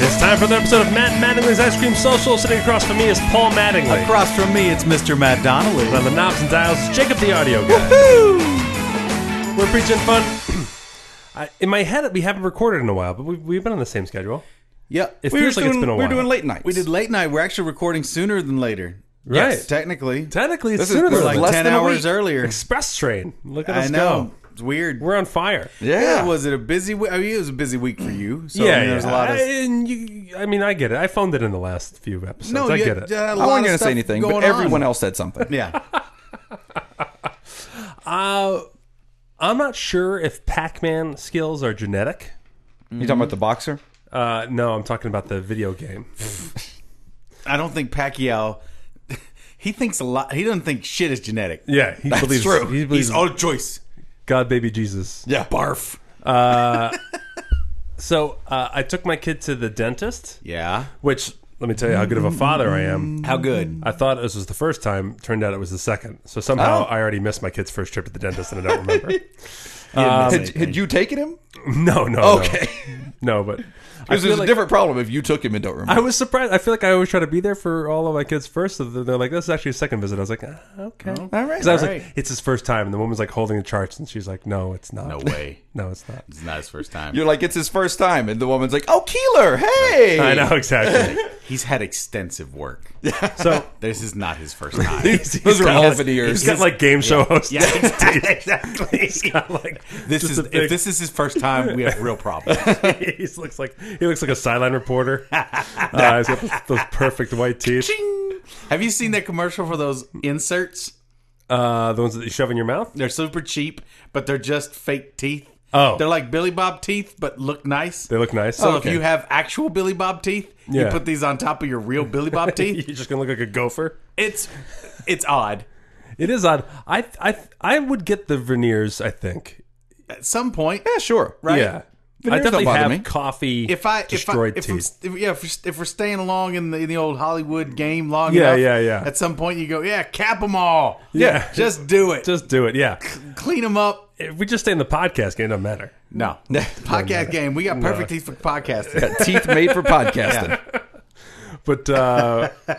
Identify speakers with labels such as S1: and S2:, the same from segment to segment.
S1: It's time for another episode of Matt Mattingly's Ice Cream Social. Sitting across from me is Paul Mattingly.
S2: Across from me, it's Mr. Matt Donnelly.
S1: And on the knobs and dials is Jacob the Audio Guy. We're preaching fun. I, in my head, we haven't recorded in a while, but we've, we've been on the same schedule.
S2: Yeah,
S1: It
S2: we
S1: feels
S2: were
S1: like it's
S2: doing-
S1: been a
S2: We
S1: while.
S2: were doing late nights.
S3: We did late night. We're actually recording sooner than later.
S1: Right.
S3: Technically,
S1: Technically, it's
S3: This is-
S1: sooner than
S3: we're
S2: like
S1: later.
S3: less
S2: ten
S3: than a
S2: hours
S3: week.
S2: earlier.
S1: Express train. Look at
S3: I
S1: us
S3: know
S1: go.
S3: it's weird.
S1: We're on fire.
S3: yeah, was it a busy week? I mean, it was a busy week for you. So, I mean, there's a lot of.
S1: I, and you, I mean, I get it. I phoned it in the last few episodes. I
S3: you-
S1: get it.
S3: you had a
S2: I
S3: lot
S2: wasn't going
S3: of
S2: to
S3: stuff
S2: say anything, but
S3: going
S2: everyone
S3: on.
S2: else said something.
S3: Yeah,
S1: Uh, I'm not sure if Pac-Man skills are genetic.
S2: You talking about the boxer?
S1: Uh, no, I'm talking about the video game.
S3: I don't think Pacquiao. He thinks a lot. He doesn't think shit is genetic.
S1: Yeah, he
S3: That's
S1: believes
S3: true.
S1: he believes
S3: He's all choice.
S1: God, baby Jesus.
S3: Yeah, barf.
S1: So uh, I took my kid to the dentist,
S3: Yeah,
S1: which let me tell you how good of a father I am.
S3: how good?
S1: I thought this was the first time. Turned out it was the second. So somehow I already missed my kid's first trip to the dentist, and I don't remember.
S2: Had, had you taken him?
S1: no, no, no.
S2: Okay.
S1: no, but I
S2: Because
S1: feel
S2: there's a
S1: like-
S2: different problem if you took him and don't
S1: I
S2: remember.
S1: was surprised. I feel like I always try to be there for all of my kids first. So they're like, "This is actually a second visit." I was like, ah, "Okay, all
S2: right,
S1: I was
S2: all
S1: like, "It's his first time," and the woman's like holding the charts, and she's like, "No, it's not.
S3: No way.
S1: no, it's not."
S3: It's not his first time.
S2: You're like, it's his first time, and the woman's like, "Oh, Keeler, hey!"
S1: I know exactly.
S3: He's had extensive work.
S1: so
S3: This is not his first time.
S2: Those are
S1: got
S2: all
S1: like-
S2: veneers.
S1: He's got like game show host.
S3: yeah, exactly.
S1: he's got like
S3: This
S1: just
S3: is
S1: a big-
S3: if this is his first time, we have real problems.
S1: he looks like he looks like a sideline reporter. Uh, he's got those, those perfect white teeth.
S3: have you seen that commercial for those inserts?
S1: Uh, the ones that you shove in your mouth.
S3: They're super cheap, but they're just fake teeth.
S1: Oh.
S3: they're like Billy Bob teeth, but look nice.
S1: They look nice.
S3: so
S1: Okay.
S3: Oh, if you have actual Billy Bob teeth, you
S1: Yeah.
S3: put these on top of your real Billy Bob teeth.
S1: you're just gonna look like a gopher.
S3: It's it's odd.
S1: It is odd. I I I would get the veneers. I think.
S3: At some point,
S2: yeah, sure.
S3: right?
S1: Yeah. I
S2: Veneers
S1: definitely
S2: don't bother
S1: have
S2: me.
S1: coffee.
S3: If I if I
S1: destroyed
S3: if, I'm,
S1: teeth.
S3: st- if yeah if we're, if we're staying along in the in the old Hollywood game long
S1: Yeah,
S3: enough,
S1: yeah, yeah.
S3: At some point, you go, yeah, cap them all.
S1: Yeah.
S3: just do it.
S1: just do it. Yeah.
S3: clean them up.
S1: If we just stay in the podcast game, it doesn't matter.
S3: No, podcast game. We got perfect teeth for podcasting.
S2: Got teeth made for podcasting.
S1: But uh, uh,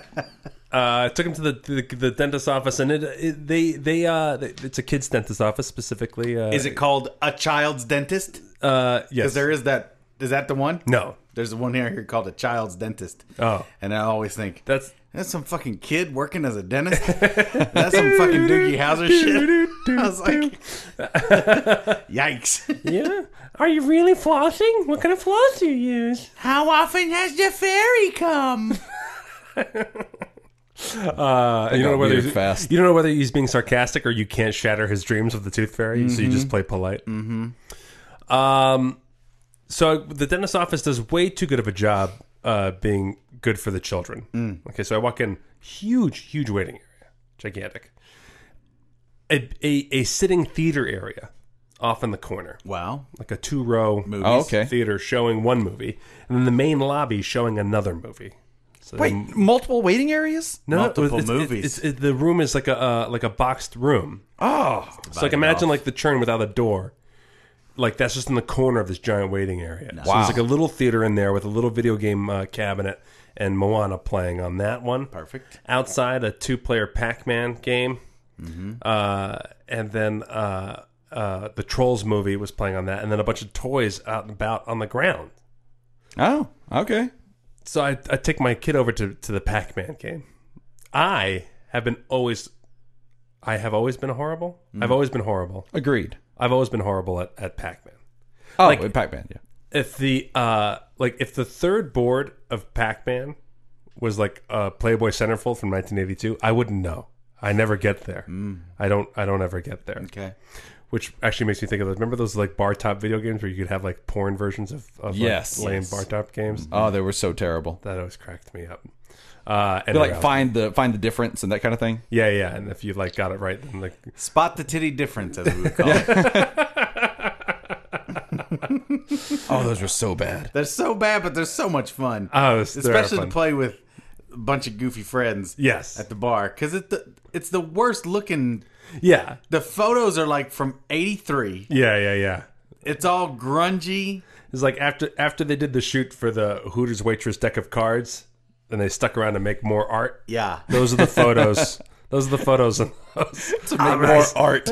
S1: I took him to the, the the dentist office, and it, it they they uh they, it's a kid's dentist office specifically. Uh,
S3: Is it called a child's dentist?
S1: Uh, yes.
S3: Because there is that. Is that the one?
S1: no.
S3: There's the one here here called a child's dentist.
S1: Oh.
S3: and I always think
S1: That's
S3: that's some fucking kid working as a dentist. that's some fucking Doogie Howser shit. I was like, yikes.
S1: yeah. Are you really flossing? What kind of floss do you use?
S3: How often has the fairy come?
S1: Uh, you don't know
S2: got
S1: whether
S2: weird
S1: he's-
S2: fast.
S1: you don't know whether he's being sarcastic or you can't shatter his dreams of the tooth fairy, so you just play polite. Mm-hmm. Um, so the dentist office does way too good of a job uh, being good for the children.
S2: Mm.
S1: Okay, so I walk in, huge, huge waiting area, gigantic, a a, a sitting theater area off in the corner,
S3: Wow,
S1: like a two row movie
S2: Oh, okay.
S1: theater showing one movie, and then the main lobby showing another movie. So
S2: Wait,
S1: then-
S2: multiple waiting areas?
S1: no,
S3: multiple
S1: it's- it's-
S3: movies.
S1: It's, it's- the room is like a uh, like a boxed room.
S2: Oh,
S1: So like imagine like the churn without a door. Like that's just in the corner of this giant waiting area. So
S2: Wow.
S1: there's like a little theater in there with a little video game uh, cabinet and Moana playing on that one.
S3: perfect.
S1: Outside a two player Pac Man game, uh, and then uh, uh, the Trolls movie was playing on that, and then a bunch of toys out and about on the ground.
S2: oh, okay.
S1: So I, I take my kid over to, to the Pac Man game. I have been always, I have always been horrible. I've always been horrible.
S2: Agreed.
S1: I've always been horrible at, at Pac Man.
S2: Oh,
S1: Like-
S2: Pac-Man. Yeah.
S1: If the uh like if the third board of Pac Man was like uh, Playboy Centerfold from 1982, I wouldn't know. I never get there. I don't. I don't ever get there.
S3: Okay,
S1: Which actually makes me think of those. Remember those like bar top video games where you could have like porn versions of, of like,
S2: Yes. Mm.
S1: lame
S2: Yes.
S1: bar top games?
S2: Oh, they were so terrible.
S1: That always cracked me up. Uh, and
S4: You like
S1: arousal.
S4: find the find the difference and that kind of thing.
S1: Yeah, yeah. And if you like got it right, then like
S2: Spot the titty difference, as we would call it.
S4: Oh, those were so bad.
S2: They're so bad, but they're so much fun.
S1: Oh, it's- they're
S2: especially to
S1: fun.
S2: play with a bunch of goofy friends.
S1: Yes.
S2: at the bar because it's the it's the worst looking.
S1: yeah,
S2: The photos are like from '83.
S1: yeah, yeah, yeah.
S2: It's all grungy.
S1: It's like after after they did the shoot for the Hooters waitress deck of cards, and they stuck around to make more art.
S2: Yeah,
S1: Those are the photos. those are the photos. on those.
S4: More art.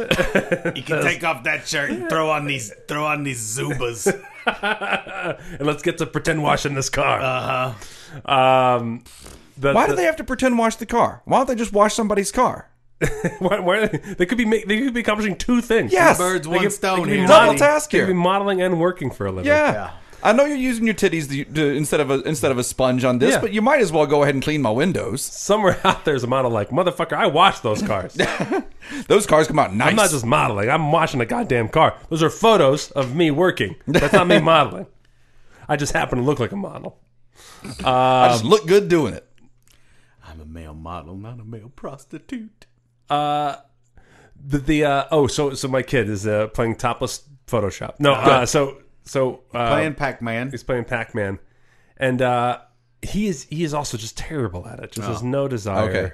S2: you can take off that shirt and throw on these throw on these zubas.
S1: and let's get to pretend washing this car. Uh-huh. Um, the-
S4: Why do
S1: the-
S4: they have to pretend wash the car? Why don't they just wash somebody's car?
S1: Why, why are they, they could be ma- they could be accomplishing two things.
S4: Yes.
S2: Birds, one
S1: could-
S2: stone
S1: they could be
S2: here.
S4: Double
S1: modeling-
S4: task
S1: They could
S4: here.
S1: be modeling and working for a living.
S4: Yeah.
S2: Yeah.
S4: I know you're using your titties to, to, instead of a instead of a sponge on this,
S1: Yeah.
S4: but you might as well go ahead and clean my windows.
S1: Somewhere out there's a model like motherfucker. I wash those cars.
S4: Those cars come out nice.
S1: I'm not just modeling. I'm washing a goddamn car. Those are photos of me working. That's not me modeling. I just happen to look like a model.
S4: I just look good doing it.
S2: I'm a male model, not a male prostitute.
S1: The, the uh, oh, so so my kid is uh, playing topless Photoshop. No, uh, so so uh,
S2: Playing Pac Man.
S1: he's playing Pac Man, and uh, he is he is also just terrible at it. Just has no desire.
S4: Okay.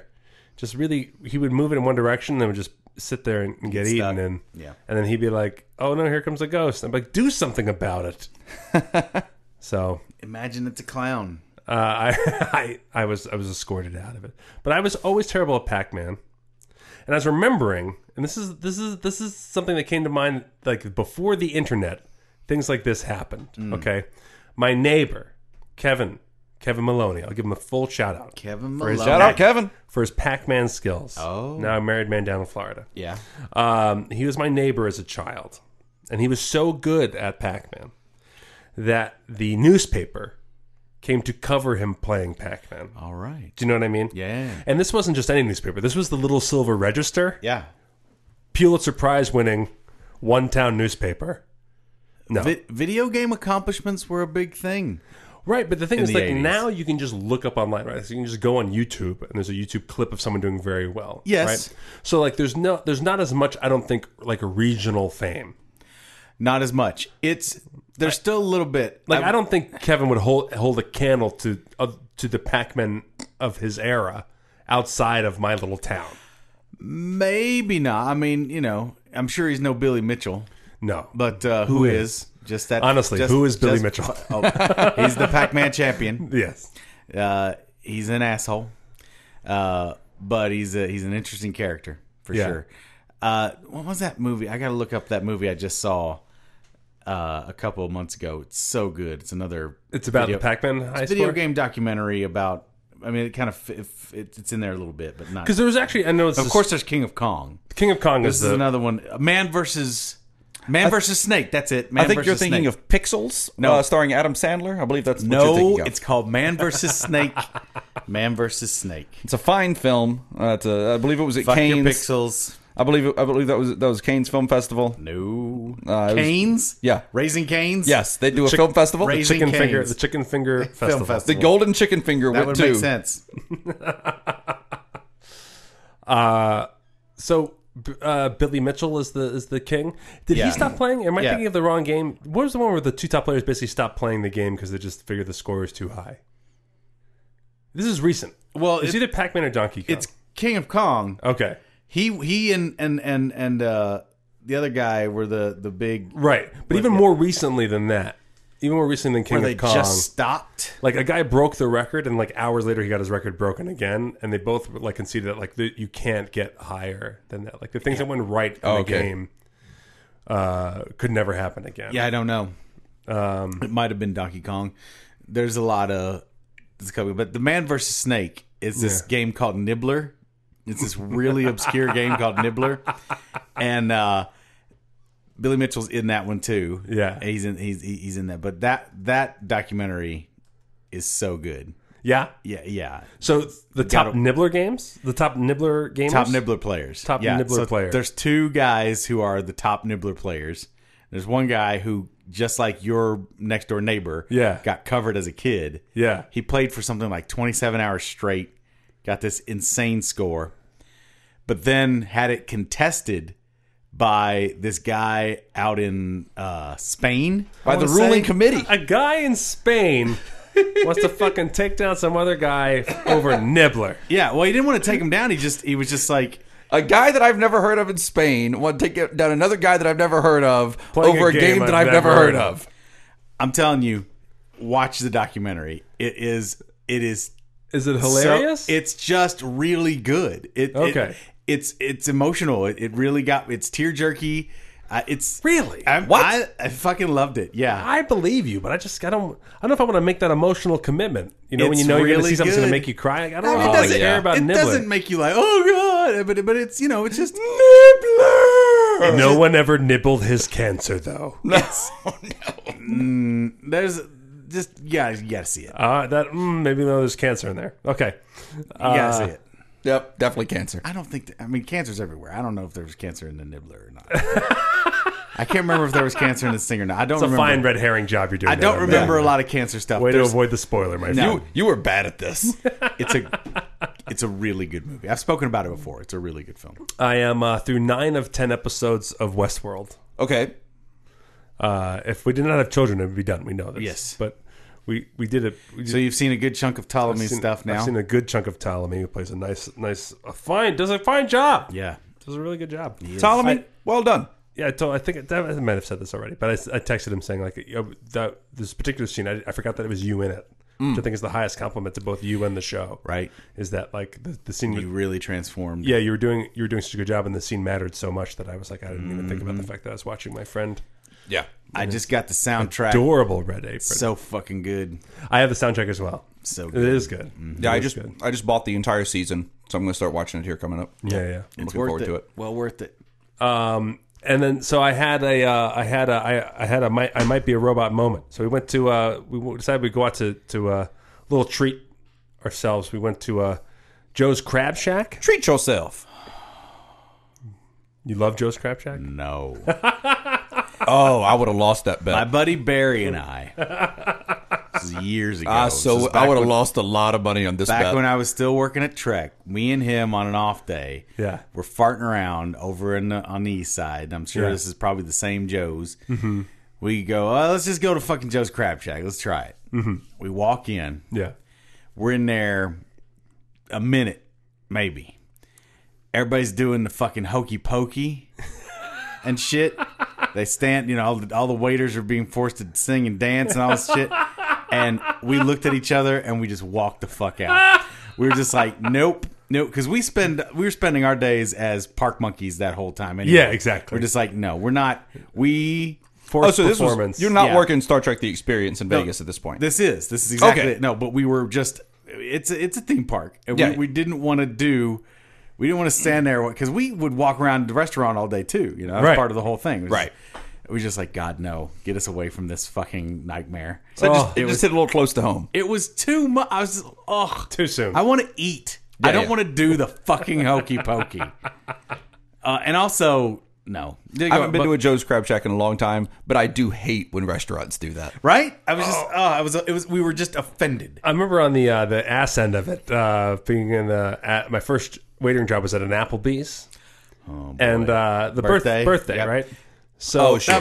S1: Just really, he would move it in one direction, and then would just sit there and, and get eaten, and
S2: Yeah.
S1: and then he'd be like, "Oh no, here comes a ghost!" I'm like, "Do something about it." so
S2: Imagine it's a clown.
S1: uh, I, I I was I was escorted out of it, but I was always terrible at Pac Man, and I was remembering, and this is this is this is something that came to mind like before the internet, things like this happened. Okay, my neighbor Kevin Kevin Maloney, I'll give him a full shout out
S2: Kevin
S1: For his
S2: Malone.
S4: Shout out, Kevin.
S1: for his Pac Man skills.
S2: Oh.
S1: now a married man down in Florida.
S2: Yeah.
S1: Um, he was my neighbor as a child, and he was so good at Pac Man that the newspaper came to cover him playing Pac Man.
S2: All right.
S1: Do you know what I mean?
S2: Yeah.
S1: And this wasn't just any newspaper. This was the Little Silver Register,
S2: Yeah.
S1: Pulitzer Prize winning, one town newspaper. No.
S2: Vi- video game accomplishments were a big thing.
S1: Right, but the thing is,
S2: the
S1: like
S2: 80s.
S1: now you can just look up online, right? So you can just go on YouTube, and there's a YouTube clip of someone doing very well.
S2: Yes.
S1: Right? So like, there's no, there's not as much. I don't think like a regional fame.
S2: Not as much. It's there's still a little bit.
S1: Like I, don't think Kevin would hold hold a candle to of to the Pac-Man of his era outside of my little town.
S2: maybe not. I mean, you know, I'm sure he's no Billy Mitchell,
S1: No,
S2: but uh, who is? Just that.
S1: Honestly,
S2: just-
S1: who is Billy
S2: just-
S1: Mitchell?
S2: Oh, he's the Pac-Man champion.
S1: yes,
S2: Uh, he's an asshole, uh, but he's a, he's an interesting character for
S1: Yeah.
S2: sure. Uh, what was that movie? I gotta look up that movie I just saw uh, a couple of months ago. It's so good. It's another.
S1: it's about
S2: video,
S1: the Pac-Man high
S2: video
S1: score.
S2: game documentary about. I mean, it kind of f- it, it's in there a little bit, but not.
S1: Because there was actually, I know it's
S2: Of course, there's King of Kong.
S1: King of Kong
S2: This
S1: is
S2: is
S1: the
S2: another one. Man versus man versus snake. That's it. Man
S4: I think you're
S2: versus
S4: thinking
S2: snake.
S4: of Pixels,
S2: No.
S4: uh, starring Adam Sandler. I believe that's what you're
S2: no.
S4: thinking of.
S2: It's called Man versus Snake. man versus Snake.
S4: It's a fine film. Uh, it's a, I believe it was at
S2: Fuck your
S4: Cannes.
S2: pixels.
S4: I believe I believe that was that was Cannes Film Festival.
S2: No.
S4: Uh, it was-
S2: Canes.
S4: yeah.
S2: Raising Canes.
S4: Yes, they do a
S1: Chick-
S4: film festival.
S2: Raised-
S1: chicken
S2: Cane's.
S1: finger, the chicken finger festival.
S2: festival.
S4: the Golden Chicken Finger
S2: That
S4: went
S2: would
S4: to
S2: make sense.
S1: So b- uh, Billy Mitchell is the is the king. Did
S2: Yeah.
S1: he stop playing? Am I
S2: Yeah.
S1: thinking of the wrong game? What was the one where the two top players basically stopped playing the game because they just figured the score was too high? This is recent.
S2: Well,
S1: it's
S2: it-
S1: either Pac Man or Donkey Kong.
S2: It's King of Kong.
S1: okay,
S2: He he and and and and uh, the other guy were the the big.
S1: right? But even more recently than that, even more recently than King
S2: Where they
S1: of Kong,
S2: just stopped.
S1: like a guy broke the record and like hours later he got his record broken again and they both like conceded that like the, you can't get higher than that like the things that went right in
S2: Oh,
S1: the
S4: okay.
S1: game uh could never happen again
S2: Yeah, I don't know. Um, it might have been Donkey Kong. There's a lot of this coming, but the Man versus Snake is this game called Nibbler. It's this really obscure game called Nibbler, and uh, Billy Mitchell's in that one too.
S1: Yeah.
S2: he's in he's he's in that. But that that documentary is so good.
S1: yeah
S2: Yeah, yeah.
S1: so the top
S2: gotta-
S1: nibbler games the top nibbler games
S2: Top Nibbler players.
S1: Top
S2: yeah,
S1: Nibbler player.
S2: There's two guys who are the top Nibbler players. There's one guy who just like your next door neighbor
S1: Yeah.
S2: got covered as a kid.
S1: Yeah.
S2: He played for something like 27 hours straight, got this insane score, but then had it contested by this guy out in uh, Spain.
S4: by
S2: I
S4: the
S2: wanna
S4: ruling
S2: say.
S4: committee.
S1: A guy in Spain wants to fucking take down some other guy over Nibbler.
S2: Yeah, well, he didn't want to take him down. He just he was just like
S4: A guy that I've never heard of in Spain want to take down another guy that I've never heard of
S1: Playing
S4: over
S1: a
S4: a game,
S1: game
S4: that
S1: I've
S4: I've never
S1: never
S4: heard
S1: heard
S4: of.
S2: I'm telling you, watch the documentary. It is it is
S1: Is it
S2: so-
S1: hilarious?
S2: it's just really good. It, it-
S1: Okay.
S2: it's it's emotional. It, it really got it's tear jerky. Uh, it's
S1: Really?
S2: I'm,
S4: What?
S2: I, I fucking loved it. Yeah.
S1: I believe you, but I just I don't I don't know if I want to make that emotional commitment. You know, when
S2: It's
S1: you know you're going to
S2: really
S1: see something's going
S2: good.
S1: to make you cry. Like, I don't
S2: I mean, it
S1: know if I
S2: doesn't,
S1: care about
S2: it
S1: Nibbler.
S2: doesn't make you like, oh god, but but it's you know it's just nibbler.
S1: no one ever nibbled his cancer though.
S4: Oh, no.
S2: Mm, There's just yeah, you gotta see it.
S1: Uh, that mm, maybe though there's cancer in there. Okay, Uh,
S2: You gotta see it.
S4: Yep, definitely cancer.
S2: I don't think. That, I mean, cancer's everywhere. I don't know if there was cancer in the nibbler or not. I can't remember if there was cancer in the sting or not. I don't
S1: it's a
S2: remember.
S1: fine red herring job you're doing.
S2: I don't
S1: there,
S2: remember
S1: man.
S2: a lot of cancer stuff.
S1: Way to
S2: There's-
S1: avoid the spoiler, my friend.
S2: No.
S4: You, you were bad at this.
S2: It's a, it's a really good movie. I've spoken about it before. It's a really good film.
S1: I am uh, through nine of ten episodes of Westworld.
S4: Okay.
S1: Uh, if we did not have children, it would be done. We know this.
S2: Yes.
S1: but we we did it. We
S2: So you've seen a good chunk of Ptolemy's
S1: seen-
S2: stuff now.
S1: I've seen a good chunk of Ptolemy, who plays a nice, nice, a fine, does a fine job.
S2: yeah,
S1: does a really good job.
S4: Ptolemy,
S1: I-
S4: well done.
S1: Yeah, I, told, I think I, I might have said this already, but I, I texted him saying like you know, that this particular scene, I, I forgot that it was you in it, which I think is the highest compliment to both you and the show.
S2: Mm. right.
S1: Is that like the, the scene?
S2: You really transformed.
S1: yeah, you were doing you were doing such a good job, and the scene mattered so much that I was like, I didn't even think about the
S2: Mm.
S1: fact that I was watching my friend.
S4: Yeah.
S2: I just got the soundtrack.
S1: Adorable Red Apron.
S2: So fucking good.
S1: I have the soundtrack as well.
S2: So
S1: It
S2: good.
S1: is good.
S2: Mm-hmm.
S4: Yeah,
S1: It
S4: I
S1: is
S4: just
S1: good.
S4: I just bought the entire season, so I'm going to start watching it here coming up.
S1: yeah yeah.
S4: looking forward to it.
S2: Well worth it.
S1: Um, and then so I had a uh, I had a I, I had a might, I might be a robot moment. So we went to uh, we decided we'd go out to to uh, little treat ourselves. We went to uh, Joe's Crab Shack.
S4: Treat yourself.
S1: You love Joe's Crab
S2: Mm.
S1: Shack?
S2: No.
S4: Oh, I would have lost that
S2: My
S4: bet.
S2: buddy Barry and I. This is years ago.
S4: I,
S2: This is
S4: so
S2: back
S4: I would have
S2: when-
S4: lost a lot of money on this
S2: Back
S4: bet.
S2: when I was still working at Trek, me and him on an off day,
S1: Yeah.
S2: we're farting around over in the, on the east side. and I'm sure
S1: Yeah.
S2: this is probably the same Joe's. Mm-hmm. We go, oh, let's just go to fucking Joe's Crab Shack. Let's try it. Mm-hmm. We walk in.
S1: Yeah.
S2: We're in there a minute, maybe. Everybody's doing the fucking hokey pokey and shit. They stand, you know, all the, all the waiters are being forced to sing and dance and all this shit. And we looked at each other and we just walked the fuck out. We were just like, nope, nope, because we spend we were spending our days as park monkeys that whole time. Anyway.
S1: Yeah, exactly.
S2: We're just like, no, we're not. We
S1: Forced
S4: oh, so this
S1: performance.
S4: was you're not
S2: Yeah.
S4: working Star Trek: The Experience in Vegas at this point.
S2: This is this is exactly
S4: Okay.
S2: it. No, but we were just it's a, it's a theme park, and
S4: Yeah.
S2: we, we didn't want to do we didn't want to stand there because we would walk around the restaurant all day too. You know, that's
S1: Right.
S2: part of the whole thing. It was
S4: Right.
S2: Just, we just like God, no, get us away from this fucking nightmare.
S4: so Oh. it, just, it
S2: it
S4: just
S2: was
S4: hit a little close to home.
S2: it was too much. I was just, ugh,
S1: Too soon.
S2: I want to eat. I
S4: Yeah,
S2: don't
S4: yeah.
S2: want to do the fucking hokey pokey. uh, and also, no,
S4: I haven't been to a Joe's Crab Shack in a long time, but I do hate when restaurants do that.
S2: right. I was just, oh, I was, it was. We were just offended.
S1: I remember on the uh, the ass end of it, uh, being in the at my first waitering job was at an Applebee's, and uh, the birthday
S2: Oh, Birthday.
S1: birthday
S2: Yep.
S1: right. So
S4: Oh, sure.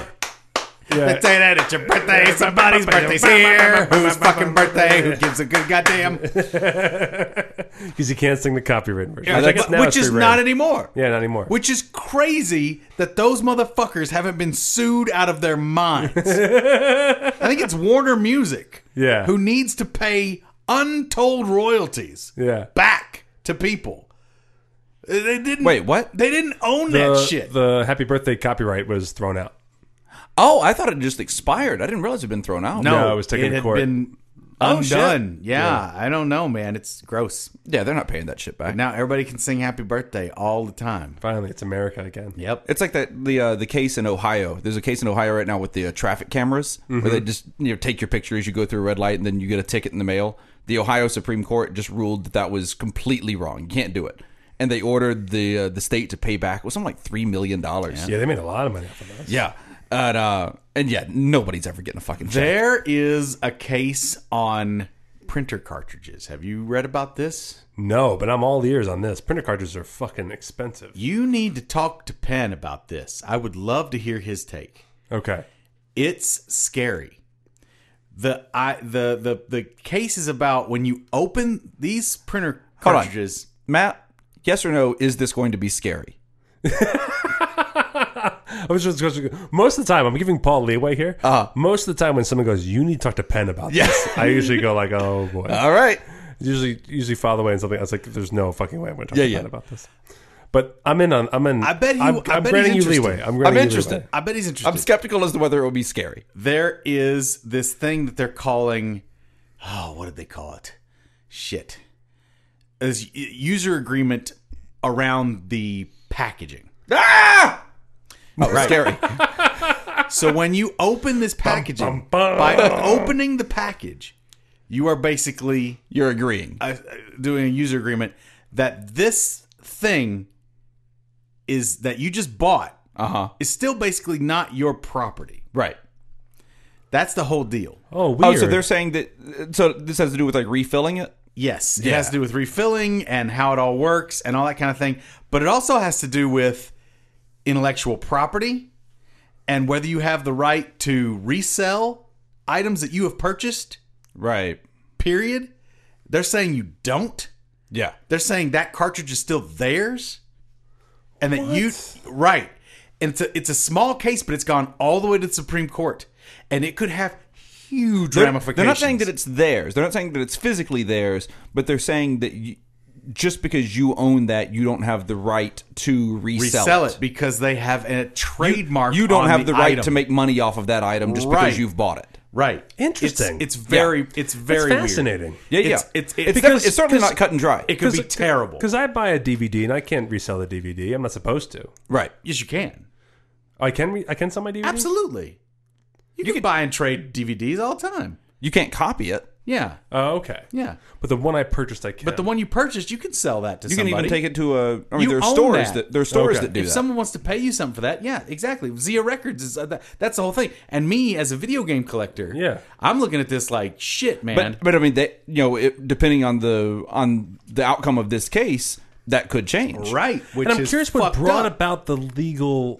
S1: yeah,
S2: Say that it's your birthday. Somebody's birthday's here. Whose fucking birthday? Who gives a good goddamn?
S1: because you can't sing the copyrighted version, which, I guess
S2: But-
S1: now
S2: Which
S1: it's
S2: is
S1: free
S2: not
S1: reign.
S2: anymore.
S1: yeah, not anymore.
S2: Which is crazy that those motherfuckers haven't been sued out of their minds. I think it's Warner Music.
S1: Yeah.
S2: Who needs to pay untold royalties
S1: yeah,
S2: back to people. They didn't
S4: Wait, what?
S2: They didn't own that
S1: the,
S2: shit.
S1: the happy birthday copyright was thrown out.
S4: Oh, I thought it just expired. I didn't realize it'd been thrown out.
S1: No, it was taken
S2: it
S1: to
S2: had
S1: court.
S2: been
S4: Oh, shit.
S2: undone. yeah, I don't know, man. It's gross.
S4: Yeah, they're not paying that shit back.
S2: Now everybody can sing happy birthday all the time.
S1: Finally, it's America again.
S2: Yep.
S4: It's like that the uh, the case in Ohio. There's a case in Ohio right now with the uh, traffic cameras where
S2: Mm-hmm.
S4: they just you know take your picture as you go through a red light and then you get a ticket in the mail. The Ohio Supreme Court just ruled that that was completely wrong. You can't do it, and they ordered the uh, the state to pay back it was something like three million dollars.
S1: Yeah, they made a lot of money off of that.
S4: Yeah. And, uh, and yeah, nobody's ever getting a fucking check.
S2: There is a case on printer cartridges. Have you read about this?
S1: No, but I'm all ears on this. Printer cartridges are fucking expensive.
S2: You need to talk to Penn about this. I would love to hear his take.
S1: Okay.
S2: It's scary. The I the the the case is about when you open these printer
S4: Hold on.
S2: cartridges.
S4: Matt, yes or no, is this going to be scary?
S1: I was just going to, most of the time I'm giving Paul leeway here. Uh, most of the time when someone goes, "You need to talk to Penn about this," I usually go like, "Oh boy."
S4: All right.
S1: usually, usually file away and something. I was like, "There's no fucking way I'm going to talk
S4: Yeah,
S1: to
S4: yeah.
S1: Penn about this." But I'm in on. I'm in.
S2: I bet he- I
S1: I'm, I'm
S2: bet he's
S1: granting you
S2: interested.
S1: leeway. I'm granting you
S4: interested.
S1: leeway.
S2: I bet he's interested.
S4: I'm skeptical as to whether it will be scary.
S2: there is this thing that they're calling oh what did they call it shit is user agreement around the packaging
S4: Ah! Oh, scary.
S2: so when you open this packaging
S1: bum.
S2: by opening the package you are basically
S4: You're agreeing.
S2: uh, doing a user agreement that this thing is that you just bought
S4: Uh
S1: Uh-huh.
S4: huh.
S2: is still basically not your property
S4: Right.
S2: that's the whole deal
S1: Oh, weird.
S4: Oh, so they're saying that. So this has to do with like refilling it.
S2: Yes, it
S4: Yeah.
S2: has to do with refilling and how it all works and all that kind of thing. But it also has to do with intellectual property and whether you have the right to resell items that you have purchased,
S4: Right.
S2: period. They're saying you don't.
S4: Yeah.
S2: They're saying that cartridge is still theirs and that you right. And it's a, it's a small case, but it's gone all the way to the Supreme Court and it could have huge
S4: They're,
S2: ramifications.
S4: they're not saying that it's theirs. They're not saying that it's physically theirs, but they're saying that you, just because you own that, you don't have the right to resell,
S2: resell it because they have a trademark.
S4: You don't
S2: on
S4: have the, right
S2: item.
S4: to make money off of that item just
S2: Right.
S4: because you've bought it.
S2: Right.
S1: Interesting.
S2: It's, it's very.
S4: Yeah.
S2: It's
S1: That's
S2: very weird.
S1: fascinating.
S4: Yeah, yeah.
S2: It's- it's-
S4: it's,
S2: it's-
S4: definitely- it's certainly
S2: because-
S4: not cut and dry.
S2: It could be terrible.
S1: Because I buy a DVD and I can't resell the DVD. I'm not supposed to. Oh,
S4: right.
S2: yes, you can.
S1: I can. Re- I can sell my DVD.
S2: Absolutely. You, can buy and trade DVDs all the time.
S4: You can't copy it.
S2: Yeah.
S1: Oh, okay.
S2: Yeah.
S1: But the one I purchased, I can.
S2: But the one you purchased, you can sell that to
S4: You
S2: somebody.
S4: can even take it to a. I mean,
S2: You
S4: there are
S2: own
S4: stores
S2: that.
S4: that, there are stores
S1: Okay.
S4: that do
S2: if
S4: that.
S2: someone wants to pay you something for that, yeah, exactly. Zia Records is uh, that, that's the whole thing. And me as a video game collector,
S1: Yeah.
S2: I'm looking at this like shit, man.
S4: but but I mean, they, you know, it, depending on the on the outcome of this case, that could change.
S2: right, which
S1: and I'm
S2: is
S1: curious what
S2: fucked
S1: brought
S2: up.
S1: about the legal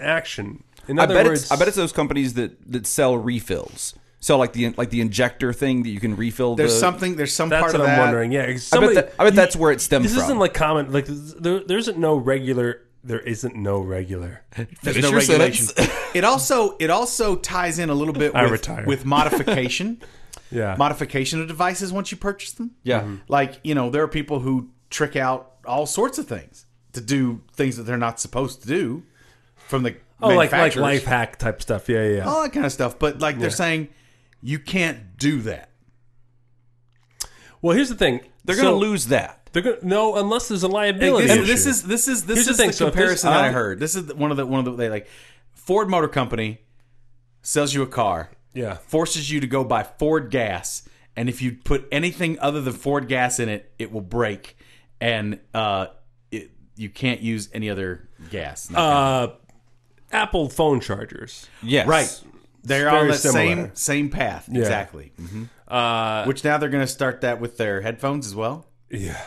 S1: action. In
S4: I
S1: other
S4: bet
S1: words,
S4: it's I bet it's those companies that that sell refills. So like the like the injector thing that you can refill.
S2: There's
S4: the,
S2: something. There's some
S1: That's
S2: part
S1: what
S2: of
S1: I'm
S2: that.
S1: wondering. Yeah, 'cause
S4: I bet,
S1: somebody-
S4: that, I bet that's where it stems
S1: this
S4: from.
S1: isn't like common. Like there, there isn't no regular. There isn't no regular.
S2: There's
S4: Finish
S2: no
S4: your
S2: regulation.
S4: sentence.
S2: it also it also ties in a little bit
S1: I
S2: with,
S1: retire.
S2: with modification,
S1: Yeah.
S2: modification of devices once you purchase them.
S4: Yeah.
S1: Mm-hmm.
S4: Mhm.
S2: like you know there are people who trick out all sorts of things to do things that they're not supposed to do from the
S1: oh, like like
S2: manufacturers.
S1: life hack type stuff. Yeah, yeah. yeah.
S2: all that kind of stuff. But like they're saying you can't do that.
S1: Well, here's the thing.
S4: they're going to
S1: So-
S4: lose that.
S1: They're gonna no unless there's a liability.
S2: This,
S1: issue.
S2: this is this is this
S1: Here's the
S2: is the,
S1: thing, so if there's-
S2: comparison that I
S1: uh,
S2: heard. This is the- one of the one of the they like Ford Motor Company sells you a car.
S1: yeah.
S2: forces you to go buy Ford gas, and if you put anything other than Ford gas in it, it will break, and uh, it, you can't use any other gas.
S1: Uh, Apple phone chargers.
S4: Yes.
S2: right, they're on
S1: very
S2: the
S1: similar.
S2: same same path exactly. Uh, Which now they're going to start that with their headphones as well.
S1: Yeah.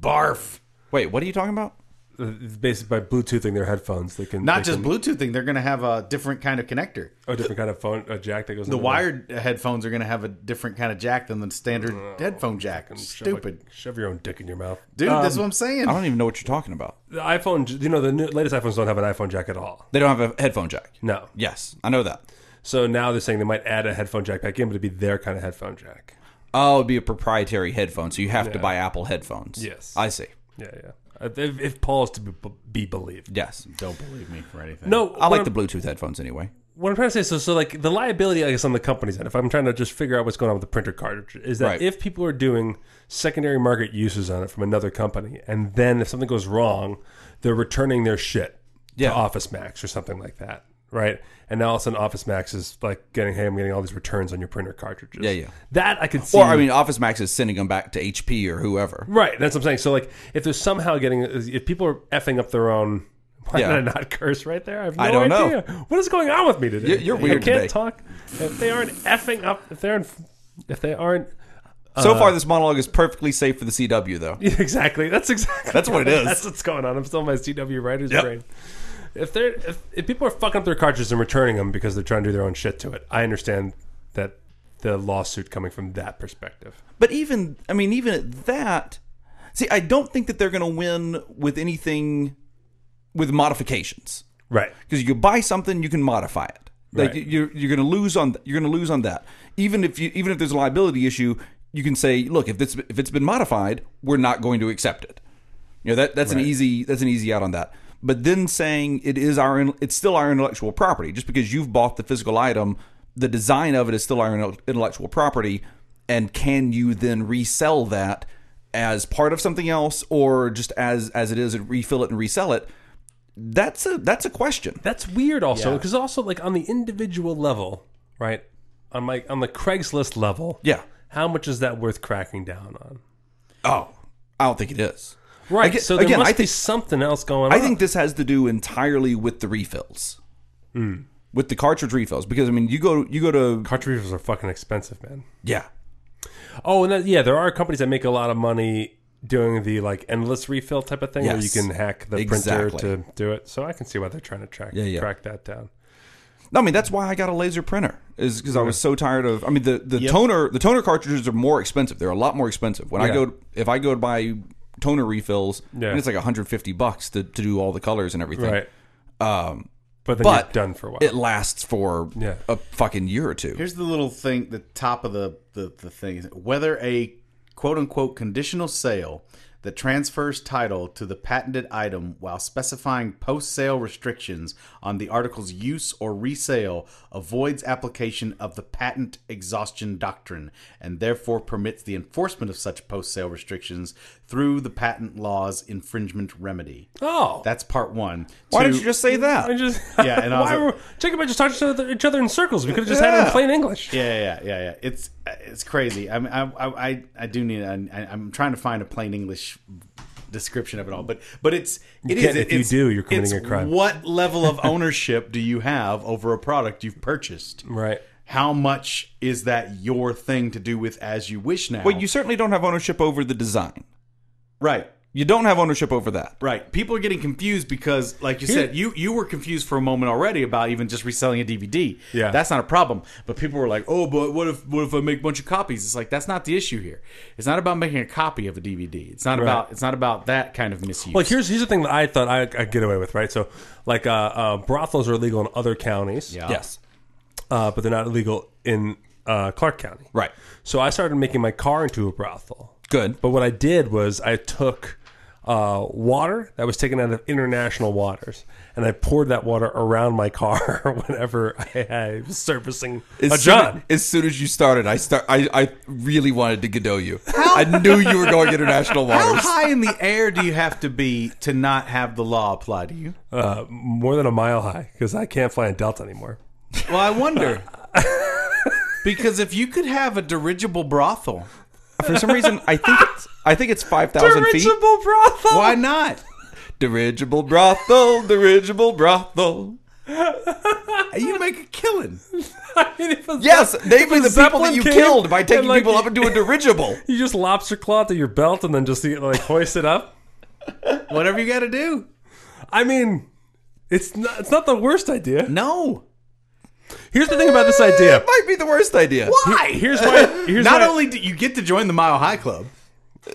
S2: Barf!
S4: Wait. What are you talking about?
S1: Basically, by Bluetoothing their headphones, they can
S2: Not
S1: they
S2: just
S1: can-
S2: Bluetooth thing. They're going to have a different kind of connector.
S1: a different kind of phone a jack that goes
S2: The wired headphones are going to have a different kind of jack than the standard headphone jack. Stupid,
S1: Shove your own dick in your mouth,
S2: dude. that's what I'm saying.
S4: I don't even know what you're talking about.
S1: The iPhone, you know, the new, latest iPhones don't have an iPhone jack at all.
S4: They don't have a headphone jack.
S1: No.
S4: Yes, I know that.
S1: So now they're saying they might add a headphone jack back in, but it'd be their kind of headphone jack.
S4: Oh, it'd be a proprietary headphone, so you have to buy Apple headphones.
S1: Yes.
S4: I see.
S1: Yeah, yeah. If, if Paul is to be, be believed.
S4: Yes,
S2: don't believe me for anything.
S1: No,
S4: I
S1: what
S4: like
S1: I'm-
S4: the Bluetooth headphones anyway.
S1: What I'm trying to say, so so like the liability, I guess, on the company's end. If I'm trying to just figure out what's going on with the printer cartridge, is that
S4: Right.
S1: if people are doing secondary market uses on it from another company, and then if something goes wrong, they're returning their shit
S4: Yeah.
S1: to Office Max or something like that, right? And now all of a sudden, Office Max is like getting, hey, I'm getting all these returns on your printer cartridges.
S4: Yeah, yeah.
S1: That I could see.
S4: Or I mean, Office Max is sending them back to HP or whoever.
S1: Right, that's what I'm saying. So like, if they're somehow getting, if people are effing up their own Why
S4: Yeah.
S1: did I not curse right there? I have no
S4: I don't know.
S1: idea. What is going on with me today?
S4: You're- you're
S1: I
S4: weird
S1: can't
S4: today.
S1: talk. If they aren't effing up, if they aren't, if they aren't
S4: So far, this monologue is perfectly safe for the CW, though.
S1: Yeah, exactly. That's exactly.
S4: That's what it is.
S1: That's what's going on. I'm still in my CW writer's
S4: Yep.
S1: brain. If they're if, if people are fucking up their cartridges and returning them because they're trying to do their own shit to it, I understand that the lawsuit coming from that perspective.
S4: But even, I mean, even at that, see, I don't think that they're going to win with anything with modifications
S1: Right.
S4: because you buy something, you can modify it. Like
S1: Right.
S4: you're you're going to lose on you're going to lose on that. Even if you even if there's a liability issue, you can say, look, if it's if it's been modified, we're not going to accept it. You know that that's an easy that's an easy out on that. But then saying it is our in- it's still our intellectual property just because you've bought the physical item, the design of it is still our intel- intellectual property, and can you then resell that as part of something else or just as as it is and refill it and resell it? That's a that's a question.
S1: That's weird. Also,
S2: Yeah.
S1: because also like on the individual level, right? On my on the Craigslist level.
S4: Yeah.
S1: How much is that worth cracking down on?
S4: Oh, I don't think it is.
S1: Right.
S4: Aga-
S1: so there
S4: again,
S1: must
S4: I
S1: be
S4: think-
S1: something else going
S4: I
S1: on.
S4: think this has to do entirely with the refills,
S1: Hmm.
S4: with the cartridge refills. Because I mean, you go you go to
S1: cartridges are fucking expensive, man.
S4: yeah,
S1: Oh, and that, yeah, there are companies that make a lot of money doing the like endless refill type of thing where you
S4: Yes.
S1: can hack the
S4: Exactly.
S1: printer to do it. So I can see why they're trying to track
S4: yeah.
S1: track that down.
S4: No, I mean that's why I got a laser printer is because I was so tired of. I mean the the toner the toner cartridges are more expensive. They're a lot more expensive. When I
S1: Yeah.
S4: go if I go to buy toner refills, I
S1: Yeah.
S4: mean, it's like 150 bucks to, to do all the colors and everything.
S1: Right.
S4: Um,
S1: But then
S4: but
S1: you're done for a while.
S4: It lasts for
S1: Yeah.
S4: a fucking year or two.
S2: Here's the little thing, the top of the, the, the thing is whether a quote unquote conditional sale that transfers title to the patented item while specifying post sale restrictions on the article's use or resale avoids application of the patent exhaustion doctrine and therefore permits the enforcement of such post sale restrictions through the patent law's infringement remedy.
S1: oh.
S2: That's part one.
S4: why
S2: Two-
S4: did you just say that?
S1: I just,
S2: Uh, Yeah, and I was
S1: why
S2: like-
S1: were Jacob and I just talked to each other- each other in circles. We could have just had it in
S4: Yeah.
S1: plain English.
S2: Yeah, yeah, yeah, yeah. It's it's crazy. I mean, I I I- I do need. I, I- I'm trying to find a plain English description of it all, but but it's it is.
S1: can't- if you
S2: it's-
S1: do, you're committing
S2: it's
S1: a crime.
S2: What level of ownership do you have over a product you've purchased?
S1: Right.
S2: How much is that your thing to do with as you wish now?
S4: Well, you certainly don't have ownership over the design.
S2: right.
S4: You don't have ownership over that.
S2: Right. People are getting confused because, like you said, you you were confused for a moment already about even just reselling a DVD.
S1: Yeah.
S2: That's not a problem. But people were like, oh, but what if what if I make a bunch of copies? It's like that's not the issue here. It's not about making a copy of a DVD. It's not about it's not about that kind of misuse.
S1: Well, here's here's the thing that I thought I, I'd get away with, right? So, like, uh, uh, brothels are illegal in other counties,
S2: Yeah.
S4: Yes.
S1: uh, but they're not illegal in uh, Clark County.
S4: Right.
S1: So I started making my car into a brothel.
S4: Good.
S1: But what I did was I took uh, water that was taken out of international waters, and I poured that water around my car whenever I, I was servicing a
S4: soon-
S1: John.
S4: as soon as you started, I start. I, I really wanted to Godot you. I knew you were going international
S2: how
S4: waters.
S2: high in the air do you have to be to not have the law apply to you?
S1: Uh, more than a mile high because I can't fly in Delta anymore.
S2: Well, I wonder. because if you could have a dirigible brothel,
S4: For some reason, I think it's, I think it's five thousand feet.
S1: brothel.
S2: why not?
S4: Dirigible brothel, dirigible brothel.
S2: You make a killing.
S4: Yes, they were the people
S1: Zeppelin
S4: that you
S1: came
S4: killed by taking
S1: and, like,
S4: people up into a dirigible.
S1: You just lobster claw to your belt and then just like hoist it up.
S2: Whatever you got to do.
S1: I mean, it's not it's not the worst idea.
S2: No.
S1: Here's the thing about this idea.
S4: That might be the worst idea.
S2: Why?
S1: Here's why. Here's
S2: Not
S1: why-
S2: only do you get to join the Mile High Club,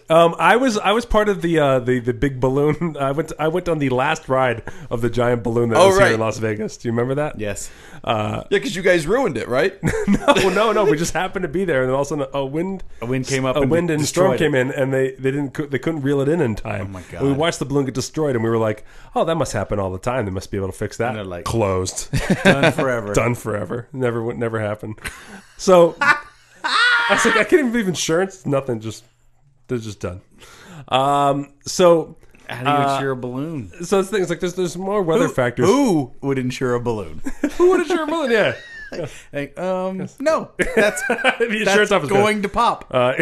S1: Um, I was I was part of the uh, the the big balloon. I went I went on the last ride of the giant balloon that
S4: Oh,
S1: was here
S4: right.
S1: in Las Vegas. Do you remember that?
S2: yes,
S4: Yeah, because you guys ruined it, right?
S1: Oh no no, we just happened to be there, and then all of a sudden a wind
S2: a wind came up,
S1: a
S2: and
S1: wind and storm
S2: destroyed
S1: came
S2: it.
S1: in, and they they didn't cou- they couldn't reel it in in time. Oh
S2: my God.
S1: we watched the balloon get destroyed, and we were like, oh, that must happen all the time. They must be able to fix that.
S2: they're like-
S1: Closed,
S2: Done forever.
S1: done forever. Never would never happen. So I was like, I can't even believe insurance. Nothing. Just they're just done. Um. So.
S2: How do you insure a balloon?
S1: So it's things like there's there's more weather factors.
S2: Who would insure a balloon?
S1: Who would insure a balloon? Yeah.
S2: Like, um, no, that's,
S1: The insurance
S2: that's
S1: office
S2: going to pop.
S1: Uh,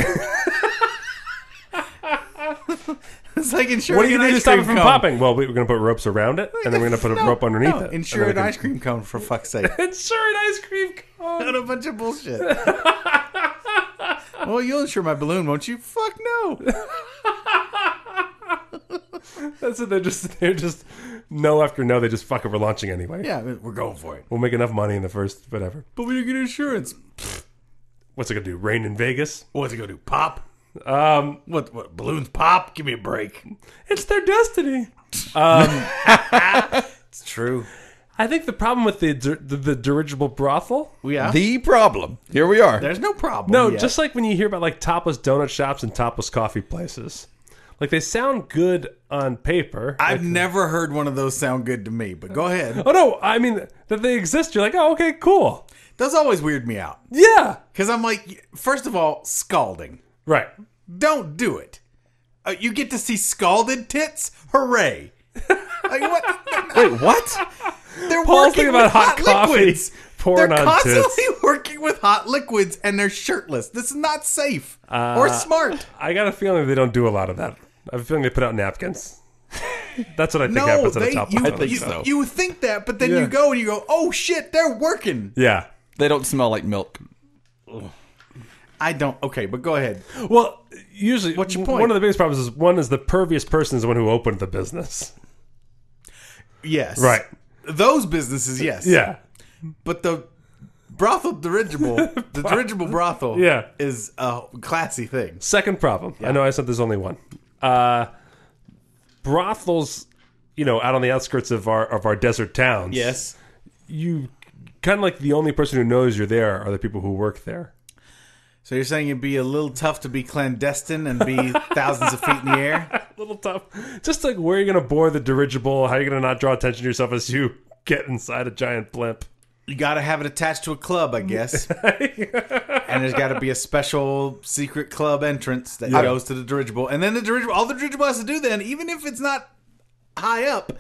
S2: it's like ensuring
S1: What do you
S2: an
S1: do to
S2: ice
S1: stop
S2: cream
S1: it from
S2: cone.
S1: popping? Well, we- we're going to put ropes around it, and then we're going to put a rope underneath
S2: No,
S1: it.
S2: ensure an ice cream cone for fuck's sake.
S1: cream. Insure an ice cream cone.
S2: What a bunch of bullshit. well, you'll insure my balloon, won't you? Fuck no.
S1: That's it. They're just they're just no after no. They just fuck it. We're launching anyway.
S2: Yeah, we're going for it.
S1: We'll make enough money in the first whatever.
S2: But we didn't get insurance.
S1: What's it going to do? Rain in Vegas?
S2: What's it gonna do? Pop?
S1: Um,
S2: What? What? Balloons pop? Give me a break.
S1: it's their destiny. Um,
S2: It's true.
S1: I think the problem with the dir- the, the dirigible brothel.
S2: Yeah.
S4: The problem. Here we are.
S2: There's no problem.
S1: No,
S2: yet.
S1: just like when you hear about like topless donut shops and topless coffee places. Like they sound good on paper.
S2: I've never heard one of those sound good to me. But go ahead.
S1: oh no, I mean that they exist. You're like, oh okay, cool.
S2: Those always weird me out
S1: Yeah,
S2: because I'm like, first of all, scalding.
S1: right.
S2: Don't do it. Uh, you get to see scalded tits. Hooray! like what?
S4: Wait, what?
S2: They're
S1: Paul's
S2: working
S1: thinking
S2: with
S1: about hot
S2: hot,
S1: coffee
S2: liquids.
S1: pouring
S2: they're
S1: on
S2: constantly working with hot liquids, and they're shirtless. This is not safe
S1: Uh,
S2: or smart.
S1: I got a feeling they don't do a lot of that. I have a feeling they put out napkins. That's what I think
S2: No,
S1: happens at
S2: they,
S1: a topless.
S2: you,
S1: donut
S2: you,
S1: shop.
S4: so.
S2: you think that, but then
S1: Yeah.
S2: you go and you go, oh shit, they're working.
S1: Yeah.
S4: They don't smell like milk.
S2: I don't. Okay, but go ahead.
S1: Well, usually,
S2: What's your
S1: One
S2: point?
S1: of the biggest problems is one is the pervious person is the one who opened the business.
S2: Yes,
S1: Right.
S2: Those businesses, yes,
S1: Yeah.
S2: But the brothel dirigible, the dirigible brothel,
S1: Yeah.
S2: is a classy thing.
S1: Second problem. I know I said there's only one. Uh, brothels, you know, out on the outskirts of our of our desert towns. You kind of like the only person who knows you're there are the people who work there.
S2: So you're saying it'd be a little tough to be clandestine and be thousands of feet in the air?
S1: A little tough. Just like where you're going to bore the dirigible, how you're going to not draw attention to yourself as you get inside a giant blimp.
S2: You got to have it attached to a club, I guess. and there's got to be a special secret club entrance that goes to the dirigible. And then the dirigible, all the dirigible has to do then, even if it's not high up,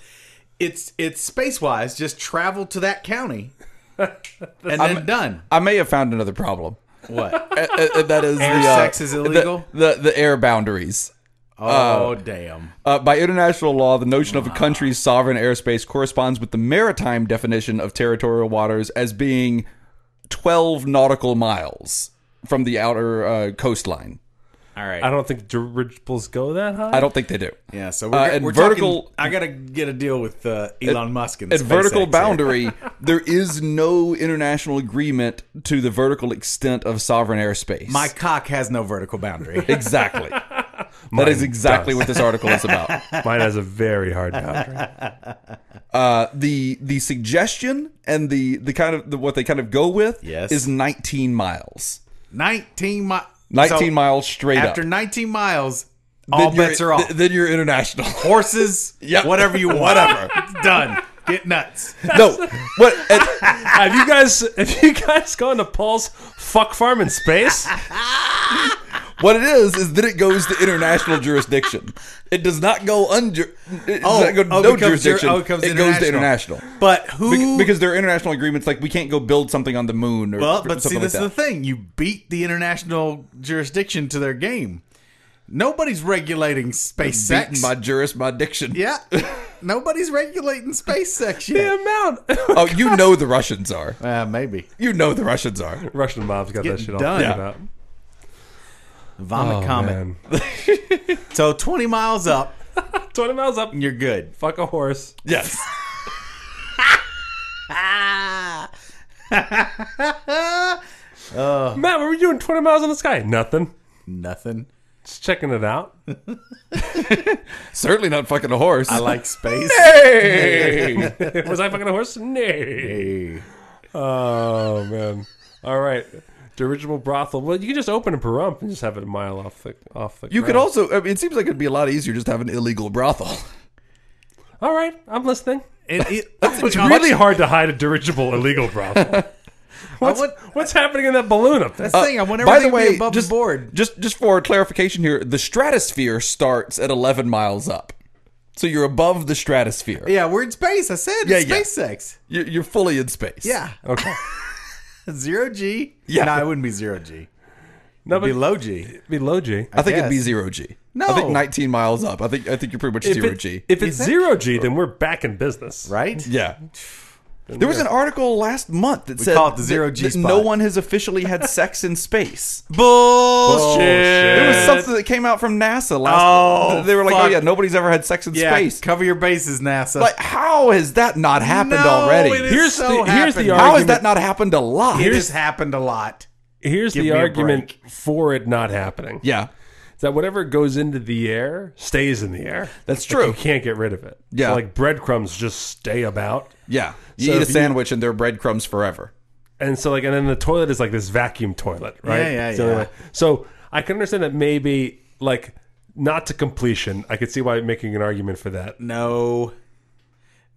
S2: it's it's space wise, just travel to that county. And then done.
S4: I may have found another problem.
S2: What?
S4: Uh, uh, uh, that is the, uh,
S2: sex is illegal?
S4: The, the the air boundaries.
S2: Oh damn.
S4: Uh, by international law, the notion of a country's sovereign airspace corresponds with the maritime definition of territorial waters as being 12 nautical miles from the outer uh, coastline.
S2: All right.
S1: I don't think dirigibles go that high.
S4: I don't think they do.
S2: Yeah, so we're,
S4: Uh,
S2: get-
S4: and
S2: we're
S4: vertical-
S2: talking. I gotta get a deal with uh, Elon Musk and
S4: At
S2: SpaceX
S4: vertical
S2: here.
S4: boundary, there is no international agreement to the vertical extent of sovereign airspace.
S2: My cock has no vertical boundary.
S4: exactly. that is exactly
S1: does.
S4: what this article is about.
S1: Mine has a very hard boundary.
S4: the the suggestion and the the kind of the, what they kind of go with
S2: Yes.
S4: is 19 miles.
S2: Nineteen miles.
S4: 19 miles straight
S2: After
S4: up.
S2: nineteen miles, all
S4: Then you're-
S2: bets are off.
S4: th- then you're international.
S2: Horses,
S4: Yeah.
S2: whatever you want. Whatever. It's done. Get nuts.
S4: no. What at,
S1: have you guys have you guys gone to Paul's fuck farm in space?
S4: what it is is that it goes to international jurisdiction. It does not go under it does not go to
S2: oh,
S4: no
S2: it comes jur-
S4: jurisdiction.
S2: oh, it comes
S4: goes to
S2: international.
S4: international.
S2: But who?
S4: Bec- Because there are international agreements like we can't go build something on the moon or
S2: well,
S4: or
S2: but see,
S4: something
S2: this
S4: like
S2: is the
S4: that.
S2: thing. You beat the international jurisdiction to their game. Nobody's regulating space sex.
S4: Beaten by juris by diction.
S2: yeah. Nobody's regulating space sex yet.
S1: The amount
S4: Oh, you know the Russians are.
S2: Uh, maybe.
S4: You know the Russians are.
S1: Russian mobs got that
S2: Get
S1: shit all
S2: done.
S1: figured
S2: Yeah.
S1: out.
S2: Vomit
S1: Oh,
S2: comet.
S1: man.
S2: So 20 miles up,
S1: Twenty miles up,
S2: you're good.
S1: fuck a horse.
S4: Yes.
S1: Matt, what were you doing twenty miles in the sky? Nothing.
S2: Nothing.
S1: Just checking it out.
S4: Certainly not fucking a horse.
S2: I like space.
S4: Hey!
S1: Was I fucking a horse? Nay.
S2: Hey.
S1: Oh man. All right. Dirigible brothel. Well, you can just open a perump and just have it a mile off the off the.
S4: You could
S1: ground.
S4: also. I mean, it seems like it'd be a lot easier just to have an illegal brothel.
S1: All right, I'm listening.
S2: It, it,
S1: It's really hard to hide a dirigible illegal brothel. What's,
S2: want-
S1: what's happening in that balloon up there?
S2: That's the thing. I want
S4: By
S2: everything
S4: the
S2: to
S4: way,
S2: be above
S4: just
S2: the board.
S4: just just for clarification here, the stratosphere starts at 11 miles up, so you're above the stratosphere.
S2: Yeah, we're in space. I said
S4: Yeah,
S2: it's
S4: yeah.
S2: space sex.
S4: You're, you're fully in space.
S2: Yeah.
S1: Okay.
S2: Zero G.
S4: Yeah.
S2: No, it wouldn't be zero G.
S1: No,
S2: It'd be
S1: but
S2: low G.
S1: be low G.
S4: I think it'd be
S2: Yes.
S4: zero g.
S2: No.
S4: I think 19 miles up. I think I think you're pretty much
S1: If,
S4: zero
S1: it-
S4: G.
S1: if it's zero G, then we're back in business.
S2: right?
S4: yeah. There was an article last month that said
S2: call it the zero
S4: that-
S2: G
S4: that
S2: spot.
S4: No one has officially had sex in space.
S2: Bullshit.
S4: It was
S1: Shit.
S4: something that came out from NASA last.
S2: Oh,
S4: they were like, "Oh
S2: fuck.
S4: yeah, nobody's ever had sex in
S2: Yeah,
S4: space."
S2: cover your bases, NASA.
S4: Like, how has that not happened
S2: No,
S4: already?
S2: it is
S1: Here's
S2: so
S1: the- here's the
S2: happened.
S4: How has
S1: argument-
S4: that not happened a lot?
S2: It has happened a lot.
S1: Here's
S2: Give
S1: the
S2: me a
S1: argument for it not happening.
S4: yeah,
S1: It's that whatever goes into the air stays in the air.
S4: that's
S1: You
S4: true.
S1: can't get rid of it.
S4: Yeah.
S1: So, like breadcrumbs just stay about.
S4: Yeah, you
S1: So
S4: eat a
S1: if you-
S4: sandwich and there are breadcrumbs forever.
S1: And so like and then the toilet is like this vacuum toilet, right?
S2: Yeah, yeah,
S1: It's the only
S2: yeah.
S1: way. So I can understand that maybe like not to completion. I could see why I'm making an argument for that.
S2: No.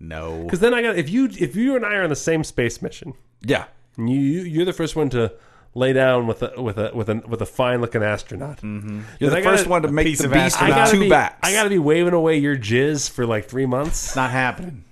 S2: No.
S1: Because then I got if you if you and I are on the same space mission,
S4: Yeah,
S1: and you you- you're the first one to lay down with a with a with a with a fine looking astronaut.
S4: you're the
S1: I
S4: 1st
S1: gotta-
S4: one to make
S2: piece
S4: the
S2: of
S4: beast
S2: astronaut.
S4: with
S1: gotta
S4: Mm-hmm. two
S1: be,
S4: backs.
S1: I gotta be waving away your jizz for like three months.
S2: It's not happening.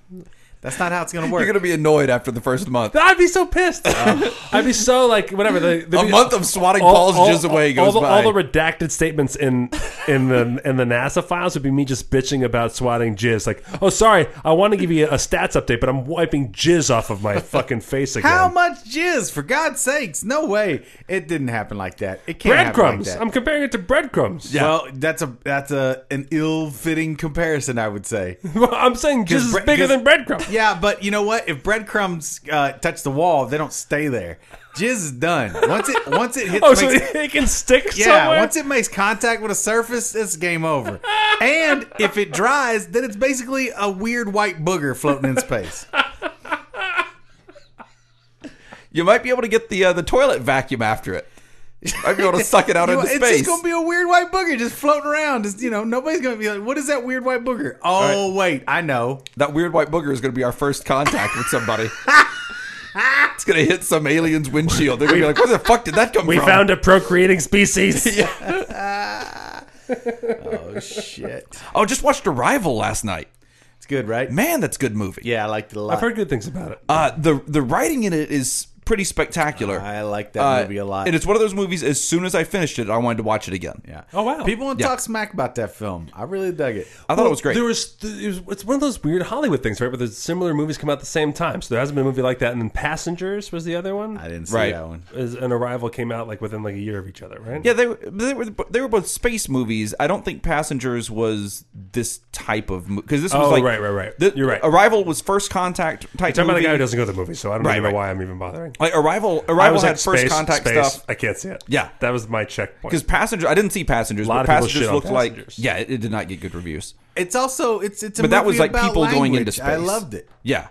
S2: That's not how it's going to work.
S4: You're gonna be annoyed after the first month.
S1: I'd be so pissed. I'd be so like whatever. The, the,
S4: A month of swatting balls jizz away
S1: all
S4: goes
S1: the,
S4: by.
S1: All the redacted statements in in the in the NASA files would be me just bitching about swatting jizz. Like, oh, sorry, I want to give you a, stats update, but I'm wiping jizz off of my fucking face again.
S2: how much jizz? For God's sakes. No way. It didn't happen like that. It can't happen like
S1: breadcrumbs?
S2: that.
S1: I'm comparing it to breadcrumbs.
S4: Yeah.
S2: Well, that's a that's a an ill-fitting comparison, I would say.
S1: I'm saying jizz is
S2: bre-
S1: bigger
S2: 'cause-
S1: than breadcrumbs.
S2: Yeah, but you know what? If breadcrumbs uh, touch the wall, they don't stay there. Jizz is done. Once it once it hits,
S1: Oh, so
S2: makes-
S1: it can stick
S2: yeah.
S1: somewhere.
S2: Once it makes contact with a surface, it's game over. and if it dries, then it's basically a weird white booger floating in space.
S4: You might be able to get the uh, the toilet vacuum after it. Might be able to suck it out
S2: You know,
S4: into
S2: it's
S4: space.
S2: just gonna be a weird white booger just floating around. Just you know, nobody's gonna be like, "What is that weird white booger?" Oh wait, I know.
S4: that weird white booger is going to be our first contact with somebody. it's going to hit some alien's windshield. They're going to be like, where the fuck did that come
S1: we
S4: from?
S1: found a procreating species.
S2: Oh shit,
S4: Oh, just watched Arrival last night.
S2: it's good, right?
S4: Man, that's a good movie.
S2: Yeah, I liked it a lot.
S1: I've heard good things about it.
S4: Uh, the the writing in it is pretty spectacular.
S2: I like that
S4: Uh,
S2: movie a lot.
S4: And it's one of those movies. As soon as I finished it, I wanted to watch it again.
S2: Yeah.
S1: Oh, wow.
S2: People don't
S4: Yeah.
S2: talk smack about that film. I really dug it.
S4: I thought it was great.
S1: There was, th- it was it's one of those weird Hollywood things, right? Where there's similar movies come out at the same time. So there hasn't been a movie like that. And then Passengers was the other one.
S2: I didn't see
S4: Right.
S2: that one.
S1: Is an Arrival came out like within like a year of each other, right?
S4: yeah, they were, they were they were both space movies. I don't think Passengers was this type of movie because this was
S1: Oh,
S4: like
S1: right, right, right.
S4: the-
S1: You're right.
S4: Arrival was first contact type.
S1: Talking about
S4: movie.
S1: the guy who doesn't go to the movie, so I don't
S4: Right,
S1: even know
S4: right.
S1: why I'm even bothering.
S4: Like Arrival,
S1: I
S4: Arrival
S1: was
S4: had
S1: like
S4: first
S1: space,
S4: contact
S1: space,
S4: stuff.
S1: I can't see it.
S4: Yeah.
S1: that was my checkpoint.
S4: Because passenger, I didn't see passengers,
S1: lot
S4: but
S1: of people
S4: passengers
S1: shit on
S4: looked like
S1: Passengers.
S4: yeah, it, it did not get good reviews.
S2: It's also it's it's a
S4: But
S2: movie
S4: that was like
S2: about
S4: people going into
S2: language.
S4: space.
S2: I loved it.
S4: Yeah,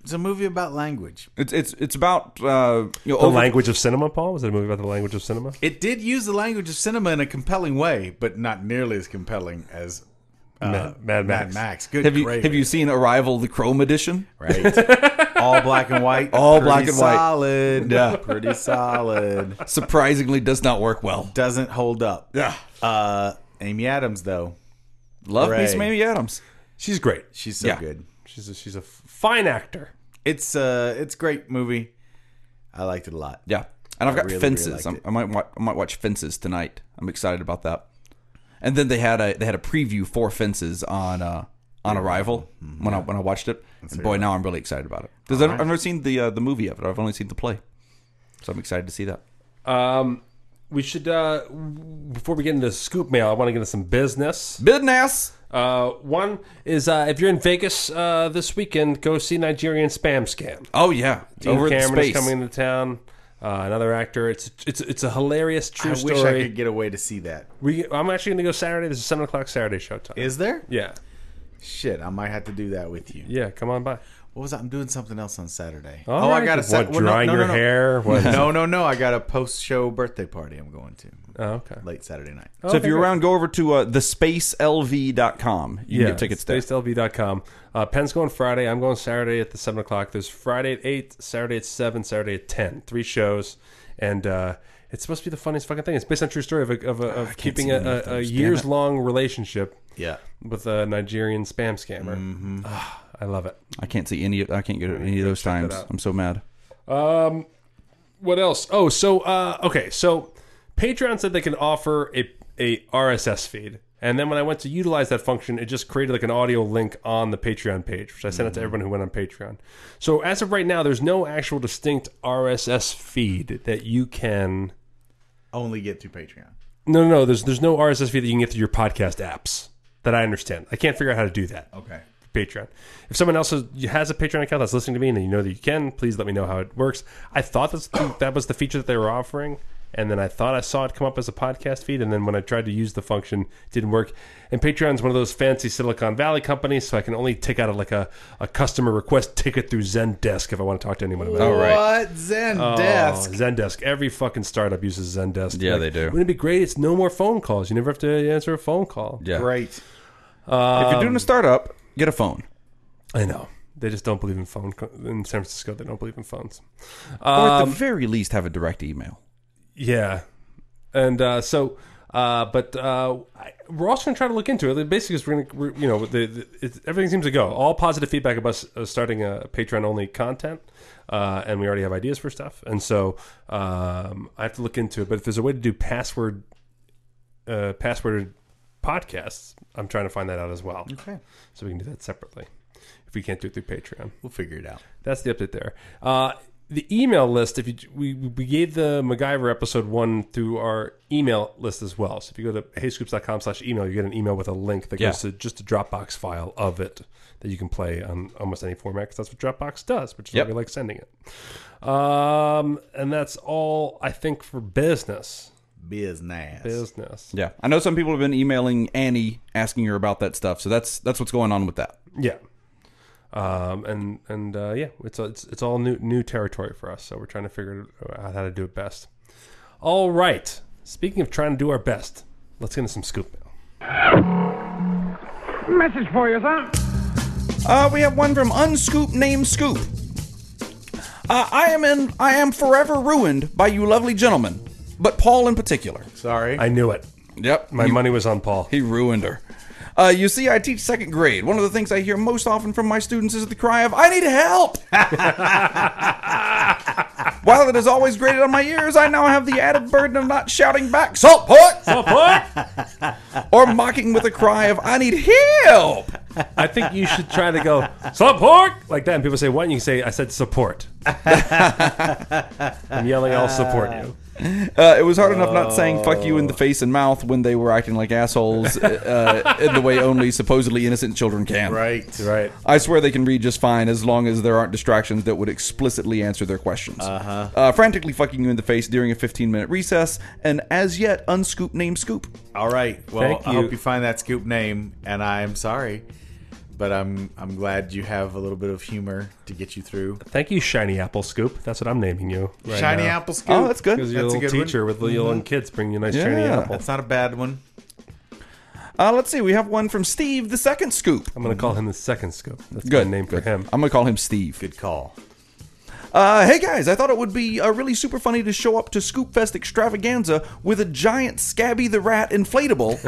S2: It's a movie about language.
S4: it's it's it's about uh, you
S1: the
S4: know over-
S1: language of cinema, Paul was it a movie about the language of cinema?
S2: It did use the language of cinema in a compelling way, but not nearly as compelling as
S4: Uh,
S1: Ma- Mad,
S2: Mad
S1: Max.
S2: Max. Good.
S4: Have you
S2: gravy.
S4: have you seen Arrival, the Chrome edition?
S2: right? All black and white.
S4: All
S2: Pretty
S4: black and white.
S2: Solid.
S4: Yeah.
S2: Pretty solid.
S4: Surprisingly, does not work well.
S2: Doesn't hold up.
S4: Yeah,
S2: Uh, Amy Adams though,
S4: love me some
S2: Hooray.
S4: Amy Adams.
S1: She's great.
S2: she's so
S4: Yeah.
S2: good.
S1: She's a, she's a f- fine actor.
S2: It's uh, it's a great movie. I liked it a lot.
S4: Yeah, and I've got
S2: really, really
S4: Fences.
S2: liked
S4: I'm,
S2: it.
S4: I might wa- I might watch Fences tonight. I'm excited about that. And then they had a they had a preview for Fences on uh, on Arrival when I when I watched it. And boy, now I'm really excited about it because I've never seen the uh, the movie of it. I've only seen the play, so I'm excited to see that.
S1: Um, we should uh, w- before we get into scoop mail, I want to get into some business.
S4: Business.
S1: Uh, one is uh, if you're in Vegas uh, this weekend, go see Nigerian Spam Scam.
S4: Oh yeah,
S1: Dean
S4: over
S1: Cameron
S4: the space.
S1: is coming to town. Uh, another actor. It's it's it's a hilarious true
S2: I
S1: story.
S2: wish I could get away to see that.
S1: We I'm actually going to go Saturday. This is seven o'clock Saturday showtime.
S2: Is there?
S1: yeah,
S2: Shit, I might have to do that with you.
S1: yeah. Come on by.
S2: What was I? I'm doing something else on Saturday.
S1: All
S2: oh,
S1: right.
S2: I got a Sat- well,
S1: What,
S2: no,
S1: drying
S2: no, no,
S1: your
S2: no.
S1: hair. What?
S2: No, no, no. I got a post-show birthday party I'm going to
S1: Oh, okay.
S2: late Saturday night.
S4: So if you're around, go over to uh, thespacelv.com. You can get tickets there.
S1: SpaceLV.com. Uh, Penn's going Friday. I'm going Saturday at the seven o'clock. There's Friday at eight, Saturday at seven, Saturday at ten. Three shows, and uh, it's supposed to be the funniest fucking thing. It's based on a true story of a, of, a, of keeping
S4: Ah, see
S1: a,
S4: any of
S1: a, a
S4: those. Damn
S1: years long relationship
S2: Yeah.
S1: with a Nigerian spam scammer.
S4: Mm-hmm.
S1: Ah, I love it.
S4: I can't see any. I can't get any of those times. I'm so mad.
S1: What else? Oh, so uh, okay, so Patreon said they can offer a a RSS feed And then when I went to utilize that function, it just created like an audio link on the Patreon page, which I sent out to everyone who went on Patreon. So as of right now, there's no actual distinct RSS feed that you can.
S2: Only get through Patreon.
S1: No, no, no. There's there's no RSS feed that you can get through your podcast apps that I understand. I can't figure out how to do that.
S2: Okay.
S1: Patreon. If someone else has, has a Patreon account that's listening to me and you know that you can, please let me know how it works. I thought that's, that was the feature that they were offering, and then I thought I saw it come up as a podcast feed, and then when I tried to use the function, it didn't work. And Patreon's one of those fancy Silicon Valley companies, so I can only take out a, like a, a customer request ticket through Zendesk if I want to talk to anyone about it.
S4: All right.
S2: What Zendesk?
S1: Oh, Zendesk. Every fucking startup uses Zendesk.
S4: Yeah, they do.
S1: Wouldn't it be great? It's no more phone calls. You never have to answer a phone call.
S4: Yeah.
S2: Great.
S4: if you're doing a startup, get a phone.
S1: I know. They just don't believe in phone co- in San Francisco. They don't believe in phones.
S4: Or at the very least, have a direct email.
S1: Yeah, and uh, so, uh, but uh, I, we're also going to try to look into it. Basically, is we're going to, you know, the, the, it, everything seems to go. All positive feedback about us uh, starting a Patreon only content, uh, and we already have ideas for stuff. And so, um, I have to look into it. But if there's a way to do password, uh, password podcasts, I'm trying to find that out as well. Okay, so we can do that separately if we can't do it through Patreon
S2: We'll figure it out.
S1: that's the update there. Uh, the email list, if you we, we gave the MacGyver episode one through our email list as well. So if you go to heyscoops.com slash email, you get an email with a link that goes
S4: Yeah.
S1: to just a Dropbox file of it that you can play on almost any format because that's what Dropbox does, which is
S4: Yep.
S1: why we like sending it. Um, and that's all I think for business.
S2: Business.
S1: Business.
S4: Yeah, I know some people have been emailing Annie asking her about that stuff. So that's that's what's going on with that.
S1: Yeah. Um, and and uh, yeah, it's it's it's all new new territory for us. So we're trying to figure out how to do it best. All right. Speaking of trying to do our best, let's get into some scoop mail.
S5: Message for you, sir.
S4: Uh, we have one from Unscoop Name Scoop. Uh, I am in. I am forever ruined by you, lovely gentlemen, but Paul in particular.
S2: Sorry.
S1: I knew it.
S4: Yep,
S1: My
S4: you-
S1: money was on Paul.
S4: He ruined her. Uh, you see, I teach second grade. One of the things I hear most often from my students is the cry of, I need help! While it has always grated on my ears, I now have the added burden of not shouting back, Salt Port! Or mocking with a cry of, I need help!
S1: I think you should try to go support like that, and people say what, and you can say I said support. I'm yelling, I'll support you.
S4: Uh, it was hard enough not saying fuck you in the face and mouth when they were acting like assholes uh, in the way only supposedly innocent children can.
S2: right.
S1: Right.
S4: I swear they can read just fine as long as there aren't distractions that would explicitly answer their questions. Uh-huh. frantically fucking you in the face during a 15 minute recess, and as yet unscoop name scoop.
S2: All right. Well,
S1: Thank
S2: I
S1: you.
S2: hope you find that scoop name, and I'm sorry, but I'm I'm glad you have a little bit of humor to get you through.
S1: Thank you, Shiny Apple Scoop. That's what I'm naming you. Right
S2: shiny
S1: now.
S2: apple scoop.
S4: Oh, that's good.
S1: Because you're
S2: That's
S1: a
S2: a
S1: little
S2: good one.
S1: teacher with little young kids bringing you a nice shiny
S4: Yeah.
S1: apple.
S2: That's not a bad one.
S4: Uh, let's see, we have one from Steve, the second scoop.
S1: I'm gonna call him the second scoop. That's a
S4: Good
S1: good name for
S4: good.
S1: him.
S4: I'm gonna call him Steve.
S2: Good call.
S4: Uh, hey guys, I thought it would be uh, really super funny to show up to Scoopfest Extravaganza with a giant Scabby the Rat inflatable.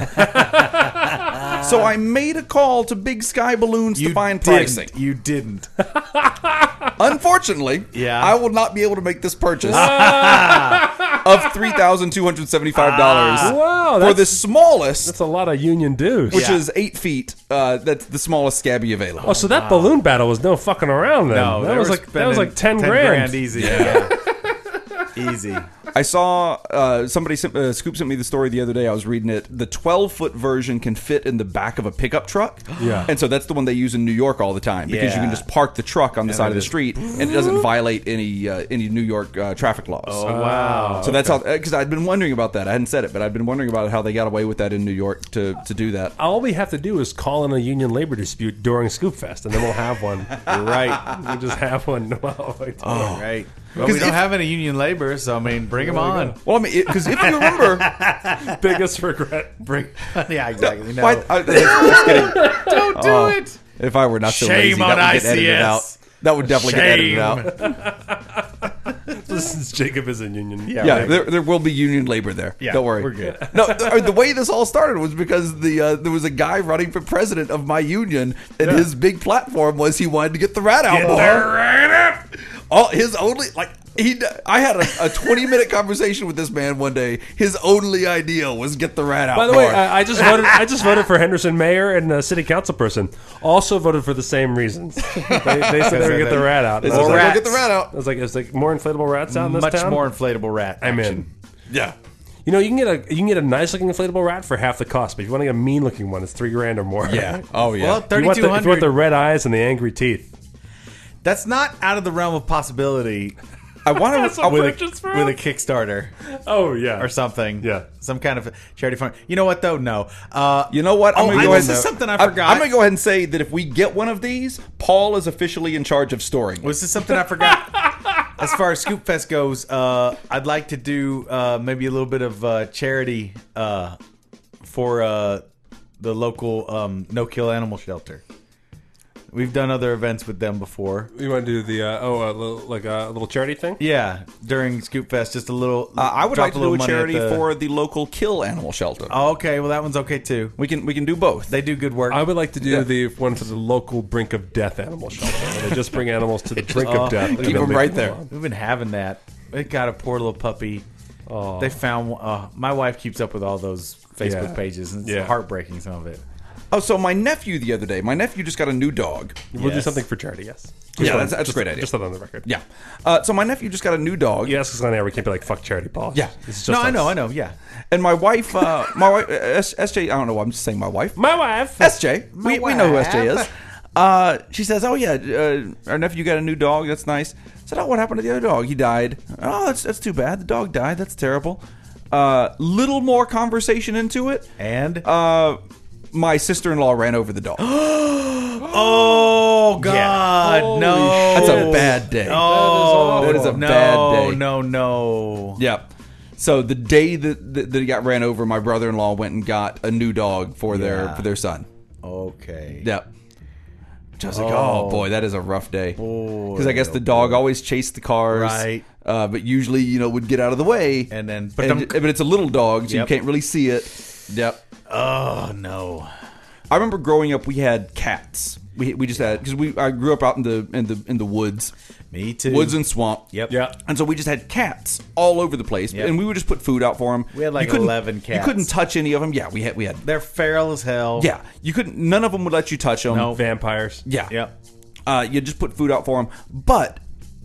S4: so I made a call to Big Sky Balloons to find pricing.
S2: didn't. You didn't.
S4: Unfortunately,
S2: Yeah. Ah.
S4: I will not be able to make this purchase of three thousand two hundred seventy-five dollars
S1: Wow,
S4: for
S1: that's-
S4: the smallest,
S1: That's a lot of union dues.
S4: which
S2: Yeah.
S4: is eight feet. Uh, that's the smallest scabby available.
S1: Oh, so that balloon battle was no fucking around then.
S2: No,
S1: that
S2: they
S1: was
S2: were
S1: like that was
S2: spending
S1: like ten, grand.
S2: easy. Yeah. easy.
S4: I saw uh, somebody sent, uh, Scoop sent me the story the other day. I was reading it. The 12 foot version can fit in the back of a pickup truck.
S1: Yeah.
S4: And so that's the one they use in New York all the time because you
S2: Yeah.
S4: can just park the truck on the side of the
S2: it-
S4: street and it doesn't violate any uh, any New York uh, traffic laws. Oh,
S2: Wow.
S4: So that's how, because I'd been wondering about that. I hadn't said it, but I'd been wondering about how they got away with that in New York to, to do that.
S1: All we have to do is call in a union labor dispute during Scoop Fest, and then we'll have one.
S2: Right. Oh.
S1: we'll just have one. Wow, like,
S2: Right. Well, we don't have any union labor, so I mean, bring them on.
S4: Well, I mean, because if you remember,
S1: Biggest regret.
S2: Bring. yeah, exactly. No.
S4: why- I- just kidding. Oh,
S2: don't do it.
S4: if I were not so
S2: Shame
S4: lazy,
S2: on
S4: that would get edited
S2: ICS.
S4: out. That would definitely
S2: Shame.
S4: get edited out.
S1: Since Jacob is in union.
S4: Yeah, there, there will be union labor there.
S2: Yeah,
S4: Don't worry.
S2: we're good.
S4: No, th- the way this all started was because the uh, there was a guy running for president of my union, and his big platform was he wanted to get the rat out more. All his only like He, I had a, a 20 minute conversation with this man one day. His only idea was get the rat out.
S1: By the way,
S4: bar.
S1: I, I just voted. I just voted for Henderson mayor and uh, city council person. Also voted for the same reasons. They, they said they would get the rat out.
S4: It's
S1: I
S4: just
S1: was,
S4: like,
S1: like,
S4: "Go get the rat
S1: I
S4: out.
S1: was like, is like more inflatable rats out in this
S2: Much
S1: town?
S2: more inflatable rat.
S1: I'm
S2: action.
S1: in.
S4: Yeah.
S1: You know, you can get a you can get a nice looking inflatable rat for half the cost, but if you want to get a mean looking one, it's three grand or more.
S4: Yeah. Oh,
S2: Well,
S4: yeah.
S1: you want, the, if you want the
S2: 3200.
S1: red eyes and the angry teeth.
S2: That's not out of the realm of possibility
S4: I want to.
S2: with
S1: Purchase
S2: a,
S1: from?
S2: with a Kickstarter
S1: Oh yeah.
S2: or something.
S1: Yeah.
S2: Some kind of charity fund. You know what, though? No. Uh,
S4: You know what?
S2: oh,
S4: gonna
S2: I-
S4: go
S2: this is
S4: ahead and-
S2: something I
S4: I'm-
S2: forgot.
S4: I'm, going to go ahead and say that if we get one of these, Paul is officially in charge of storing. it.
S2: This is something I forgot. as far as Scoop Fest goes, uh, I'd like to do uh, maybe a little bit of uh, charity uh, for uh, the local um, no kill animal shelter. We've done other events with them before.
S1: You want to do the uh, oh uh, little, like a little charity thing?
S2: Yeah, during Scoop Fest, just a little.
S4: Uh, I would
S2: drop
S4: like to do
S2: little
S4: a
S2: money at
S4: charity
S2: the-
S4: for the local kill animal shelter.
S2: Oh, okay, well that one's okay too.
S4: we can we can do both.
S2: They do good work.
S1: I would like to do
S4: Yeah.
S1: the one for the local brink of death animal shelter. where they just bring animals to the brink of death. and
S4: keep
S1: then
S4: 'em
S1: they-
S4: right there.
S2: We've been having that. It got a poor little puppy. They found. Uh, my wife keeps up with all those Facebook
S1: Yeah.
S2: pages, and it's
S1: Yeah.
S2: heartbreaking some of it.
S4: Oh, so my nephew the other day, my nephew just got a new dog.
S1: We'll do
S2: Yes.
S1: something for charity. Yes.
S4: Yeah, that's, that's a great idea.
S1: Just that on the record.
S4: yeah. Uh, so my nephew just got a new dog.
S1: You ask us on air, we can't be like fuck charity, Paul.
S4: Yeah.
S1: This is just
S2: No, I
S1: us.
S2: know, I know. Yeah,
S4: And my wife, uh, my wife, uh, S- SJ, I don't know why I'm just saying my wife.
S1: My wife.
S4: SJ. We, we know who SJ is. Uh, she says, "Oh yeah, uh, our nephew got a new dog. That's nice." I said, "Oh, what happened to the other dog? He died. Oh, that's that's too bad. The dog died. That's terrible." Uh, little more conversation into it.
S2: and
S4: Uh, my sister-in-law ran over the dog.
S2: Oh God,
S1: Holy
S2: no!
S1: shit.
S4: That's a bad day.
S2: Oh,
S4: That is a
S2: no,
S4: bad day.
S2: No, no,
S4: Yeah. So the day that, that that he got ran over, my brother-in-law went and got a new dog for their
S2: Yeah.
S4: for their son.
S2: Okay.
S4: Yeah. Which I was like, oh
S2: Oh.
S4: boy, that is a rough day. Because I guess the dog always chased the cars,
S2: Right.
S4: Uh, but usually, you know, would get out of the way,
S2: And then-
S4: but, but it's a little dog, so
S2: Yep.
S4: you can't really see it. Yep.
S2: Oh no.
S4: I remember growing up, we had cats. We, we just had because we I grew up out in the in the in the woods,
S2: Me too.
S4: woods and swamp.
S2: Yep.
S1: Yeah.
S4: And so we just had cats all over the place,
S2: Yep.
S4: and we would just put food out for them.
S2: We had like 11
S4: You
S2: cats.
S4: couldn't touch any of them. Yeah, we had we had.
S2: They're feral as hell.
S4: Yeah, you couldn't. None of them would let you touch them.
S2: No.
S1: Vampires.
S4: Yeah.
S2: Yep.
S4: Uh, you just put food out for them. But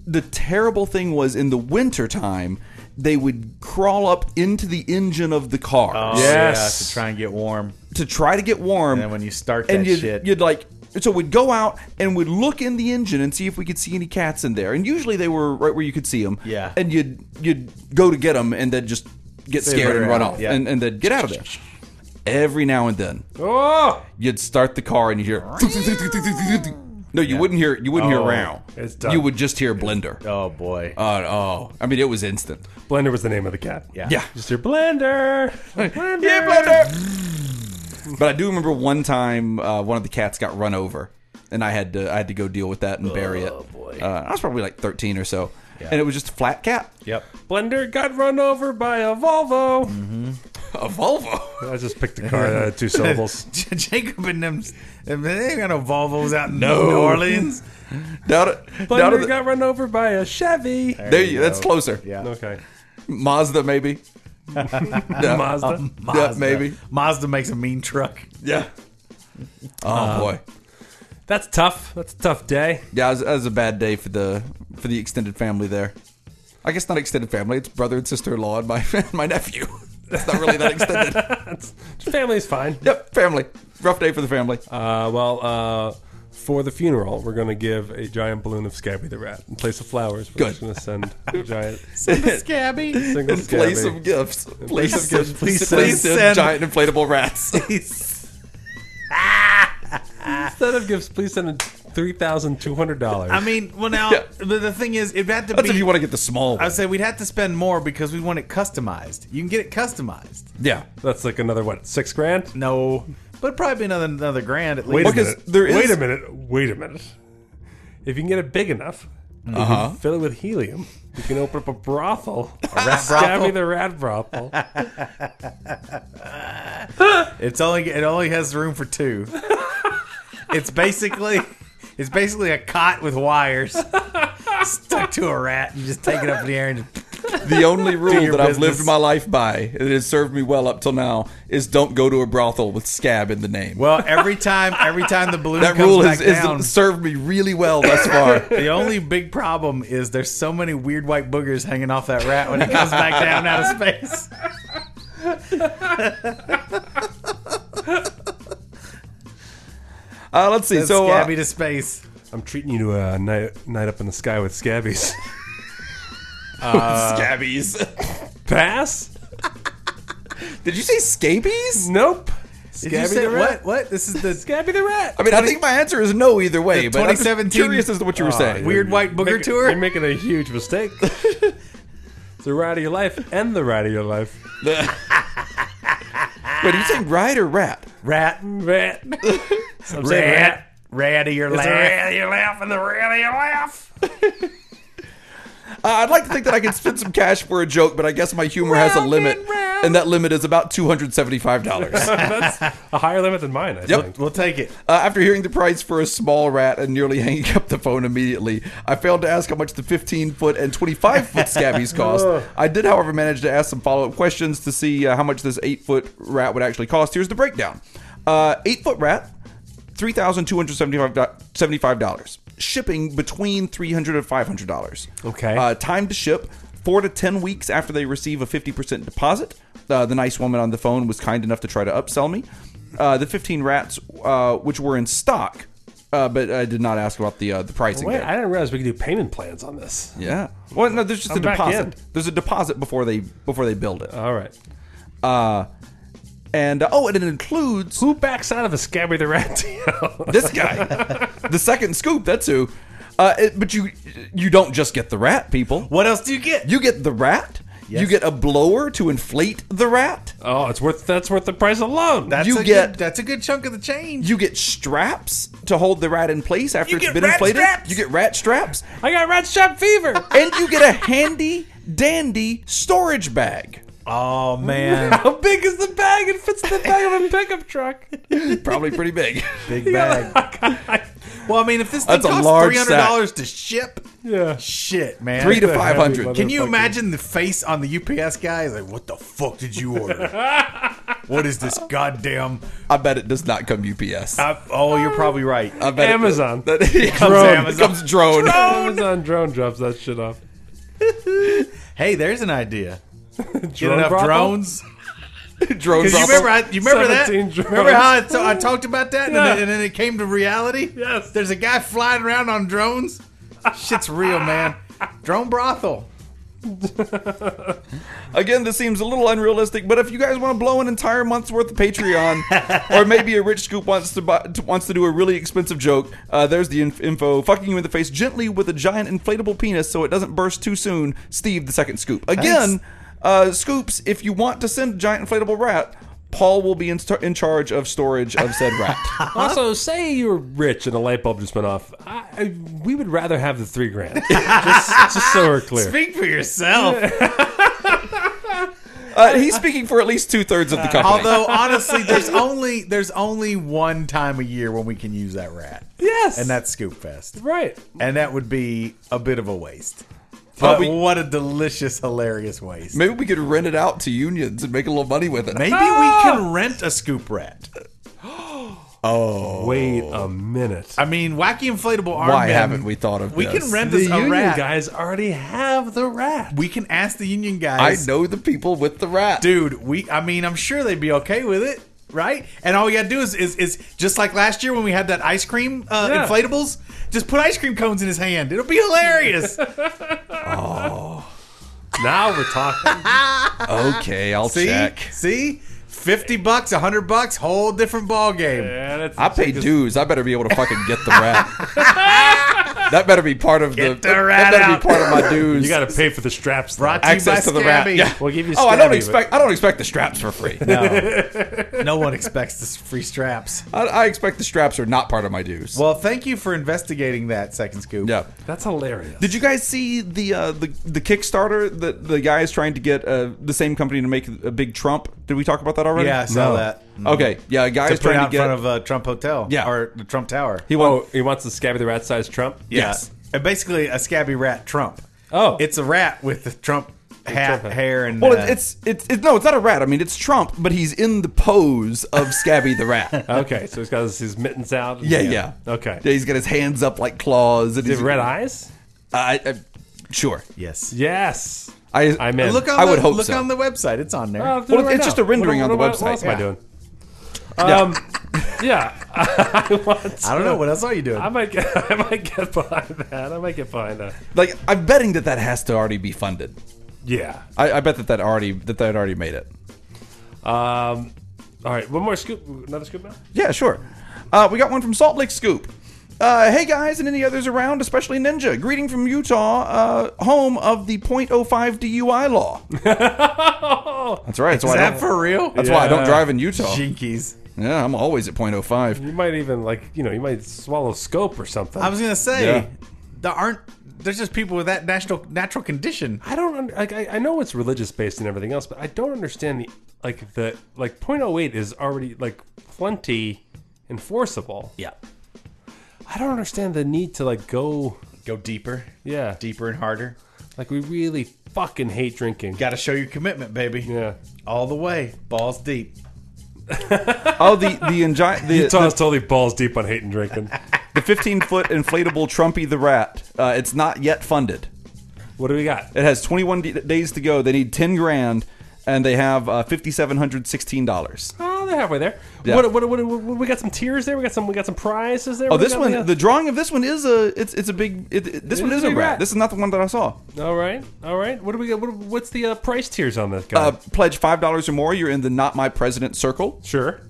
S4: the terrible thing was in the wintertime, they would crawl up into the engine of the car
S2: Oh,
S1: Yes.
S2: Yeah, to try and get warm.
S4: to try to get warm.
S2: And then when you start
S4: and
S2: that
S4: you'd,
S2: shit,
S4: you'd like. So we'd go out and we'd look in the engine and see if we could see any cats in there. And usually they were right where you could see them.
S2: Yeah.
S4: And you'd you'd go to get them and then just get
S2: They
S4: scared
S2: were
S4: and run
S2: out,
S4: off
S2: yeah.
S4: and, and then get out of there. Every now and then
S1: Oh,
S4: you'd start the car and you hear no you wouldn't hear you wouldn't
S2: Oh,
S4: hear round
S1: it's done.
S4: you would just hear blender uh,
S2: oh boy.
S4: oh i mean it was instant
S1: Blender was the name of the cat.
S2: yeah.
S4: yeah
S1: Just your blender. blender.
S4: yeah blender but i do remember one time uh, one of the cats got run over and i had to i had to go deal with that and bury it
S2: Oh, boy.
S4: Uh, i was probably like 13 or so and it was just a flat cat
S2: Yep.
S1: Blender got run over by a Volvo.
S4: a volvo
S1: I just picked a car that had two syllables.
S2: Jacob and them, they ain't got no Volvos out in New Orleans.
S4: down, at- down at
S1: Blender
S4: the-
S1: got run over by a Chevy.
S4: there you that's closer
S2: Yeah.
S1: Okay.
S4: mazda maybe Yeah.
S1: Mazda.
S4: Yeah, maybe
S2: Mazda makes a mean truck.
S4: yeah oh boy
S1: That's tough. That's a tough day.
S4: Yeah, it was, it was a bad day for the for the extended family there. I guess not extended family. It's brother and sister in law and my my nephew. It's not really that extended.
S1: Family's fine.
S4: yep, family. Rough day for the family.
S1: Uh, well, uh, for the funeral, we're going to give a giant balloon of Scabby the Rat in place of flowers. We're
S4: Good.
S1: just going to send a giant
S2: Scabby.
S1: single
S4: and
S1: Scabby.
S4: play some gifts. Play
S1: some
S4: some gifts.
S1: gifts.
S4: Please,
S1: Please
S4: send,
S2: send-
S4: giant inflatable rats.
S1: Instead of gifts, please send in three thousand two hundred dollars.
S2: I mean, well, now
S4: Yeah.
S2: the, the thing is, it'd have to
S4: That's
S2: be.
S4: if you want to get the small
S2: I
S4: one.
S2: would say we'd have to spend more because we want it customized. You can get it customized.
S4: Yeah.
S1: That's like another what, six grand?
S2: No, but probably another another grand at least.
S1: Wait
S4: Well,
S1: a
S4: 'cause
S1: minute.
S4: there is-
S1: Wait a minute. Wait a minute. If you can get it big enough, uh fill it with helium. You can open up a brothel. A
S2: Uh-huh. rat brothel?
S1: the rat brothel.
S2: It's only it only has room for two. it's basically it's basically a cot with wires. stuck to a rat and just take it up in the air and just,
S4: The only rule
S2: your
S4: that I've lived
S2: business.
S4: my life by, and it has served me well up till now, is don't go to a brothel with scab in the name.
S2: well every time every time the balloon
S4: that
S2: comes
S4: rule
S2: back
S4: has, has
S2: down
S4: served me really well thus far.
S2: the only big problem is there's so many weird white boogers hanging off that rat when it comes back down out of space.
S4: Uh, let's see.
S2: so,
S4: so, uh,
S2: Scabby to space.
S1: I'm treating you to a night night up in the sky with scabbies.
S4: scabbies.
S1: Pass?
S4: Did you say scabies?
S1: Nope.
S2: Did you
S1: Scabby
S2: say
S1: the rat.
S2: what? What? This is the
S1: Scabby the rat.
S4: I mean, I think my answer is no either way, but I'm just
S2: 2017
S4: curious as to what you were
S2: Ah,
S4: saying.
S2: weird white booger
S1: Make-
S2: tour.
S1: You're making a huge mistake. it's the ride of your life and the ride of your life.
S4: Wait, are you saying ride or rat?
S2: rat,
S1: Rat. I'm saying
S2: rat,
S1: rat.
S2: rat of your
S1: It's the
S2: laugh.
S1: rat of your laugh and the rat of your laugh.
S4: Uh, I'd like to think that I could spend some cash for a joke, but I guess my humor has a
S1: Round
S4: limit,
S1: and round.
S4: and that limit is about two hundred seventy-five dollars.
S1: That's a higher limit than mine, I think.
S2: We'll take it.
S4: Uh, after hearing the price for a small rat and nearly hanging up the phone immediately, I failed to ask how much the 15 foot and 25 foot scabbies cost. I did, however, manage to ask some follow up questions to see uh, how much this 8 foot rat would actually cost. Here's the breakdown uh, 8 foot rat, $3,275. Shipping between $300 and $500.
S1: Okay.
S4: Uh, time to ship four to ten weeks after they receive a 50% deposit uh, the nice woman on the phone was kind enough to try to upsell me uh, the 15 rats uh, which were in stock uh, but i did not ask about the uh, the pricing
S1: Wait,
S4: there.
S1: I didn't realize we could do payment plans on this.
S4: yeah well no there's just
S1: I'm
S4: a
S1: back
S4: deposit
S1: in.
S4: there's a deposit before they before they build it Uh,
S1: All right.
S4: and uh, oh and it includes
S1: Who backs out of a Scabby the Rat deal?
S4: this guy the second scoop that's who uh, it- but you you don't just get the rat people
S2: What else do you get?
S4: you get the rat you
S2: Yes.
S4: get a blower to inflate the rat
S1: oh, it's worth that's worth the price alone.
S2: That's
S4: you
S2: a
S4: get-
S2: good, that's a good chunk of the change.
S4: You get straps to hold the rat in place after it's
S1: get
S4: been
S1: rat
S4: inflated.
S1: straps?
S4: You get rat straps,
S1: I got rat strap fever.
S4: and you get a handy dandy storage bag.
S2: Oh man,
S1: How big is the bag? It fits in the back of a pickup truck.
S4: Probably pretty big.
S2: big bag. well, I mean, if this thing
S4: That's a
S2: costs
S4: large
S2: three hundred dollars to ship,
S1: Yeah.
S2: shit, man.
S4: Three to
S1: a heavy
S4: five hundred.
S1: mother-
S2: Can you
S1: Motherfucker.
S2: imagine the face on the UPS guy? He's like, "What the fuck did you order? what is this goddamn?"
S4: I bet it does not come UPS.
S2: I, oh, you're probably right.
S4: I bet it-
S1: Amazon.
S4: that, it comes
S1: Drone.
S4: Amazon. Comes drone.
S1: Amazon drone drops that shit off.
S2: hey, there's an idea. Get
S1: Drone
S2: enough
S1: brothel?
S2: drones.
S4: drone.
S2: Because you
S4: drop.
S2: remember, I, you remember that?
S1: 17 drones.
S2: Remember how I, t- I talked about that, and,
S1: Yeah.
S2: then, and then it came to reality?
S1: Yes.
S2: There's a guy flying around on drones. Shit's real, man. Drone brothel.
S4: Again, this seems a little unrealistic, but if you guys want to blow an entire month's worth of Patreon, or maybe a rich scoop wants to buy, to- wants to do a really expensive joke, uh, there's the inf- info. Fucking you in the face gently with a giant inflatable penis so it doesn't burst too soon. Steve, the second scoop. Again, uh, scoops. If you want to send a giant inflatable rat, Paul will be in, star- in charge of storage of said rat.
S1: Also, say you were rich and a light bulb just went off. I, I, we would rather have the three grand. just, just so we're clear.
S2: Speak for yourself.
S4: uh, he's speaking for at least two thirds of the company.
S2: Although honestly, there's only there's only one time a year when we can use that rat,
S1: yes.
S2: and that's Scoop Fest,
S1: right.
S2: and that would be a bit of a waste. But
S4: But we-
S2: what a delicious, hilarious waste.
S4: maybe we could rent it out to unions and make a little money with it.
S2: Maybe we can rent a Scoop rat.
S1: Wait a minute.
S2: Oh. I mean, wacky inflatable arm.
S4: Why
S2: men-
S4: haven't we thought of
S2: We
S4: this?
S2: can rent
S1: the
S2: us a
S1: union
S2: rat.
S1: guys already have the rat.
S2: We can ask the union
S4: I
S2: guys.
S4: know the people with the rat.
S2: dude. We, I mean, I'm sure they'd be okay with it, right? And all we gotta do is, is, is just like last year when we had that ice cream uh,
S1: Yeah.
S2: inflatables. Just put ice cream cones in his hand. It'll be hilarious.
S1: now we're talking.
S4: Okay, I'll
S2: See,
S4: check.
S2: see, fifty bucks, hundred bucks, whole different ball game.
S1: Yeah, that's-
S4: I pay dues. I better be able to fucking get the rat. that better be part of
S2: Get
S4: the.
S2: the
S4: that
S2: rat
S4: better
S2: out.
S4: be part of my dues.
S1: You got to pay for the straps. though.
S2: Brought to
S4: access to
S2: you by
S4: the rat.
S2: Scabby.
S4: Yeah.
S1: We'll give you
S4: oh, I don't
S1: Scabby,
S4: expect. I don't expect the straps for free.
S2: No, no one expects this free straps.
S4: I, I expect the straps are not part of my dues.
S2: Well, thank you for investigating that second scoop.
S4: yeah.
S1: That's hilarious.
S4: Did you guys see the uh, the the Kickstarter that the guy is trying to get uh, the same company to make a big Trump? Did we talk about that already?
S2: Yeah, I saw
S1: No.
S2: that.
S4: Okay. Yeah, a guy
S2: To
S4: is
S2: put
S4: trying
S2: out
S4: to
S2: in
S4: get.
S2: front of uh, Trump Hotel.
S4: Yeah.
S2: Or the Trump Tower.
S4: he won.
S1: oh, he wants the Scabby the Rat sized Trump?
S2: Yeah.
S4: Yes.
S2: uh, basically a scabby rat Trump.
S1: Oh.
S2: it's a rat with the Trump hat, hair, and
S4: Well,
S2: uh,
S4: it's, it's it's no, it's not a rat. I mean, it's Trump, but he's in the pose of Scabby the rat.
S1: Okay, so he's got his, his mittens out.
S4: Yeah, yeah.
S1: Okay.
S4: Yeah, he's got his hands up like claws. And
S1: Did
S4: he's,
S1: red eyes?
S4: I, I, sure.
S2: yes.
S1: Yes.
S4: I,
S1: I'm in.
S2: Look on
S4: I
S2: the,
S4: would hope
S2: look
S4: so.
S2: on the website. It's on there.
S1: I'll do it
S4: Well, it's
S1: right
S4: just
S1: now.
S4: a rendering
S1: What-
S4: on the
S1: what- What else
S4: website,
S1: am I
S4: yeah.
S1: doing?
S4: Yeah.
S1: Um, yeah. I want.
S2: I don't know what else are you doing.
S1: I might get. I might get behind that. I might get behind that.
S4: like I'm betting that that has to already be funded.
S1: Yeah.
S4: I, I bet that that already that that already made it.
S1: Um. All right. One more scoop. Another scoop now.
S4: Yeah, sure. Uh, we got one from Salt Lake Scoop. Uh, hey guys, and any others around, especially Ninja. Greeting from Utah, uh, home of the .05 DUI law. That's right. That's
S2: Is
S4: why I
S2: that
S4: don't,
S2: for real?
S4: that's why I don't
S1: Yeah.
S4: drive in Utah.
S2: Jinkies.
S4: Yeah, I'm always at .05.
S1: You might even like. You know. You might swallow scope or something.
S2: I was gonna say
S4: Yeah.
S2: there aren't. There's just people with that national natural condition.
S1: I don't un- like. I, I know it's religious based and everything else, but I don't understand the like the like point oh eight is already like plenty enforceable.
S2: Yeah.
S1: I don't understand the need to like go.
S2: Go deeper.
S1: Yeah.
S2: Deeper and harder.
S1: Like we really fucking hate drinking.
S2: Got to show your commitment, baby.
S1: yeah.
S2: All the way, balls deep.
S4: Oh, the the, ingi- the,
S1: Utah's totally balls deep on hating drinking.
S4: the 15 foot inflatable Trumpy the Rat. Uh, it's not yet funded.
S1: What do we got?
S4: It has 21 d- days to go. They need 10 grand, and they have uh, 5,716 dollars.
S1: Oh, they're halfway there.
S4: Yeah.
S1: What, what, what, what- we got some tiers there. We got some. We got some prizes there.
S4: Oh,
S1: What do
S4: this
S1: we got? uh,
S4: one, the drawing of this one is a it's it's a big it, it- this one
S1: is
S4: is
S1: a
S4: a
S1: big
S4: rat.
S1: rat.
S4: This is not the one that I saw.
S1: all right, all right. What do we got? What, what's the uh, price tiers on this guy?
S4: Uh, pledge five dollars or more, you're in the not my president circle.
S1: sure.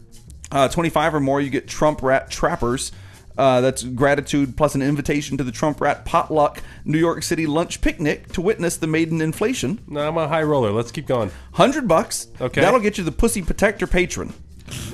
S4: Uh, Twenty five or more, you get Trump rat trappers. Uh, that's gratitude plus an invitation to the Trump rat potluck New York City lunch picnic to witness the maiden inflation.
S1: No, I'm a high roller. Let's keep going.
S4: Hundred bucks.
S1: Okay.
S4: That'll get you the pussy protector patron.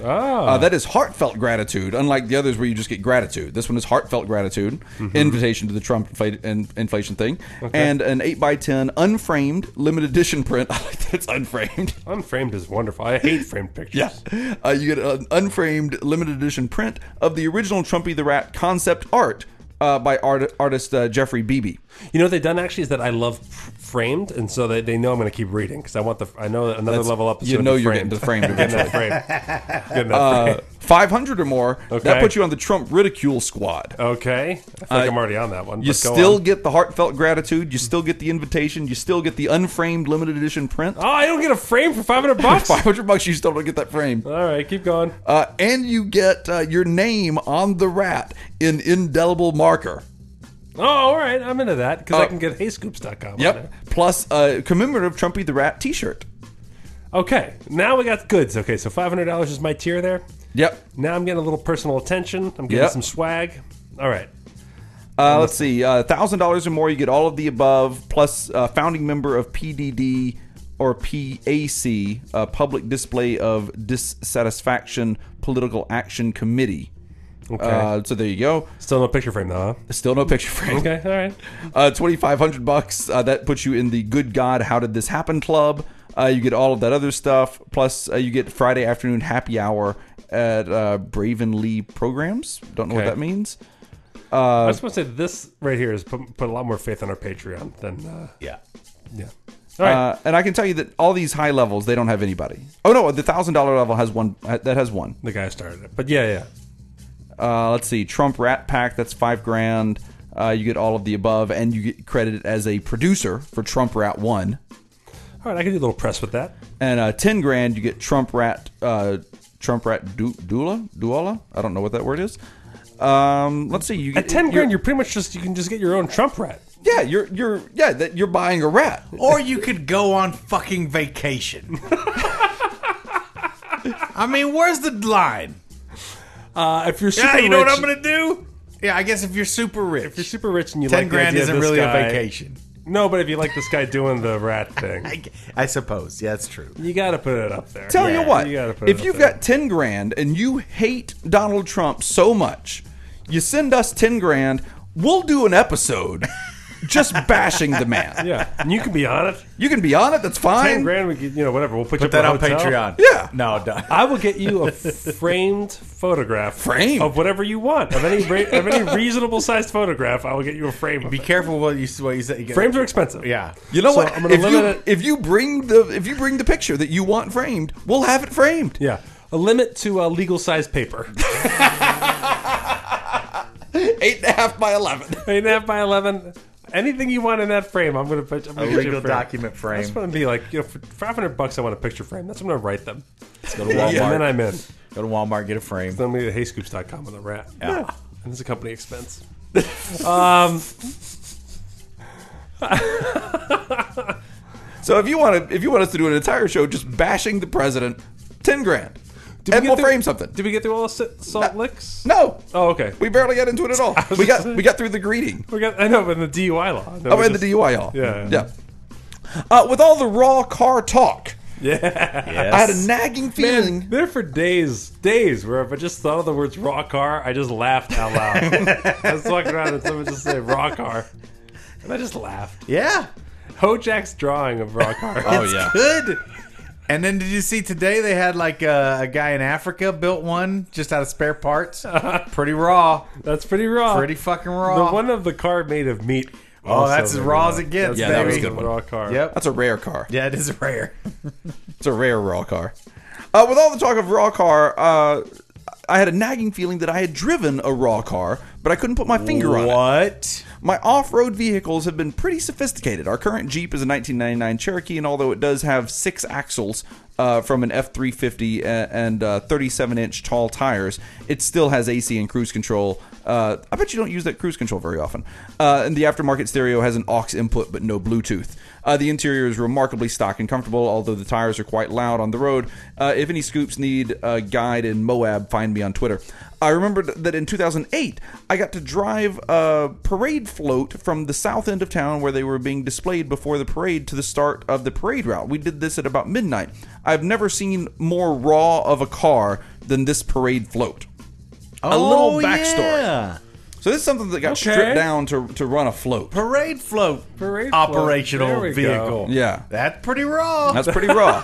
S1: Oh,
S4: Uh, that is heartfelt gratitude, unlike the others where you just get gratitude. This one is heartfelt gratitude, invitation to the Trump infla- in- inflation thing, and an 8x10 unframed limited edition print. I like that it's unframed.
S1: unframed is wonderful. I hate framed pictures.
S4: yeah. Uh, you get an unframed limited edition print of the original Trumpy the Rat concept art uh, by art- artist uh, Jeffrey Beebe.
S1: You know what they've done actually is that I love f- framed, and so they, they know I'm going to keep reading because I want the I know that another level up. Is
S4: you
S1: gonna
S4: know
S1: be
S4: you're
S1: framed.
S4: getting to framed
S1: I'm getting that framed. Getting that
S4: Uh, 500 or more,
S1: Okay.
S4: that puts you on the Trump ridicule squad.
S1: framed. Okay, I think I'm already on that one.
S4: You
S1: but go
S4: still
S1: on.
S4: get the heartfelt gratitude. You still get the invitation. You still get the unframed limited edition print.
S1: Oh, I don't get a frame for 500 bucks.
S4: Five hundred bucks, you still don't get that frame.
S1: All right, keep going.
S4: Uh, and you get uh, your name on the rat in indelible marker.
S1: Oh, all right, I'm into that because I
S4: Uh,
S1: can get hayscoops.com. on there.
S4: Yep. Plus a commemorative Trumpy the Rat T-shirt.
S1: Okay, now we got goods. Okay, so $500 is my tier there.
S4: Yep.
S1: Now I'm getting a little personal attention. I'm getting
S4: Yep.
S1: some swag. All right.
S4: Uh, let's see. Thousand dollars or more, you get all of the above. Plus uh, founding member of PDD or PAC, uh, Public Display of Dissatisfaction Political Action Committee.
S1: Okay.
S4: Uh, so there you go.
S1: Still no picture frame though. Huh?
S4: Still no picture frame.
S1: Okay. All right.
S4: uh, 2500 bucks uh, that puts you in the good god how did this happen club uh, you get all of that other stuff plus uh, you get friday afternoon happy hour at uh, braven lee programs don't know
S1: Okay.
S4: what that means
S1: I was supposed to say this right here is put, put a lot more faith on our Patreon than uh,
S2: Yeah.
S1: yeah. All right.
S4: uh, and i can tell you that all these high levels they don't have anybody oh no the thousand dollar level has one uh, that has one
S1: the guy started it, but yeah, yeah.
S4: uh, let's see trump rat pack that's five grand uh, you get all of the above and you get credited as a producer for trump rat one
S1: All right, I can do a little press with that.
S4: and uh, ten grand you get Trump rat, uh, Trump rat du- doula, duola. I don't know what that word is. Um, let's see. You get
S1: At ten grand, you're pretty much just you can just get your own Trump rat.
S4: yeah, you're you're yeah that you're buying a rat.
S1: Oh,
S2: Or you could go on fucking vacation. I mean, where's the line?
S1: Uh, if you're super
S2: Yeah, you know
S1: rich,
S2: what I'm gonna do? Yeah, I guess if you're super rich,
S1: if you're super rich and you
S2: ten
S1: like
S2: grand
S1: the idea of
S2: isn't
S1: this
S2: really
S1: guy-
S2: a vacation.
S1: No, but if you like this guy doing the rat thing,
S2: I, g- I suppose. Yeah, that's true.
S1: you got to put it up there.
S4: Tell
S1: Yeah,
S4: you what,
S1: gotta put it
S4: if
S1: up
S4: you've
S1: there.
S4: got ten grand and you hate Donald Trump so much, you send us ten grand. We'll do an episode just bashing the man.
S1: Yeah, and you can be on it.
S4: You can be on it. That's
S1: Ten
S4: fine.
S1: grand, we can, you know, whatever. We'll put, you
S2: Put that
S1: up
S2: on
S1: in a hotel.
S2: Patreon.
S4: Yeah.
S2: No, don't.
S1: I will get you a framed photograph
S4: Framed?
S1: of whatever you want of any ra- of any reasonable sized photograph. I will get you a frame. Of
S2: Be
S1: it.
S2: careful what you what you say. You get-
S1: Frames are expensive.
S2: Yeah.
S4: You know
S1: So
S4: what?
S1: I'm gonna
S4: if you
S1: limit it-
S4: if you bring the if you bring the picture that you want framed, we'll have it framed.
S1: Yeah, a limit to uh, legal size paper.
S4: Eight and a half by eleven.
S1: Eight and a half by eleven. Anything you want in that frame, I'm gonna put. I'm
S2: A
S1: gonna get you
S2: legal
S1: frame.
S2: document
S1: I
S2: frame.
S1: just want to be like, you know, for 500 bucks, I want a picture frame. That's what I'm gonna write them,
S2: Go to
S1: and then
S2: Walmart.
S1: I'm in.
S2: Go to Walmart. Get a frame.
S1: Then we get scoops.com with a rat. Yeah. And it's a company expense.
S4: So if you want to if you want us to do an entire show just bashing the president, ten grand,
S1: we
S4: and
S1: get
S4: we'll
S1: through-
S4: frame something.
S1: Did we get through all the sa- salt licks?
S4: no,
S1: Oh, okay.
S4: we barely got into it at all. We got we got through the greeting.
S1: We got, I know, but in the DUI law.
S4: Oh, and the DUI all.
S1: Yeah.
S4: yeah. Uh, with all the raw car talk,
S2: Yes.
S4: I had a nagging feeling.
S1: There for days, days where if I just thought of the words raw car, I just laughed out loud. I was walking around and someone just said raw car. And I just laughed.
S2: yeah.
S1: Hojack's drawing of raw car.
S4: oh yeah.
S2: Good. And then did you see today they had like uh, a, a guy in Africa built one just out of spare parts? Pretty raw.
S1: That's pretty raw.
S2: Pretty fucking raw.
S1: The one of the car made of meat.
S2: Oh,
S1: also
S2: that's as
S1: made
S2: raw
S1: of-
S2: as it gets,
S4: Yeah, that was a
S1: That's
S4: good
S1: a
S4: one.
S1: raw car.
S2: Yep.
S4: That's a rare car.
S2: Yeah, it is rare.
S4: It's a rare raw car. Uh, with all the talk of raw car, uh, I had a nagging feeling that I had driven a raw car, but I couldn't put my finger on it.
S2: What?
S4: My off-road vehicles have been pretty sophisticated. Our current Jeep is a 1999 Cherokee, and although it does have six axles uh, from an F350 a- and uh, 37-inch tall tires, it still has AC and cruise control. Uh, I bet you don't use that cruise control very often. Uh, and the aftermarket stereo has an aux input but no Bluetooth. Uh, the interior is remarkably stock and comfortable, although the tires are quite loud on the road. Uh, if any scoops need a guide in Moab, find me on Twitter. I remembered that in 2008, I got to drive a parade float from the south end of town where they were being displayed before the parade to the start of the parade route. We did this at about midnight. I've never seen more raw of a car than this parade float. A little backstory.
S2: Oh, yeah.
S4: So this is something that got
S1: Okay.
S4: stripped down to, to run a float.
S2: Parade float.
S1: Parade float. There
S2: Operational
S1: we go.
S2: vehicle.
S4: Yeah.
S2: That's pretty raw.
S4: That's pretty raw.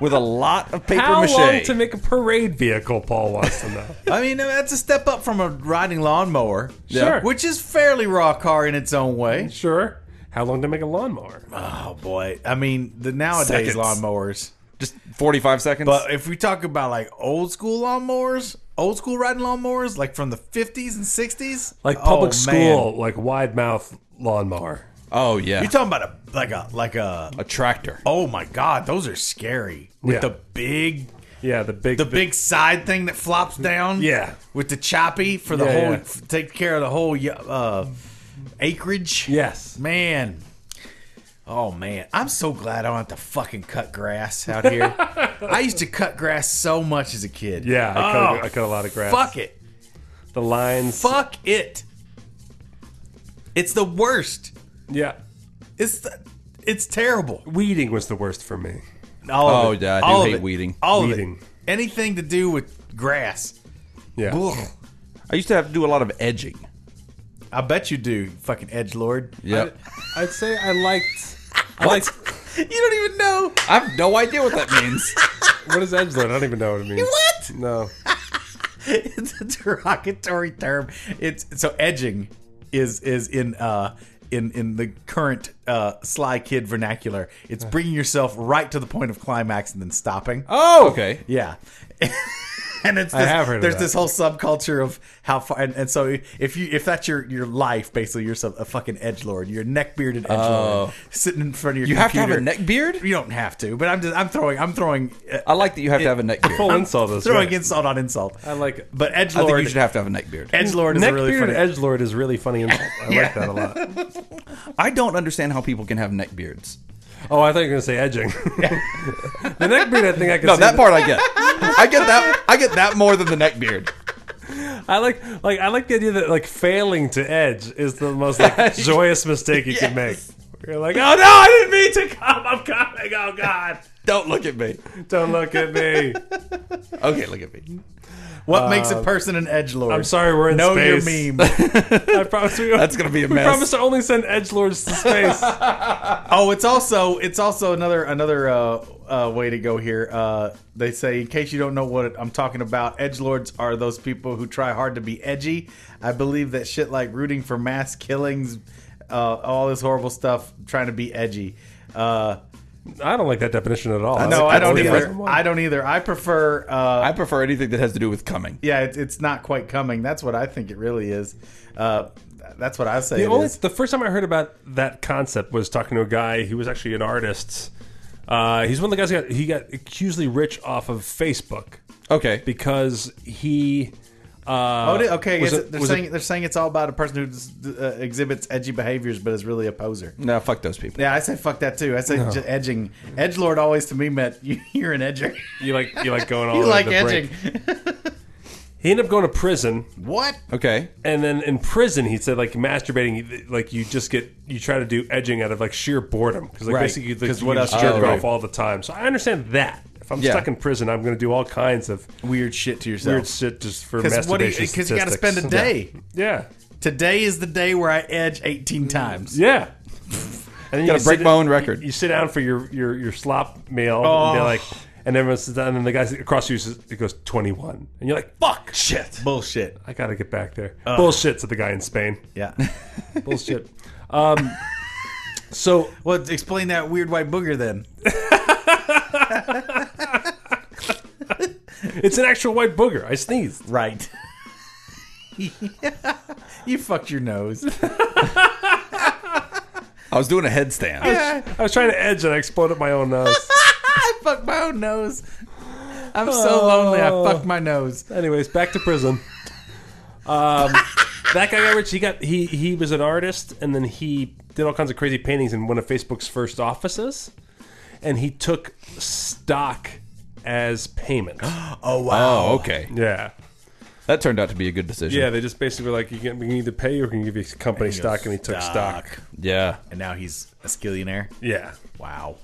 S4: With a lot of paper
S1: How
S4: mache.
S1: long to make a parade vehicle? Paul wants to know.
S2: I mean, that's a step up from a riding lawnmower.
S1: Sure.
S2: Which is fairly raw car in its own way.
S1: sure. How long to make a lawnmower?
S2: Oh boy. I mean, the nowadays
S4: Seconds.
S2: lawnmowers.
S4: Just 45 seconds.
S2: But if we talk about like old school lawnmowers, old school riding lawnmowers, like from the fifties and sixties,
S1: Like public
S2: Oh,
S1: school, like wide mouth lawnmower.
S4: oh, yeah.
S2: You're talking about a like a like a
S4: a tractor.
S2: oh my god, those are scary with
S1: Yeah.
S2: the big
S1: Yeah, the big,
S2: the big side thing that flops down.
S1: Yeah.
S2: with the choppy for the
S1: Yeah,
S2: whole
S1: yeah.
S2: f- take care of the whole y- uh, acreage.
S1: Yes.
S2: man. Oh man, I'm so glad I don't have to fucking cut grass out here. I used to cut grass so much as a kid.
S1: Yeah, I cut,
S2: Oh,
S1: I cut a lot of grass.
S2: Fuck it.
S1: The lines.
S2: Fuck it. It's the worst.
S1: Yeah.
S2: It's the, it's terrible.
S1: Weeding was the worst for me.
S2: All of
S4: Oh,
S2: it.
S4: yeah, I do
S2: All of
S4: hate
S2: it.
S4: weeding.
S2: All
S1: Weeding.
S2: of it. Anything to do with grass.
S1: Yeah.
S2: Ugh.
S4: I used to have to do a lot of edging.
S2: I bet you do, fucking edge lord.
S4: Yep.
S1: I'd say I liked. I
S4: What?
S1: liked-
S2: You don't even know.
S4: I have no idea what that means.
S1: what is edgelord? I don't even know what it means.
S2: What?
S1: No.
S2: It's a derogatory term. It's so edging is is in uh in in the current uh sly kid vernacular. It's bringing yourself right to the point of climax and then stopping.
S4: Oh, okay.
S2: Yeah. and it's this,
S1: have heard of
S2: there's
S1: that.
S2: this whole subculture of how far and, and so if you if that's your your life basically you're some, a fucking edge lord you're a neck bearded edge lord sitting in front of your
S4: You have to have a
S2: computer.
S4: neck beard.
S2: you don't have to but I'm just I'm throwing I'm throwing uh,
S4: I like that you have to have a neck beard.
S1: Full insult is
S2: throwing
S1: right.
S2: insult on insult I
S1: like it.
S2: but edge
S4: I think you
S2: lord
S4: should have to have a neck beard.
S2: edge lord is a really
S1: Neckbeard
S2: funny
S1: and edgelord is really funny insult. I like that a lot.
S4: I don't understand how people can have neck beards.
S1: Oh, I thought you were going to say edging. the neckbeard, I think I can
S4: No,
S1: see
S4: that part I get. I get that. I get that more than the neck beard.
S1: I like like I like the idea that like failing to edge is the most like joyous mistake you can make. You're like, oh no, I didn't mean to come. I'm coming. Oh God,
S4: Don't look at me.
S1: don't look at me.
S4: Okay, look at me.
S2: What makes a person an edge lord?
S1: I'm sorry, we're in
S2: know
S1: space.
S2: your meme.
S1: I promise we
S4: That's gonna be a
S1: we
S4: mess.
S1: promise to only send edge lords to space.
S2: oh, it's also it's also another another uh, uh, way to go here. Uh, they say in case you don't know what I'm talking about, edge lords are those people who try hard to be edgy. I believe that shit like rooting for mass killings, uh, all this horrible stuff, trying to be edgy. Uh,
S1: I don't like that definition at all.
S2: no,
S1: like
S2: I
S1: that
S2: don't
S1: word
S2: either.
S1: different one.
S2: I don't either. I prefer uh,
S4: I prefer anything that has to do with coming.
S2: yeah, it, it's not quite coming. That's what I think it really is. Uh, that's what I say.
S1: The
S2: it
S1: only
S2: is.
S1: the first time I heard about that concept was talking to a guy. He was actually an artist. Uh, he's one of the guys who got he got hugely rich off of Facebook
S4: Okay.
S1: because he. Uh,
S2: Oh, di- okay. I
S1: was
S2: guess
S1: a-
S2: they're
S1: was a-
S2: saying they're saying it's all about a person who just, uh, exhibits edgy behaviors, but is really a poser.
S4: No, fuck those people.
S2: Yeah, I say fuck that too. I say j edging. Edge lord always to me meant you, you're an edger.
S1: you like you like going all
S2: you
S1: over
S2: like
S1: the
S2: edging.
S1: brink. He ended up going to prison,
S2: What?
S4: Okay.
S1: and then in prison he said like masturbating, like you just get you try to do edging out of like sheer boredom because like
S2: Right.
S1: basically you- like,
S2: 'Cause
S1: you
S2: what
S1: just
S2: else-
S1: jerk
S4: Oh, right.
S1: off all the time. So I understand that. If I'm
S4: Yeah.
S1: stuck in prison, I'm going to do all kinds of
S2: Weird shit to yourself.
S1: weird shit just for
S2: Because what?
S1: masturbation.
S2: Because you, got to
S1: statistics.
S2: spend a day.
S1: Yeah.
S2: Today is the day where I edge 18 times.
S1: Yeah. And then you
S4: Gotta
S1: sit
S4: break my
S1: down-
S4: own record.
S1: You sit down for your your, your slop meal, and
S2: Oh.
S1: they're like, and everyone sits down, and then the guy across you says, it goes twenty one, and you're like, fuck, shit,
S2: Bullshit.
S1: I gotta get back there. Bullshit, said the guy in Spain.
S2: Yeah.
S1: Bullshit. um, so
S2: well, explain that weird white booger then.
S1: it's an actual white booger. I sneezed.
S2: Right. you fucked your nose.
S4: I was doing a headstand.
S1: I was trying to edge, and I exploded my own nose.
S2: I fucked my own nose. I'm so lonely. I
S4: Oh.
S2: fucked my nose.
S1: Anyways, back to prison. Um, that guy got rich. He got he he was an artist, and then he did all kinds of crazy paintings in one of Facebook's first offices, and he took stock as payment.
S4: Oh, okay.
S1: yeah,
S4: That turned out to be a good decision.
S1: yeah. They just basically were like, you can, we can either pay you or we can give you company stock, and he took stock.
S4: Yeah.
S2: And now he's a skillionaire.
S1: Yeah.
S2: Wow.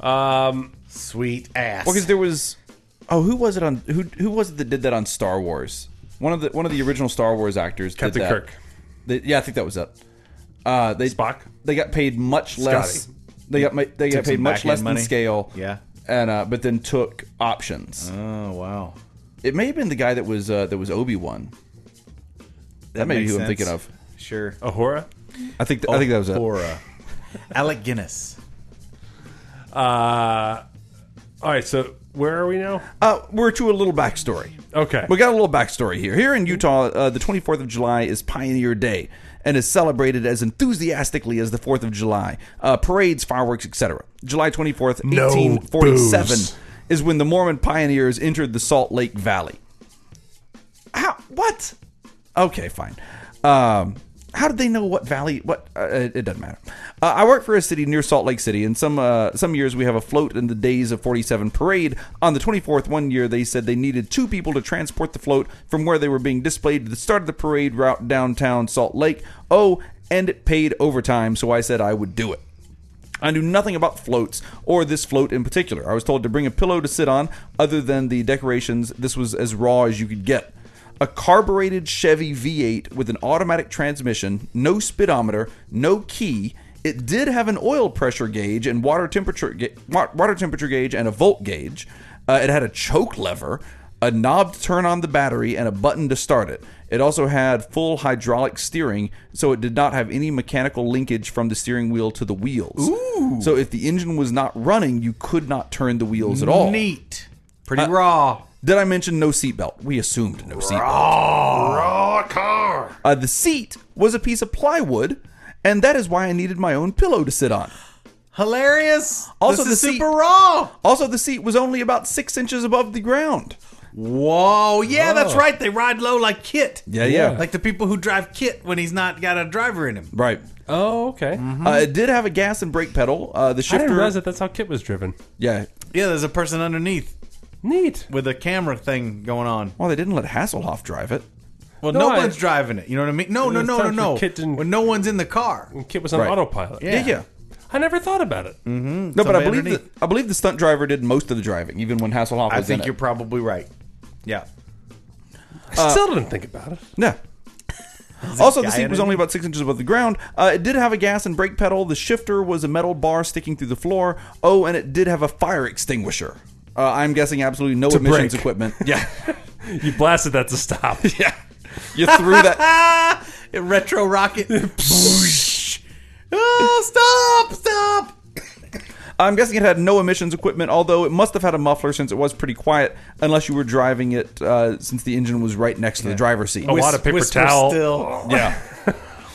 S1: Um,
S2: Sweet ass.
S4: Well, because there was, oh, who was it on? Who who was it that did that on Star Wars? One of the one of the original Star Wars actors,
S1: Captain
S4: did that.
S1: Kirk,
S4: They- yeah, I think that was it. Uh, they
S1: Spock.
S4: they got paid much less.
S1: Scotty.
S4: They got ma- they got
S2: some
S4: paid much
S2: back-end
S4: less
S2: money.
S4: than scale.
S2: Yeah.
S4: and uh, but then took options.
S2: oh wow.
S4: It may have been the guy that was uh, that was Obi Wan. That, may be
S2: makes
S4: who I'm
S2: sense.
S4: thinking of.
S2: Sure.
S1: Ahura.
S4: I think th- I think that was it.
S2: Aura. Alec Guinness.
S1: Uh, all right. So where are we now?
S4: Uh, we're to a little backstory.
S1: Okay.
S4: We got a little backstory here. Here in Utah, uh, the 24th of July is Pioneer Day and is celebrated as enthusiastically as the 4th of July. Uh, parades, fireworks, etc. July 24th,
S1: No
S4: 1847
S1: booze.
S4: is when the Mormon pioneers entered the Salt Lake Valley. How? What? Okay, fine. Um, how did they know what valley? What? Uh, it it doesn't matter. Uh, I work for a city near Salt Lake City, and some uh, some years we have a float in the Days of '47 parade. On the 24th, one year they said they needed two people to transport the float from where they were being displayed to the start of the parade route downtown Salt Lake. Oh, and it paid overtime, so I said I would do it. I knew nothing about floats or this float in particular. I was told to bring a pillow to sit on, other than the decorations, this was as raw as you could get. A carbureted Chevy V8 with an automatic transmission, no speedometer, no key. It did have an oil pressure gauge and water temperature ga- wa- water temperature gauge and a volt gauge. Uh, it had a choke lever, a knob to turn on the battery, and a button to start it. It also had full hydraulic steering, so it did not have any mechanical linkage from the steering wheel to the wheels. So if the engine was not running, you could not turn the wheels at all.
S2: Neat. Pretty
S4: Uh,
S2: raw.
S4: Did I mention no seatbelt? We assumed no seatbelt.
S1: Raw car.
S4: Uh, the seat was a piece of plywood, and that is why I needed my own pillow to sit on.
S2: Hilarious.
S4: Also
S2: This is
S4: the seat-
S2: super raw.
S4: Also, the seat was only about six inches above the ground.
S2: Whoa. Yeah, that's right. They ride low like Kit.
S4: Yeah, yeah.
S2: Like the people who drive Kit when he's not got a driver in him.
S4: Right.
S1: Oh, okay.
S4: Uh, it did have a gas and brake pedal. Uh, the
S1: I
S4: shifter.
S1: didn't realize that that's how Kit was driven.
S4: Yeah.
S2: Yeah, there's a person underneath
S1: Neat.
S2: with a camera thing going on.
S4: Well, they didn't let Hasselhoff drive it.
S2: Well, no,
S1: I-
S2: one's driving it. You know what I mean? No, no,
S1: It's
S2: no,
S1: not
S2: no,
S1: the
S2: no.
S1: kid didn't-
S2: When no one's in the car.
S1: Kit was on
S4: Right.
S1: autopilot.
S2: Yeah.
S4: Yeah, Mm. yeah.
S1: I never thought about it.
S4: No, but I
S2: Somebody
S4: believe that
S2: underneath.
S4: I believe the stunt driver did most of the driving, even when Hasselhoff was
S2: I
S4: in
S2: think
S4: it.
S2: you're probably right. Yeah.
S1: I still
S4: Uh,
S1: didn't think about it.
S4: No. Also, the
S2: guy
S4: seat
S2: in
S4: was
S2: it?
S4: only about six inches above the ground. Uh, it did have a gas and brake pedal. The shifter was a metal bar sticking through the floor. Oh, and it did have a fire extinguisher. Uh, I'm guessing absolutely no emissions
S1: break.
S4: equipment. Yeah,
S1: You blasted that to stop.
S4: yeah. You threw that.
S2: It retro rocket. Boosh. oh, stop! Stop!
S4: I'm guessing it had no emissions equipment, although it must have had a muffler since it was pretty quiet, unless you were driving it uh, since the engine was right next to the driver's seat.
S1: A lot of paper
S2: Whisper
S1: towel.
S2: Still.
S4: yeah.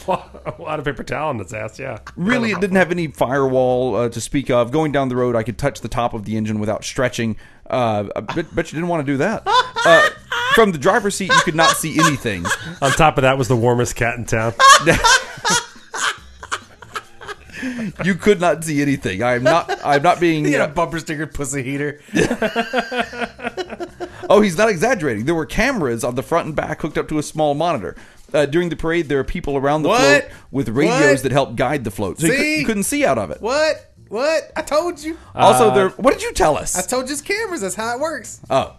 S1: A lot of paper towel in its ass. Yeah.
S4: Really, it didn't have any firewall uh, to speak of. Going down the road, I could touch the top of the engine without stretching. Uh, I bet, bet you didn't want to do that. Uh, from the driver's seat, you could not see anything.
S1: On top of that was the warmest cat in town.
S4: Uh, You could not see anything. I'm not. I'm not being.
S2: He had a bumper sticker pussy heater.
S4: Oh, he's not exaggerating. There were cameras on the front and back hooked up to a small monitor. Uh, during the parade, there are people around the
S2: What?
S4: float with radios
S2: What?
S4: that help guide the float, so you, cou-
S2: See?
S4: you couldn't see out of it.
S2: What? What? I told you.
S4: Also, there. What did you tell
S2: I
S4: us?
S2: told you it's cameras. That's how it works.
S4: oh.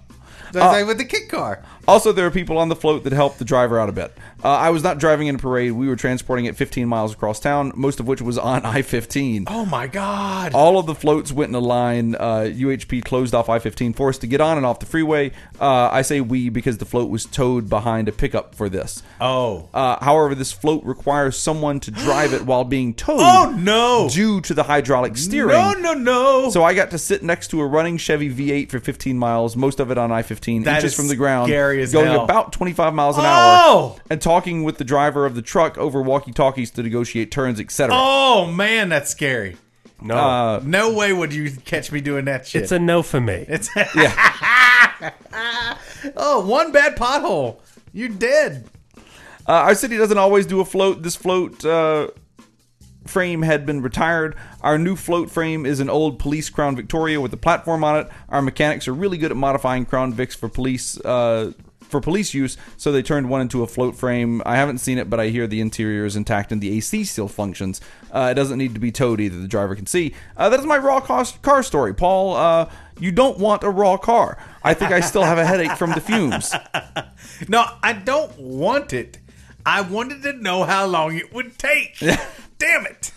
S2: That's like with the kit car.
S4: Also, there are people on the float that help the driver out a bit. Uh, I was not driving in a parade. We were transporting it 15 miles across town, most of which was on I 15.
S2: Oh my god.
S4: All of the floats went in a line. Uh, UHP closed off I 15 for us to get on and off the freeway. Uh, I say we because the float was towed behind a pickup for this.
S2: Oh.
S4: Uh, however, this float requires someone to drive it while being towed.
S2: Oh, no.
S4: Due to the hydraulic steering.
S2: No, no, no.
S4: So I got to sit next to a running Chevy V8 for 15 miles, most of it on I-15,
S2: That
S4: inches
S2: is
S4: from the ground,
S2: scary as
S4: going
S2: hell.
S4: about 25 miles an
S2: Oh!
S4: hour, and talking with the driver of the truck over walkie-talkies to negotiate turns, etc.
S2: oh man, that's scary.
S1: No.
S2: No way would you catch me doing that shit.
S1: it's a no for me.
S2: It's oh, one bad pothole. You're dead.
S4: Uh, our city doesn't always do a float. This float uh, frame had been retired. Our new float frame is an old police Crown Victoria with a platform on it. Our mechanics are really good at modifying Crown Vics for police. Uh, for police use, so they turned one into a float frame. I haven't seen it, but I hear the interior is intact and the AC still functions. Uh, it doesn't need to be towed either. The driver can see. Uh, that is my raw cost car story, Paul. Uh, you don't want a raw car. I think I still have a headache from the fumes.
S2: No, I don't want it. I wanted to know how long it would take. Damn it.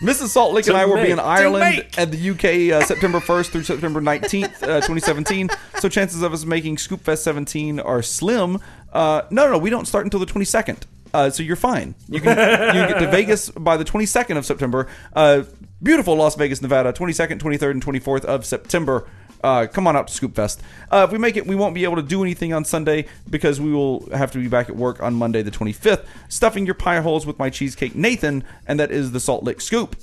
S4: Mrs. Salt Lake and
S1: To
S4: I will be
S1: make-
S4: in
S1: to
S4: Ireland
S2: make.
S4: and the UK uh, September 1st through September 19th, uh, 2017. So chances of us making Scoopfest 17 are slim. Uh, no, no, we don't start until the 22nd. Uh, so you're fine. You can you get to Vegas by the 22nd of September. Uh, beautiful Las Vegas, Nevada, 22nd, 23rd, and 24th of September. Uh, come on out to Scoopfest. Uh, if we make it, we won't be able to do anything on Sunday because we will have to be back at work on Monday, the 25th. Stuffing your pie holes with my cheesecake, Nathan, and that is the Salt Lake Scoop.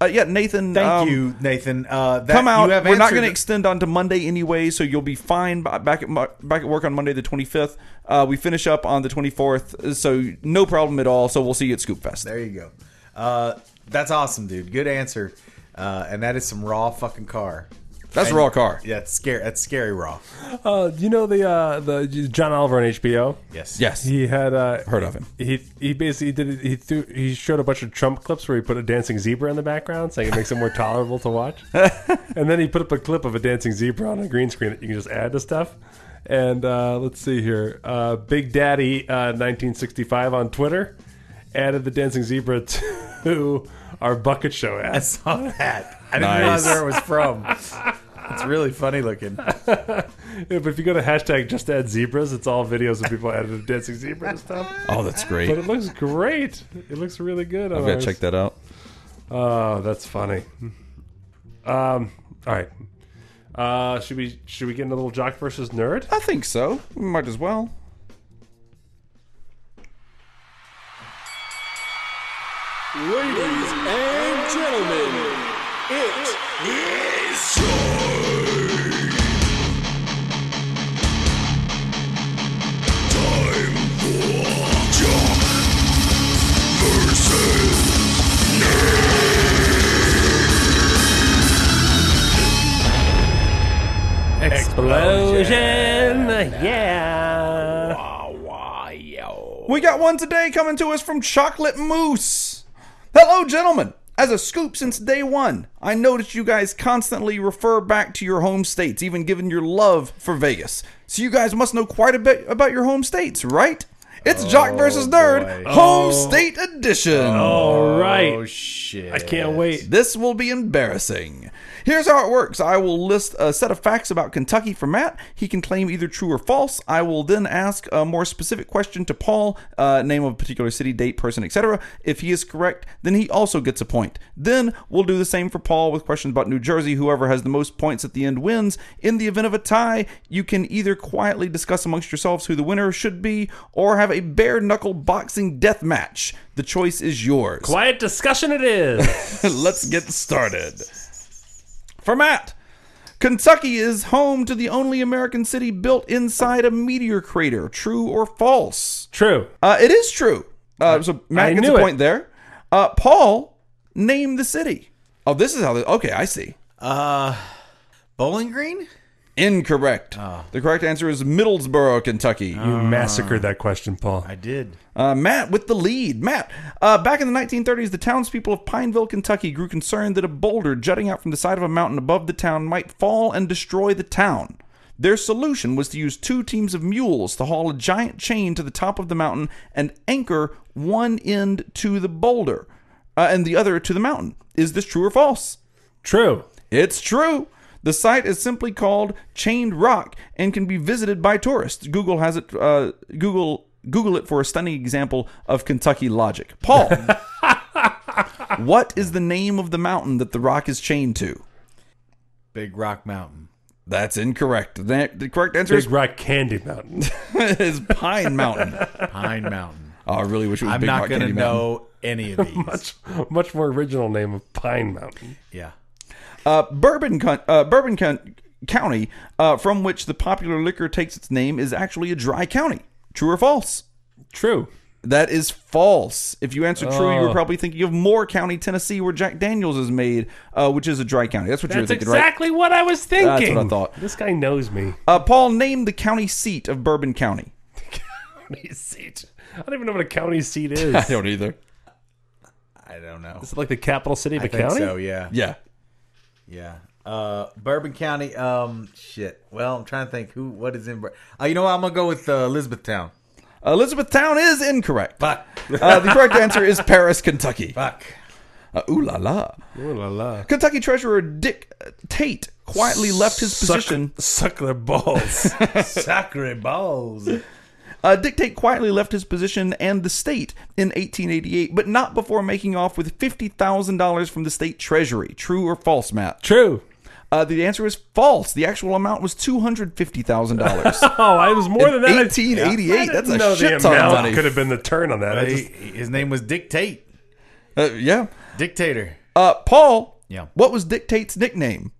S4: Uh, yeah, Nathan.
S2: Thank
S4: um,
S2: you, Nathan. Uh, that,
S4: Come out.
S2: You have
S4: We're not
S2: answered
S4: going to
S2: the-
S4: extend on to Monday anyway, so you'll be fine b- back at mo- back at work on Monday the 25th. Uh, we finish up on the 24th, so no problem at all. So we'll see you at Scoop Fest.
S2: There you go. Uh, that's awesome, dude. Good answer. Uh, and that is some raw fucking car.
S4: That's raw car.
S2: Yeah, it's scary. That's scary raw.
S1: Uh, you know the uh, the John Oliver on HBO.
S2: Yes.
S4: Yes,
S1: He had uh,
S4: heard of him.
S1: He he basically did he threw, he showed a bunch of Trump clips where he put a dancing zebra in the background, saying it makes it more tolerable to watch. and then he put up a clip of a dancing zebra on a green screen that you can just add to stuff. And uh, let's see here, uh, Big Daddy uh, 1965 on Twitter added the dancing zebra to our bucket show
S2: I
S1: ad.
S2: saw that. I didn't
S4: Nice.
S2: realize where it was from. It's really funny looking.
S1: Yeah, but if you go to hashtag just add zebras, it's all videos of people edited dancing zebra and stuff.
S4: Oh, that's great.
S1: But it looks great. It looks really good.
S4: I've got to check that out.
S1: Oh, that's funny. Um, all right. Uh, should we should we get into a little jock versus nerd?
S4: I think so. We might as well.
S5: Ladies and gentlemen, it is
S1: Explosion. Yeah.
S4: We got one today coming to us from Chocolate Moose. Hello, gentlemen. As a scoop since day one, I noticed you guys constantly refer back to your home states, even given your love for Vegas. So you guys must know quite a bit about your home states, right? It's Jock versus Nerd,
S2: boy.
S4: Home State Edition.
S1: All right.
S2: Oh shit!
S1: I can't wait.
S4: This will be embarrassing. Here's how it works I will list a set of facts about Kentucky for Matt. He can claim either true or false. I will then ask a more specific question to Paul uh, name of a particular city, date, person, etc. If he is correct, then he also gets a point. Then we'll do the same for Paul with questions about New Jersey. Whoever has the most points at the end wins. In the event of a tie, you can either quietly discuss amongst yourselves who the winner should be or have a bare knuckle boxing death match. The choice is yours.
S1: Quiet discussion it is.
S4: Let's get started. For Matt, Kentucky is home to the only American city built inside a meteor crater. True or false?
S1: True.
S4: Uh, it is true. Uh, so Matt
S1: I
S4: gets a
S1: knew it.
S4: point there. Uh, Paul, name the city. Oh, this is how. The, okay, I see.
S1: Uh,
S2: Bowling Green?
S4: Incorrect.
S1: Ah.
S4: The correct answer is Middlesboro, Kentucky.
S1: You massacred that question, Paul.
S2: I did.
S4: Uh, Matt with the lead. Matt, uh, back in the 1930s, the townspeople of Pineville, Kentucky grew concerned that a boulder jutting out from the side of a mountain above the town might fall and destroy the town. Their solution was to use two teams of mules to haul a giant chain to the top of the mountain and anchor one end to the boulder uh, and the other to the mountain. Is this true or false?
S1: True.
S4: It's true. The site is simply called Chained Rock and can be visited by tourists. Google has it. Uh, Google Google it for a stunning example of Kentucky logic. Paul, what is the name of the mountain that the rock is chained to?
S2: Big Rock Mountain.
S4: That's incorrect. The, the correct answer
S1: Big
S4: is,
S1: Rock Candy Mountain.
S4: is Pine Mountain.
S2: Pine Mountain.
S4: Oh, I really wish it was
S2: I'm
S4: Big
S2: not
S4: Rock
S2: going to
S4: Candy Mountain.
S2: know any of these.
S1: much, much more original name of Pine Mountain.
S2: yeah.
S4: Uh, Bourbon, Coun- uh, Bourbon Coun- County, uh, from which the popular liquor takes its name, is actually a dry county. True or false?
S1: True.
S4: That is false. If you answered true,
S1: Oh.
S4: you were probably thinking of Moore County, Tennessee, where Jack Daniels is made, uh, which is a dry county. That's what you were
S1: That's
S4: thinking, right?
S1: exactly what I was thinking.
S4: That's what I thought.
S1: This guy knows me.
S4: Uh, Paul named the county seat of Bourbon County.
S1: County seat. I don't even know what a county seat is.
S4: don't either.
S2: I don't know.
S1: Is it like the capital city of a
S2: I think
S1: county?
S2: so, yeah.
S4: Yeah.
S2: Yeah. Uh, Bourbon County. Um, shit. Well, I'm trying to think who, what is in. Bur- Uh, you know what? I'm gonna go with uh, Elizabethtown.
S4: Elizabethtown is incorrect.
S2: Fuck.
S4: Uh, the correct answer is Paris, Kentucky.
S2: Fuck.
S4: Uh, ooh la la.
S1: Ooh la la.
S4: Kentucky Treasurer Dick uh, Tate quietly left his position.
S1: Suck their balls.
S2: Sacre balls.
S4: Uh, Dick Tate quietly left his position and the state in 1888, but not before making off with $50,000 from the state treasury. True or false, Matt?
S1: True.
S4: Uh, the answer is false. The actual amount was two hundred fifty thousand dollars.
S1: Oh, I was more than that. I-
S4: Eighteen eighty-eight.
S1: I
S4: That's
S1: didn't know
S4: a shit
S1: the
S4: ton of
S1: amount
S4: money.
S1: Could have been the turn on that. I
S2: He-
S1: just,
S2: his name was Dictate.
S4: Uh, yeah.
S2: Dictator.
S4: Uh, Paul.
S2: Yeah.
S4: What was Dick Tate's nickname?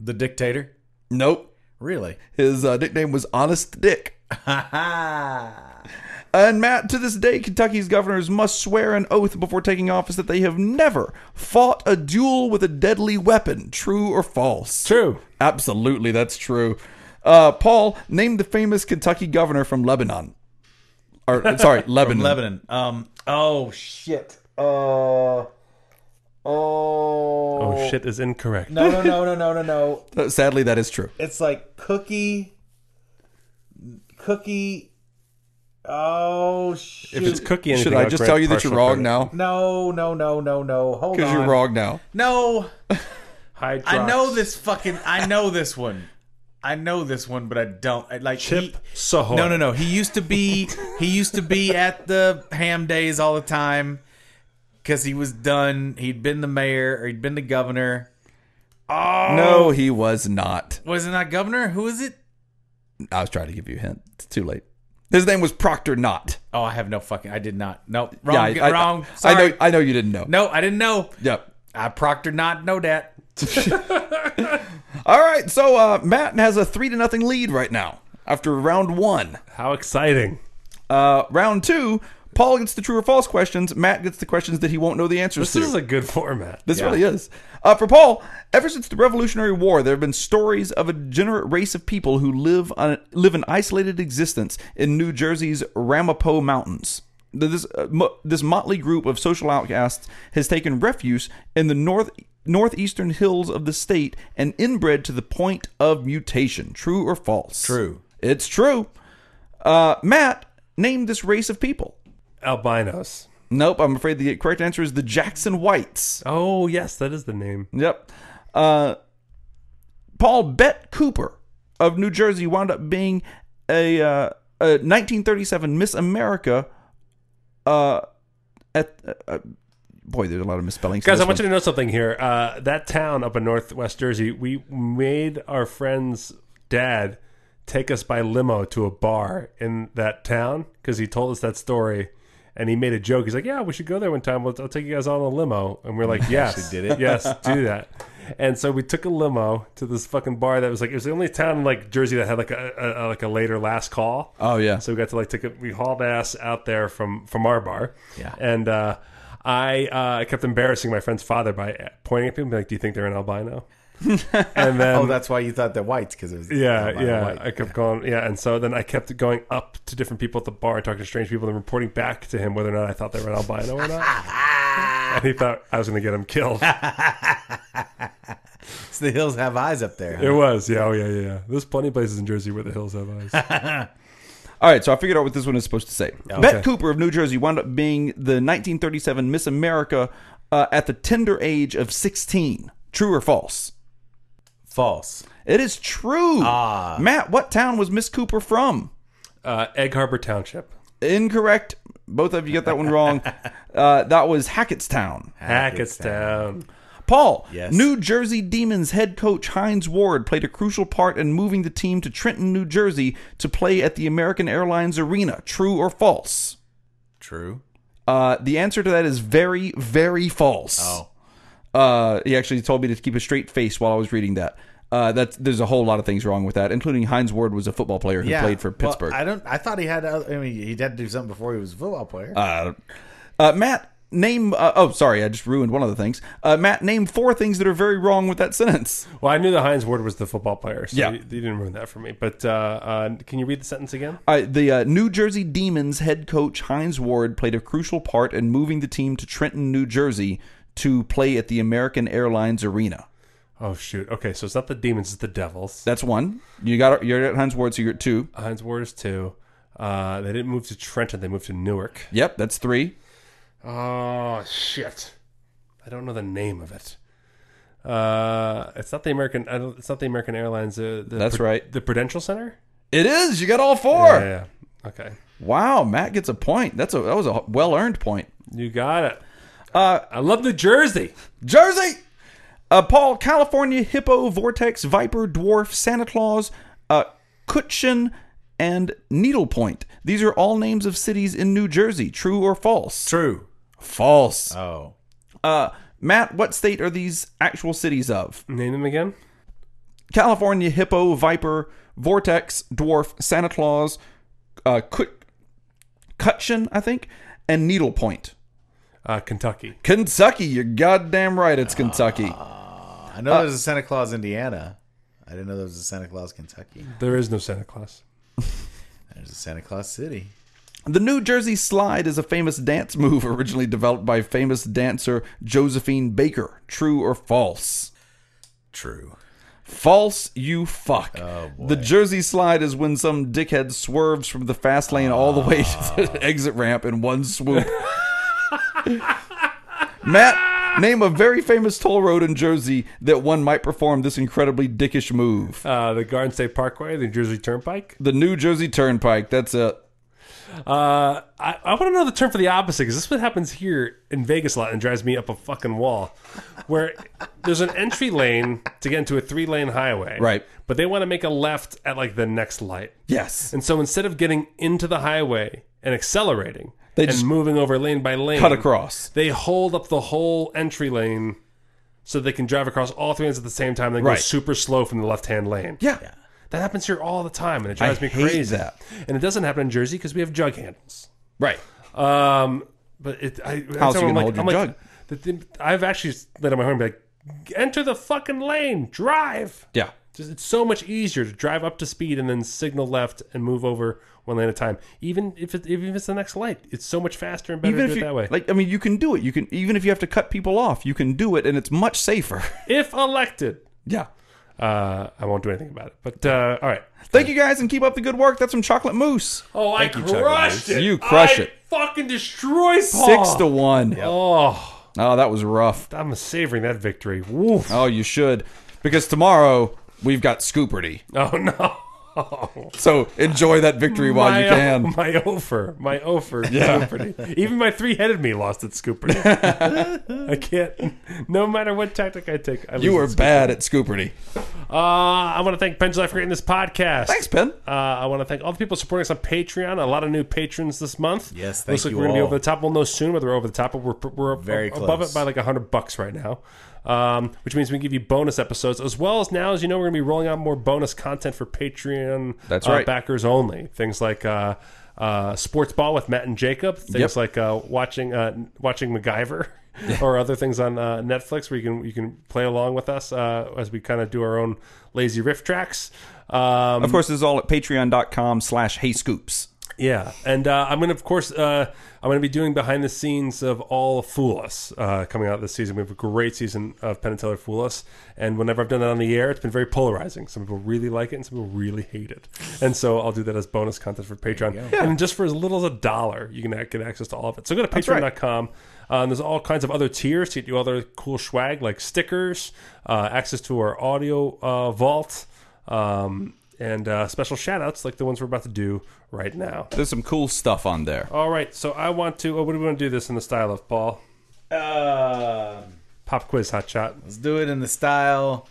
S2: The dictator.
S4: Nope.
S2: Really?
S4: His uh, nickname was Honest Dick.
S2: Ha
S4: And Matt, to this day, Kentucky's governors must swear an oath before taking office that they have never fought a duel with a deadly weapon. True or false?
S1: true.
S4: Absolutely, that's true. Uh, Paul, name the famous Kentucky governor from Lebanon. Or sorry, Lebanon.
S2: Lebanon. Um. Oh shit. Uh. Oh.
S1: Oh, shit is incorrect.
S2: No, no, no, no, no, no, no.
S4: Uh, Sadly, that is true.
S2: It's like cookie. Cookie. Oh shit.
S1: If it's cookie, anything,
S4: Should I
S1: I'll
S4: just
S1: grant
S4: tell you that you're
S1: partial credit.
S4: wrong now?
S2: No, no, no, no, no. Hold on.
S4: Because you're wrong now.
S2: No,
S1: Hydrox.
S2: I know this fucking. I know this one. I know this one, but I don't. I, like
S1: Chip
S2: he-
S1: Sahoy.
S2: No, no, no. He used to be. he used to be at the ham days all the time because he was done. He'd been the mayor or he'd been the governor. Oh.
S4: No, he was not.
S2: Wasn't that governor? Who is it?
S4: I was trying to give you a hint. It's too late. His name was Proctor Knott.
S2: Oh, I have no fucking. I did not. No, wrong.
S4: Yeah, I- I-
S2: wrong.
S4: I,
S2: Sorry.
S4: know. I know you didn't know.
S2: no, I didn't know.
S4: Yep.
S2: I proctored not know that.
S4: All right. So uh, Matt has a three to nothing lead right now after round one.
S1: How exciting.
S4: Uh, round two, Paul gets the true or false questions. Matt gets the questions that he won't know the answers
S1: This
S4: to.
S1: is a good format.
S4: This really is. Uh, for Paul, ever since the Revolutionary War, there have been stories of a degenerate race of people who live on live an isolated existence in New Jersey's Ramapo Mountains. that this uh, mo- this motley group of social outcasts has taken refuge in the north northeastern hills of the state and inbred to the point of mutation. True or false?
S2: True.
S4: It's true. Uh, Matt, name this race of people.
S1: Albinos.
S4: Nope, I'm afraid the correct answer is the Jackson Whites.
S1: Oh, yes, that is the name.
S4: Yep. Uh, Paul Bet Cooper of New Jersey wound up being a, uh, a 1937 Miss America. Uh, at uh, uh, boy, there's a lot of misspellings. in
S1: Guys, I
S4: this
S1: want
S4: one.
S1: you to know something here. Uh, that town up in northwest Jersey, we made our friend's dad take us by limo to a bar in that town because he told us that story. And he made a joke. He's like, "Yeah, we should go there one time. We'll, I'll take you guys on a limo." And we're like, "Yes,
S2: did it.
S1: Yes, do that." And so we took a limo to this fucking bar that was like it was the only town in like Jersey that had like a, a, a- like a later last call.
S4: Oh, yeah.
S1: So we got to like take a, we hauled ass out there from from our bar.
S4: Yeah.
S1: And uh, I uh, kept embarrassing my friend's father by pointing at people and being like, "Do you think they're an albino?" and then
S2: Oh, that's why you thought that whites because it was
S1: yeah,
S2: albino
S1: yeah.
S2: white.
S1: I kept going, yeah, and so then I kept going up to different people at the bar, talking to strange people, and reporting back to him whether or not I thought they were an albino or not. and he thought I was going to get him killed.
S2: It's the hills have eyes up there.
S1: It
S2: huh?
S1: was, yeah, oh yeah, yeah. yeah. There's plenty of places in Jersey where the hills have eyes.
S4: All right, so I figured out what this one is supposed to say. Bet Cooper of New Jersey wound up being the 1937 Miss America uh, at the tender age of 16. True or false?
S2: False.
S4: It is true.
S1: Ah.
S4: Matt, what town was Miss Cooper from?
S1: Uh, Egg Harbor Township,
S4: Incorrect. Both of you got that one wrong. uh, that was Hackettstown.
S1: Hackettstown.
S4: Paul,
S2: Yes.
S4: New Jersey Demons head coach Heinz Ward played a crucial part in moving the team to Trenton, New Jersey to play at the American Airlines Arena. True or false?
S2: True.
S4: Uh, the answer to that is very, very false.
S2: Oh.
S4: Uh, he actually told me to keep a straight face while I was reading that. Uh, that's, there's a whole lot of things wrong with that, including Heinz Ward was a football player who
S2: Yeah.
S4: played for
S2: Well,
S4: Pittsburgh.
S2: I don't. I thought he had. Other, I mean, he had to do something before he was a football player.
S4: Uh, uh, Matt, name. Uh, oh, sorry, I just ruined one of the things. Uh, Matt, name four things that are very wrong with that sentence.
S1: Well, I knew that Heinz Ward was the football player, so
S4: Yeah.
S1: you, you didn't ruin that for me. But uh, uh, can you read the sentence again?
S4: All right, the uh, New Jersey Demons head coach Heinz Ward played a crucial part in moving the team to Trenton, New Jersey, to play at the American Airlines Arena.
S1: Oh shoot. Okay, so it's not the demons, it's the devils.
S4: That's one. You got you're at Heinz Ward, so you're at two.
S1: Heinz Ward is two. Uh, they didn't move to Trenton; they moved to Newark.
S4: Yep, that's three.
S1: Oh shit! I don't know the name of it. Uh, it's not the American. I don't, it's not the American Airlines. Uh, the
S4: That's right.
S1: The Prudential Center.
S4: It is. You got all four.
S1: Yeah, yeah, yeah. Okay.
S4: Wow, Matt gets a point. That's a that was a well earned point.
S1: You got it. Uh, I love the jersey.
S4: Jersey. Uh, Paul, California, Hippo, Vortex, Viper, Dwarf, Santa Claus, uh, Kutchin, and Needlepoint. These are all names of cities in New Jersey. True or false?
S2: True.
S4: False.
S2: Oh,
S4: Uh, Matt, what state are these actual cities of?
S1: Name them again.
S4: California, Hippo, Viper, Vortex, Dwarf, Santa Claus, uh, Kut- Kutchin, I think, and Needlepoint.
S1: Uh, Kentucky.
S4: Kentucky, you're goddamn right. It's Kentucky.
S2: I know there's a Santa Claus, Indiana. I didn't know there was a Santa Claus, Kentucky.
S1: There is no Santa Claus.
S2: There's a Santa Claus City.
S4: The New Jersey Slide is a famous dance move originally developed by famous dancer Josephine Baker. True or false?
S2: True.
S4: False, you fuck. the Jersey Slide is when some dickhead swerves from the fast lane all the way to the exit ramp in one swoop. Matt, name a very famous toll road in Jersey that one might perform this incredibly dickish move.
S1: Uh, the Garden State Parkway. The New Jersey Turnpike.
S4: The New Jersey Turnpike. That's it.
S1: Uh, I, I want to know the term for the opposite because this is what happens here in Vegas a lot and drives me up a fucking wall. Where there's an entry lane to get into a three lane highway.
S4: Right.
S1: But they want to make a left at like the next light.
S4: Yes.
S1: And so instead of getting into the highway and accelerating
S4: They
S1: and
S4: just
S1: moving over lane by lane,
S4: Cut across.
S1: They hold up the whole entry lane so they can drive across all three lanes at the same time. They go
S4: Right.
S1: super slow from the left hand lane.
S4: Yeah.
S1: That happens here all the time, and it drives
S4: I
S1: me
S4: hate
S1: crazy.
S4: that.
S1: And it doesn't happen in Jersey because we have jug handles.
S4: Right.
S1: Um, but it, I,
S4: How's he
S1: I'm
S4: gonna
S1: like,
S4: hold your
S1: I'm like,
S4: jug?
S1: the thing- I've actually let on my horn and be like, enter the fucking lane, drive.
S4: Yeah.
S1: Just, it's so much easier to drive up to speed and then signal left and move over one lane at a time. Even if it, even if it's the next light, it's so much faster and better
S4: Even
S1: to
S4: if
S1: do
S4: you,
S1: it that way.
S4: like, I mean, you can do it. You can even if you have to cut people off, you can do it, and it's much safer.
S1: if elected,
S4: Yeah.
S1: uh, I won't do anything about it. But uh, all right.
S4: Thank you guys, and keep up the good work. That's from Chocolate Moose.
S1: Oh, I
S2: you, Chuck
S1: crushed
S2: Norris.
S1: it.
S4: You crushed
S1: I
S4: it.
S1: Fucking destroyed Paul.
S4: Six to one.
S1: Oh,
S4: Oh, that was rough.
S1: I'm savoring that victory. Woof.
S4: Oh, you should, because tomorrow we've got Scooperty.
S1: Oh no. Oh,
S4: So enjoy that victory while
S1: my,
S4: you can.
S1: My offer. My offer. Yeah. Even my three headed me lost at Scooper. I can't. No matter what tactic I take, I
S4: You were
S1: lose.
S4: bad at Scooperty.
S1: Uh, I want to thank Pendula for creating this podcast.
S4: Thanks, Pen.
S1: Uh, I want to thank all the people supporting us on Patreon. A lot of new patrons this month.
S2: Yes,
S1: looks
S2: thank
S1: like
S2: you
S1: we're gonna be
S2: all.
S1: over the top. We'll know soon whether we're over the top. But we're we're
S2: Very
S1: above
S2: close.
S1: it by like hundred bucks right now, um, which means we can give you bonus episodes as well as now. As you know, we're gonna be rolling out more bonus content for Patreon.
S4: That's
S1: uh,
S4: right.
S1: backers only. Things like. Uh, uh, sports ball with Matt and Jacob. Things
S4: Yep.
S1: like uh, watching uh, watching MacGyver or other things on uh, Netflix where you can you can play along with us uh, as we kind of do our own lazy riff tracks. Um,
S4: Of course, this is all at patreon.com slash hey scoops.
S1: yeah, and uh, I'm gonna, of course, uh, I'm gonna be doing behind the scenes of all Fool Us uh, coming out this season. We have a great season of Penn and Teller Fool Us, and whenever I've done that on the air, it's been very polarizing. Some people really like it, and some people really hate it. And so I'll do that as bonus content for Patreon, and just for as little as a dollar, you can a- get access to all of it. So go to
S4: right.
S1: Patreon.com. Uh, and there's all kinds of other tiers to get you other cool swag like stickers, uh, access to our audio uh, vault. Um, and uh, special shout outs like the ones we're about to do right now.
S4: There's some cool stuff on there.
S1: All right, so I want to. Oh, what do we want to do this in the style of Paul?
S2: Uh,
S1: Pop quiz, hot shot.
S2: let's do it in the style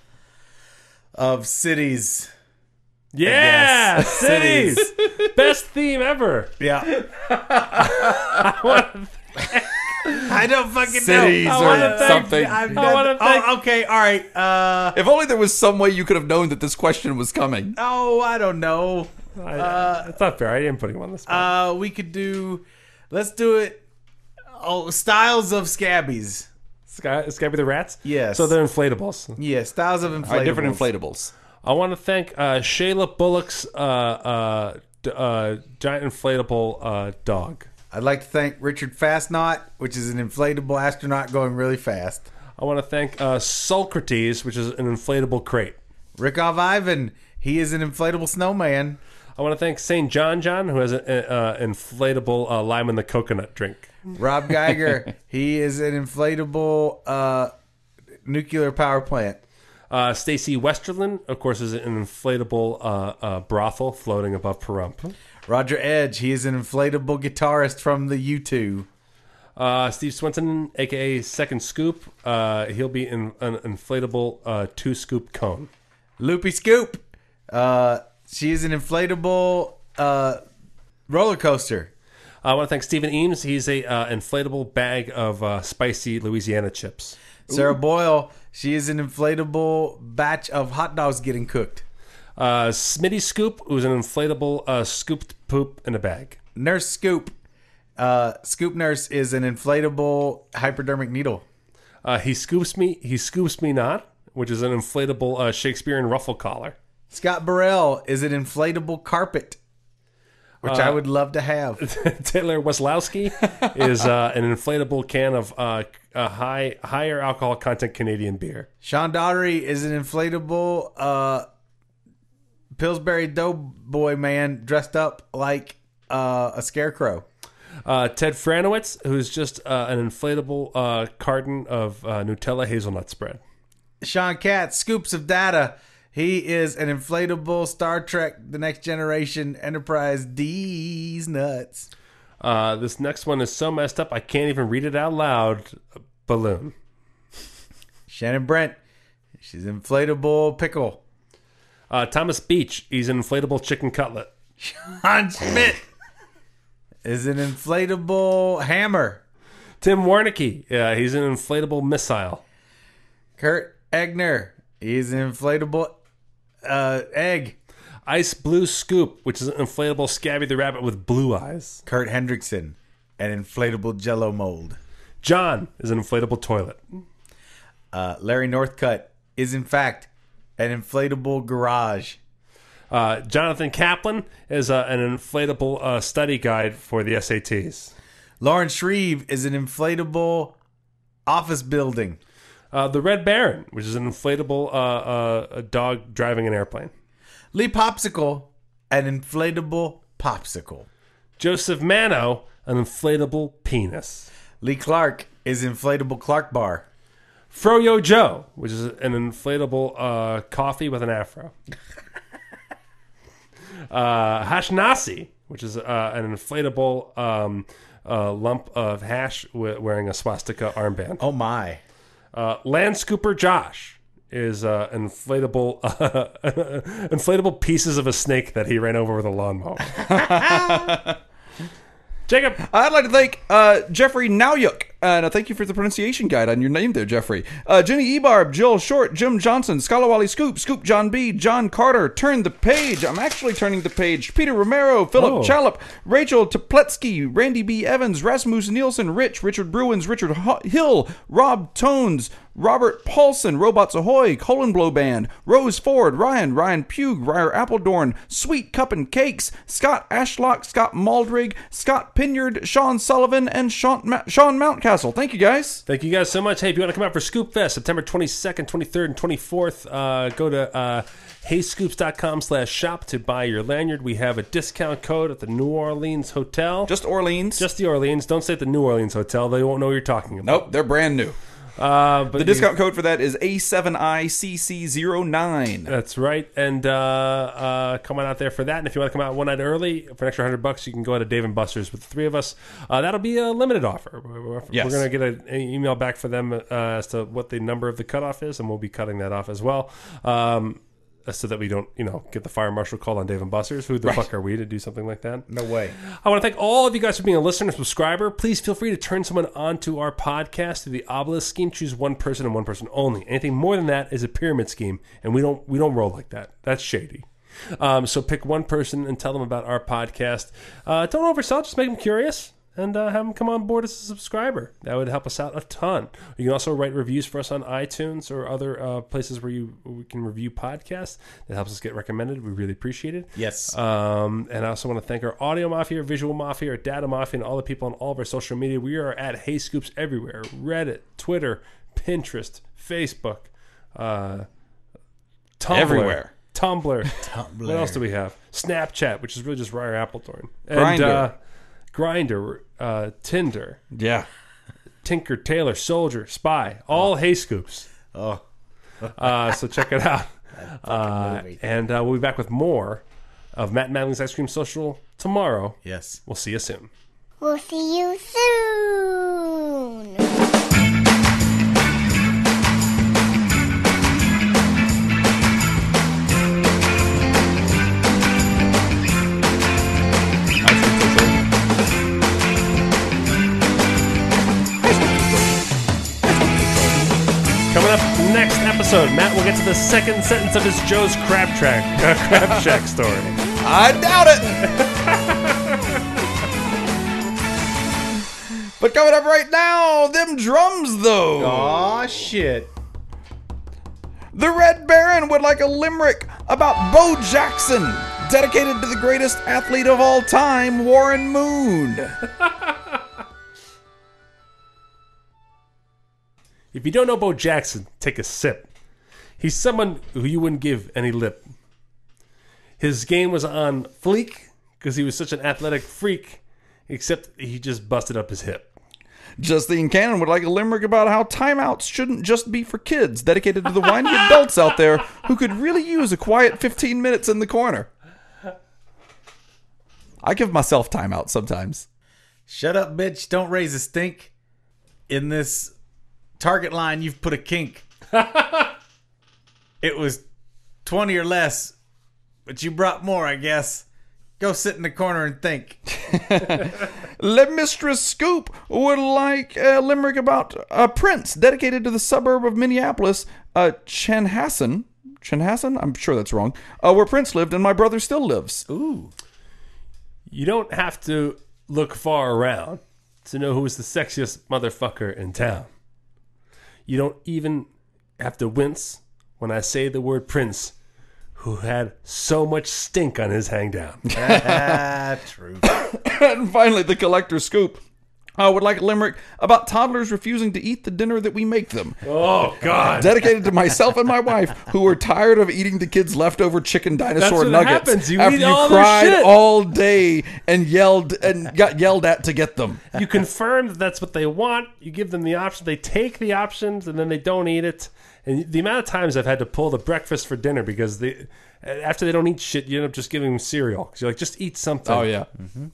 S2: of cities.
S1: Yeah,
S2: guess.
S1: cities. Best theme ever.
S2: Yeah. I don't fucking
S4: Cities
S2: know.
S4: or
S2: I wanna thank-
S4: something.
S2: I've
S1: I wanna
S2: never-
S1: thank-
S2: oh, okay. All right. Uh,
S4: If only there was some way you could have known that this question was coming.
S2: oh, I don't know.
S1: I, it's not fair. I am putting him on the spot.
S2: Uh, we could do. Let's do it. Oh, styles of scabbies.
S1: Sky, Scabby the Rats.
S2: yes.
S1: So they're inflatables.
S2: Yeah, styles of inflatables.
S4: All right, different inflatables.
S1: I want to thank uh, Shayla Bullock's uh, uh, d- uh, giant inflatable uh, dog.
S2: I'd like to thank Richard Fastnot, which is an inflatable astronaut going really fast.
S1: I want to thank uh, Socrates, which is an inflatable crate.
S2: Rikov Ivan, he is an inflatable snowman.
S1: I want to thank St. John John, who has an uh, inflatable uh, lime in the coconut drink.
S2: Rob Geiger, he is an inflatable uh, nuclear power plant.
S1: Uh, Stacy Westerlin, of course, is an inflatable uh, uh, brothel floating above Pahrump.
S2: Roger Edge, he is an inflatable guitarist from the U2.
S1: Uh, Steve Swenson, aka Second Scoop, uh, he'll be in an inflatable uh, two scoop cone.
S2: Loopy Scoop, uh, she is an inflatable uh, roller coaster.
S1: I want to thank Stephen Eames. He's a uh, inflatable bag of uh, spicy Louisiana chips.
S2: Sarah Boyle, she is an inflatable batch of hot dogs getting cooked.
S1: Uh, Smitty Scoop, who's an inflatable uh, scooped poop in a bag.
S2: Nurse Scoop, uh, Scoop Nurse is an inflatable hypodermic needle.
S1: Uh, he scoops me. He scoops me not, which is an inflatable uh, Shakespearean ruffle collar.
S2: Scott Burrell is an inflatable carpet, which I would love to have.
S1: Taylor Weslowski is uh, an inflatable can of uh, a high higher alcohol content Canadian beer.
S2: Sean Daugherty is an inflatable uh, Pillsbury Doughboy man dressed up like uh, a scarecrow.
S1: Uh, Ted Franowitz, who's just uh, an inflatable uh, carton of uh, Nutella hazelnut spread.
S2: Sean Katz, Scoops of Data. He is an inflatable Star Trek The Next Generation Enterprise D's nuts.
S1: Uh, this next one is so messed up I can't even read it out loud. Balloon.
S2: Shannon Brent, she's inflatable pickle.
S1: Uh, Thomas Beach, he's an inflatable chicken cutlet.
S2: Hans Schmidt is an inflatable hammer.
S1: Tim Warnicky, uh, he's an inflatable missile.
S2: Kurt Egner, he's an inflatable uh, egg.
S1: Ice Blue Scoop, which is an inflatable Scabby the Rabbit with blue eyes.
S2: Kurt Hendrickson, an inflatable jello mold.
S1: John is an inflatable toilet.
S2: Uh, Larry Northcutt is, in fact, An inflatable garage.
S1: Uh, Jonathan Kaplan is uh, an inflatable uh, study guide for the SATs.
S2: Lauren Shreve is an inflatable office building.
S1: Uh, the Red Baron, which is an inflatable uh, uh, a dog driving an airplane.
S2: Lee Popsicle, an inflatable popsicle.
S1: Joseph Mano, an inflatable penis.
S2: Lee Clark is inflatable Clark bar.
S1: Froyo Joe, which is an inflatable uh, coffee with an afro. uh, Hashnasi, which is uh, an inflatable um, uh, lump of hash wi- wearing a swastika armband.
S2: Oh my.
S1: Uh, Land Scooper Josh is uh, inflatable inflatable pieces of a snake that he ran over with a lawnmower. Jacob,
S4: I'd like to thank uh, Jeffrey Nowyuk, and uh, thank you for the pronunciation guide on your name there, Jeffrey. Uh, Jenny Ebarb, Jill Short, Jim Johnson, Scalawally Scoop, Scoop John B, John Carter, Turn the Page, I'm actually turning the page, Peter Romero, Philip
S1: Oh.
S4: Chalop, Rachel Tepletsky, Randy B. Evans, Rasmus Nielsen, Rich, Richard Bruins, Richard H- Hill, Rob Tones, Robert Paulson, Robots Ahoy, Colin Blow Band, Rose Ford, Ryan, Ryan Pugh, Ryer Appledorn, Sweet Cup and Cakes, Scott Ashlock, Scott Maldrig, Scott Pinyard, Sean Sullivan, and Sean, Ma- Sean Mountcastle. Thank you guys.
S1: Thank you guys so much. Hey, if you want to come out for Scoop Fest, September 22nd, 23rd, and 24th, uh, go to uh, heyscoops.com slash shop to buy your lanyard. We have a discount code at the New Orleans Hotel.
S4: Just Orleans.
S1: Just the Orleans. Don't say at the New Orleans Hotel. They won't know what you're talking about.
S4: nope, they're brand new.
S1: Uh, but
S4: The discount code for that is A7ICC09.
S1: That's right. And uh, uh, come on out there for that. And if you want to come out one night early for an extra 100 bucks, you can go out to Dave and Buster's with the three of us. Uh, that'll be a limited offer. We're- We're,
S4: Yes.
S1: going to get a- an email back for them uh, as to what the number of the cutoff is, and we'll be cutting that off as well. Um, so that we don't, you know, get the fire marshal call on Dave and Buster's. Who the fuck are we to do something like that?
S2: No way.
S1: I want to thank all of you guys for being a listener and subscriber. Please feel free to turn someone onto our podcast through the obelisk scheme. Choose one person and one person only. Anything more than that is a pyramid scheme, and we don't we don't roll like that. That's shady. Um, so pick one person and tell them about our podcast. Uh, don't oversell. Just make them curious and uh, have them come on board as a subscriber. That would help us out a ton. You can also write reviews for us on iTunes or other uh, places where you we can review podcasts. That helps us get recommended. We really appreciate it.
S2: Yes.
S1: Um, and I also want to thank our audio mafia, our visual mafia, our data mafia, and all the people on all of our social media. We are at Hey Scoops everywhere: Reddit, Twitter, Pinterest, Facebook, uh, Tumblr,
S4: Everywhere.
S1: Tumblr. What else do we have? Snapchat, which is really just Ryer Appledorn, and
S4: Grindr.
S1: uh, Grinder, uh, Tinder,
S4: Yeah.
S1: Tinker, Taylor, Soldier, Spy, all Hey Scoops.
S2: oh,
S1: Uh, so check it out. Uh,
S2: movie.
S1: and uh, we'll be back with more of Matt Madling's Ice Cream Social tomorrow.
S2: yes.
S1: We'll see you soon.
S6: We'll see you soon.
S1: Coming up next episode, Matt will get to the second sentence of his Joe's Crab Track uh, Crab Shack story.
S4: I doubt it. but coming up right now, them drums though.
S2: Aw, shit.
S4: The Red Baron would like a limerick about Bo Jackson, dedicated to the greatest athlete of all time, Warren Moon.
S1: If you don't know Bo Jackson, take a sip. He's someone who you wouldn't give any lip. His game was on fleek because he was such an athletic freak, except he just busted up his hip.
S4: Justine Cannon would like a limerick about how timeouts shouldn't just be for kids, dedicated to the whiny adults out there who could really use a quiet 15 minutes in the corner. I give myself timeouts sometimes.
S2: Shut up, bitch. Don't raise a stink. In this target line, you've put a kink. it was 20 or less, but you brought more, I guess. Go sit in the corner and think.
S4: Le Mistress Scoop would like a limerick about a prince dedicated to the suburb of Minneapolis, uh, Chanhassen. Chanhassen? I'm sure that's wrong. Uh, where Prince lived and my brother still lives.
S1: You don't have to look far around to know who is the sexiest motherfucker in town. You don't even have to wince when I say the word prince, who had so much stink on his hang down.
S3: True.
S4: And finally, the collector scoop. I would like a limerick about toddlers refusing to eat the dinner that we make them.
S1: oh God.
S4: Dedicated to myself and my wife, who were tired of eating the kids' leftover chicken dinosaur
S1: what
S4: nuggets
S1: happens. You
S4: after
S1: eat
S4: you
S1: all their
S4: cried
S1: shit.
S4: all day and yelled and got yelled at to get them.
S1: you confirm that that's what they want. You give them the option. They take the options and then they don't eat it. And the amount of times I've had to pull the breakfast for dinner because they, after they don't eat shit, you end up just giving them cereal. 'Cause you're like, just eat something.
S4: Oh yeah,
S1: Mm-hmm.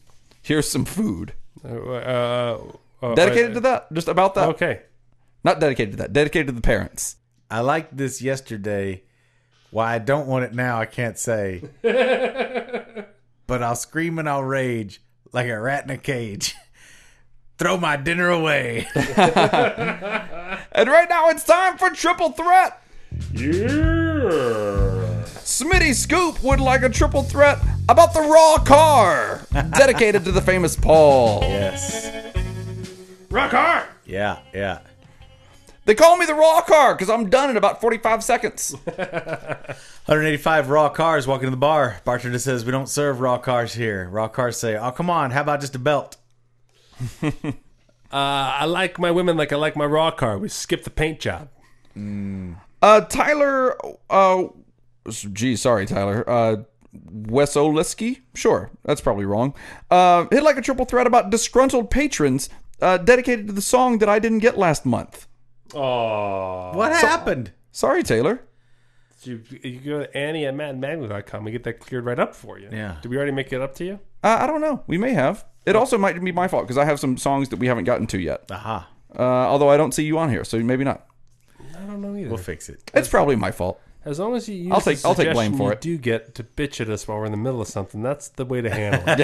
S4: here's some food
S1: Uh, uh, uh,
S4: dedicated to that. Just about that.
S1: Okay.
S4: Not dedicated to that. Dedicated to the parents.
S3: I liked this yesterday. Why I don't want it now, I can't say. but I'll scream and I'll rage like a rat in a cage. Throw my dinner away.
S4: And right now it's time for triple threat. Smitty Scoop would like a triple threat about the raw car, dedicated to the famous Paul.
S3: yes.
S1: Rock hard.
S3: Yeah, yeah.
S4: They call me the raw car because I'm done in about 45 seconds.
S3: 185 raw cars walking to the bar. Bartender says, We don't serve raw cars here. Raw cars say, Oh, come on. How about just a belt?
S1: I like my women like I like my raw car. We skip the paint job.
S4: Uh, Tyler, uh, s- gee, sorry, Tyler. Uh, Wes Oleski? Sure, that's probably wrong. Uh, hit like a triple threat about disgruntled patrons, uh, dedicated to the song that I didn't get last month.
S1: Oh,
S3: What happened?
S4: Sorry, Taylor.
S1: you, you go to Annie at madmagna.com. We get that cleared right up for you.
S3: Yeah.
S1: Did we already make it up to you?
S4: Uh, I don't know. We may have. It also might be my fault because I have some songs that we haven't gotten to yet.
S3: Aha.
S4: Uh, although I don't see you on here, so maybe not.
S1: I don't know either.
S3: We'll fix it.
S4: It's probably my fault.
S1: As long as you use
S4: I'll take-
S1: the
S4: I'll take blame
S1: suggestion
S4: for
S1: you
S4: it.
S1: do get to bitch at us while we're in the middle of something, that's the way to handle it.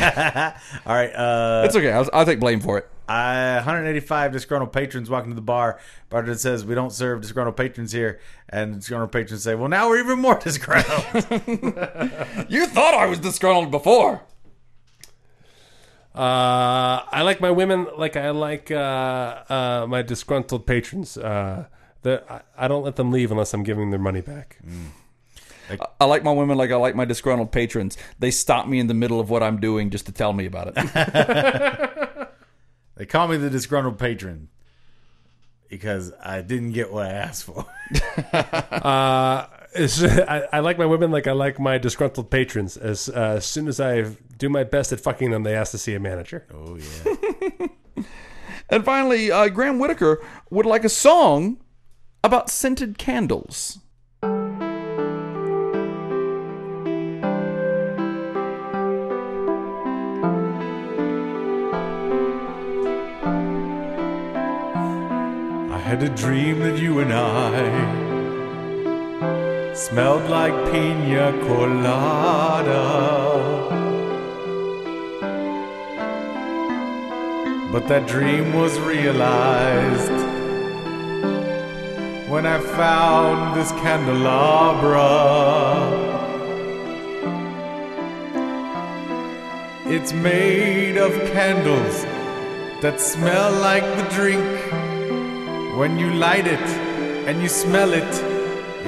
S3: All right. Uh,
S4: It's okay. I'll, I'll take blame for it.
S3: I, 185 disgruntled patrons walking to the bar. Bartender says, We don't serve disgruntled patrons here. And disgruntled patrons say, Well, now we're even more disgruntled.
S4: You thought I was disgruntled before.
S1: uh, I like my women like I like uh, uh, my disgruntled patrons. Uh, the, I, I don't let them leave unless I'm giving their money back.
S4: Mm. I like my women like I like my disgruntled patrons. They stop me in the middle of what I'm doing just to tell me about it.
S3: they call me the disgruntled patron because I didn't get what I asked for.
S1: It's- I, I like my women like I like my disgruntled patrons. As uh, as soon as I do my best at fucking them, they ask to see a manager.
S4: and finally, uh, Graham Whitaker would like a song about scented candles.
S3: I had a dream that you and I smelled like pina colada. But that dream was realized when I found this candelabra. It's made of candles that smell like the drink. When you light it and you smell it,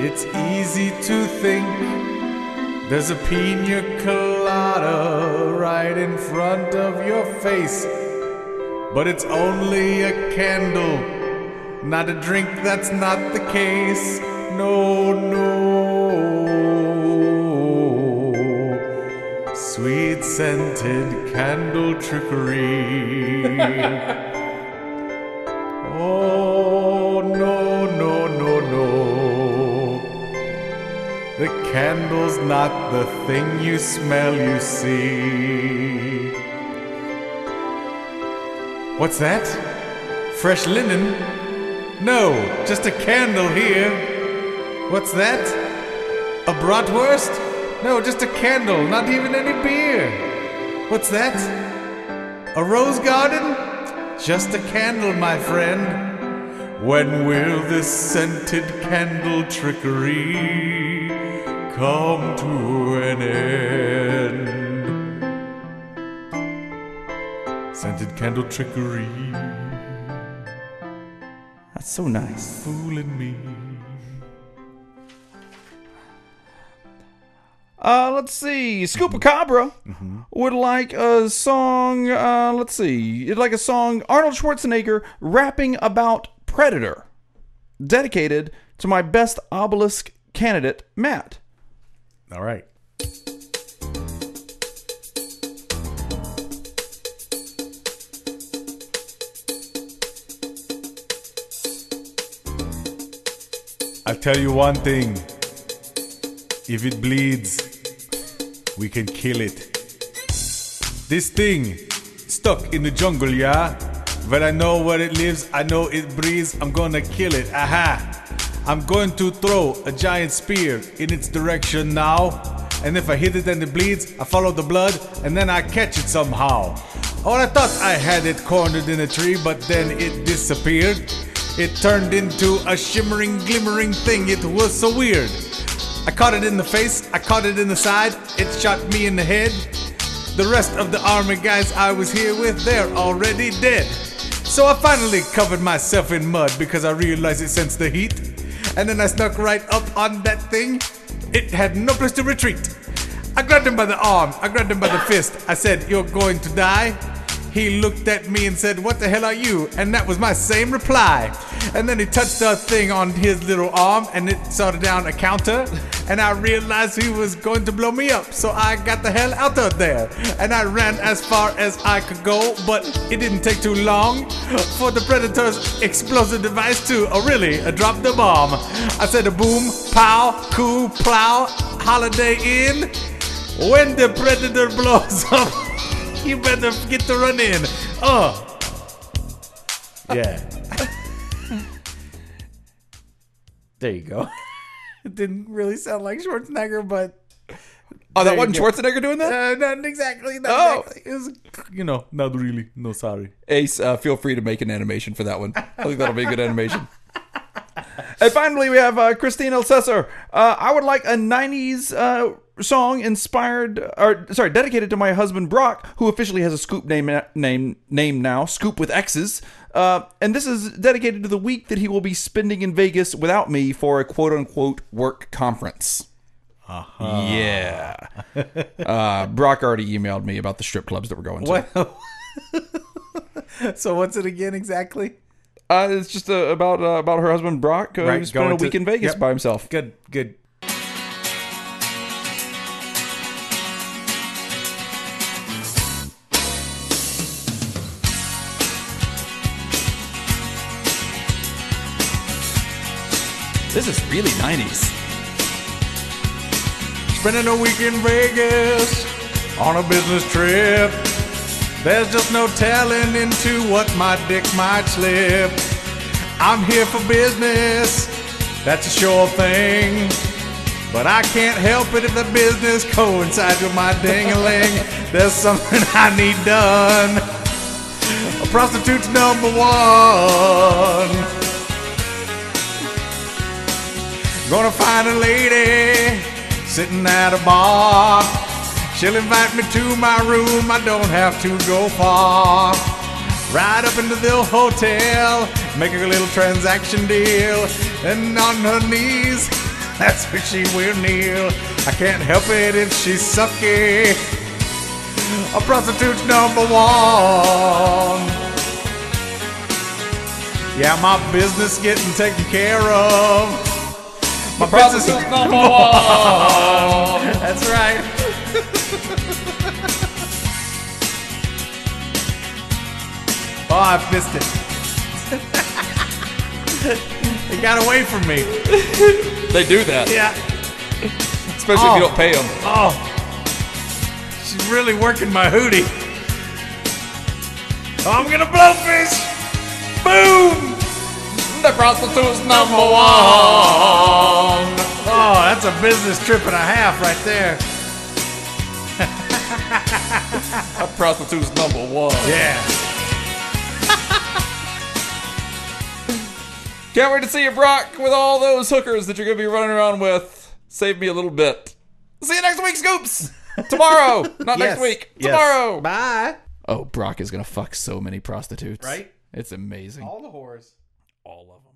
S3: it's easy to think there's a pina colada right in front of your face. But it's only a candle, not a drink, that's not the case. No, no. Sweet scented candle trickery. Oh, no, no, no, no. The candle's not the thing you smell, you see. What's that? Fresh linen? No, just a candle here. What's that? A bratwurst? No, just a candle, not even any beer. What's that? A rose garden? Just a candle, my friend. When will this scented candle trickery come to an end? Scented candle trickery
S4: That's so nice.
S3: fooling me.
S4: Uh, let's see. Scoopacabra would like a song. Uh, let's see. It'd like a song Arnold Schwarzenegger rapping about Predator, dedicated to my best obelisk candidate, Matt.
S2: All right. I tell you one thing. If it bleeds, we can kill it. This thing stuck in the jungle, yeah? But I know where it lives, I know it breathes, I'm gonna kill it. Aha! I'm going to throw a giant spear in its direction now. And if I hit it and it bleeds, I follow the blood and then I catch it somehow. Oh, I thought I had it cornered in a tree, but then it disappeared. It turned into a shimmering, glimmering thing. It was so weird. I caught it in the face, I caught it in the side, it shot me in the head. The rest of the army guys I was here with, they're already dead. So I finally covered myself in mud because I realized it sensed the heat. And then I snuck right up on that thing. It had no place to retreat. I grabbed him by the arm, I grabbed him by the fist. I said, You're going to die. He looked at me and said, What the hell are you? And that was my same reply. And then he touched the thing on his little arm and it started down a counter. And I realized he was going to blow me up. So I got the hell out of there. And I ran as far as I could go, but it didn't take too long for the Predator's explosive device to oh, really uh, drop the bomb. I said a boom, pow, coo, plow, holiday in. When the Predator blows up. You better get to run in. Oh. Yeah. there you go. it didn't really sound like Schwarzenegger, but
S4: Oh,
S2: There
S4: that
S2: you go.
S4: wasn't Schwarzenegger doing that?
S2: uh, not exactly. Not
S4: Oh.
S2: exactly. It was, you know, not really. No, sorry.
S4: Ace, uh, feel free to make an animation for that one. I think that'll be a good animation. and finally, we have uh, Christine Elsesser. Uh, I would like a 90s uh, song inspired, or sorry, dedicated to my husband Brock, who officially has a scoop name uh, name name now, Scoop with X's. Uh, and this is dedicated to the week that he will be spending in Vegas without me for a quote unquote work conference. Uh-huh. Yeah. uh, Brock already emailed me about the strip clubs that we're going to.
S2: so what's it again exactly?
S4: Uh, it's just uh, about uh, about her husband Brock uh,
S2: Right,
S4: who spent a
S2: going to-
S4: week in Vegas
S2: yep.
S4: by himself.
S2: Good, good.
S4: This is really nineties.
S2: Spending a week in Vegas on a business trip. There's just no telling into what my dick might slip. I'm here for business, that's a sure thing. But I can't help it if the business coincides with my ding-a-ling. There's something I need done. A prostitute's number one. Gonna find a lady sitting at a bar. She'll invite me to my room. I don't have to go far. Right up into the hotel, make a little transaction deal, and on her knees, that's where she will kneel. I can't help it if she's sucky. A prostitute's number one. Yeah, my business getting taken care of. My business is number one. That's right. oh, I fist it. they got away from me.
S4: They do that,
S2: Yeah.
S4: especially
S2: Oh.
S4: if you don't pay them.
S2: Oh, she's really working my hootie. I'm gonna blowfish. Boom.
S4: The prostitute's number one.
S2: Oh, that's a business trip and a half right there.
S4: The prostitute's number one.
S2: Yeah.
S4: Can't wait to see you, Brock, with all those hookers that you're gonna be running around with. Save me a little bit. See you next week, Scoops. Tomorrow, not next week. Tomorrow.
S2: Bye.
S4: Oh, Brock is gonna fuck so many prostitutes.
S2: Right?
S4: It's amazing.
S2: All the whores.
S4: all of them.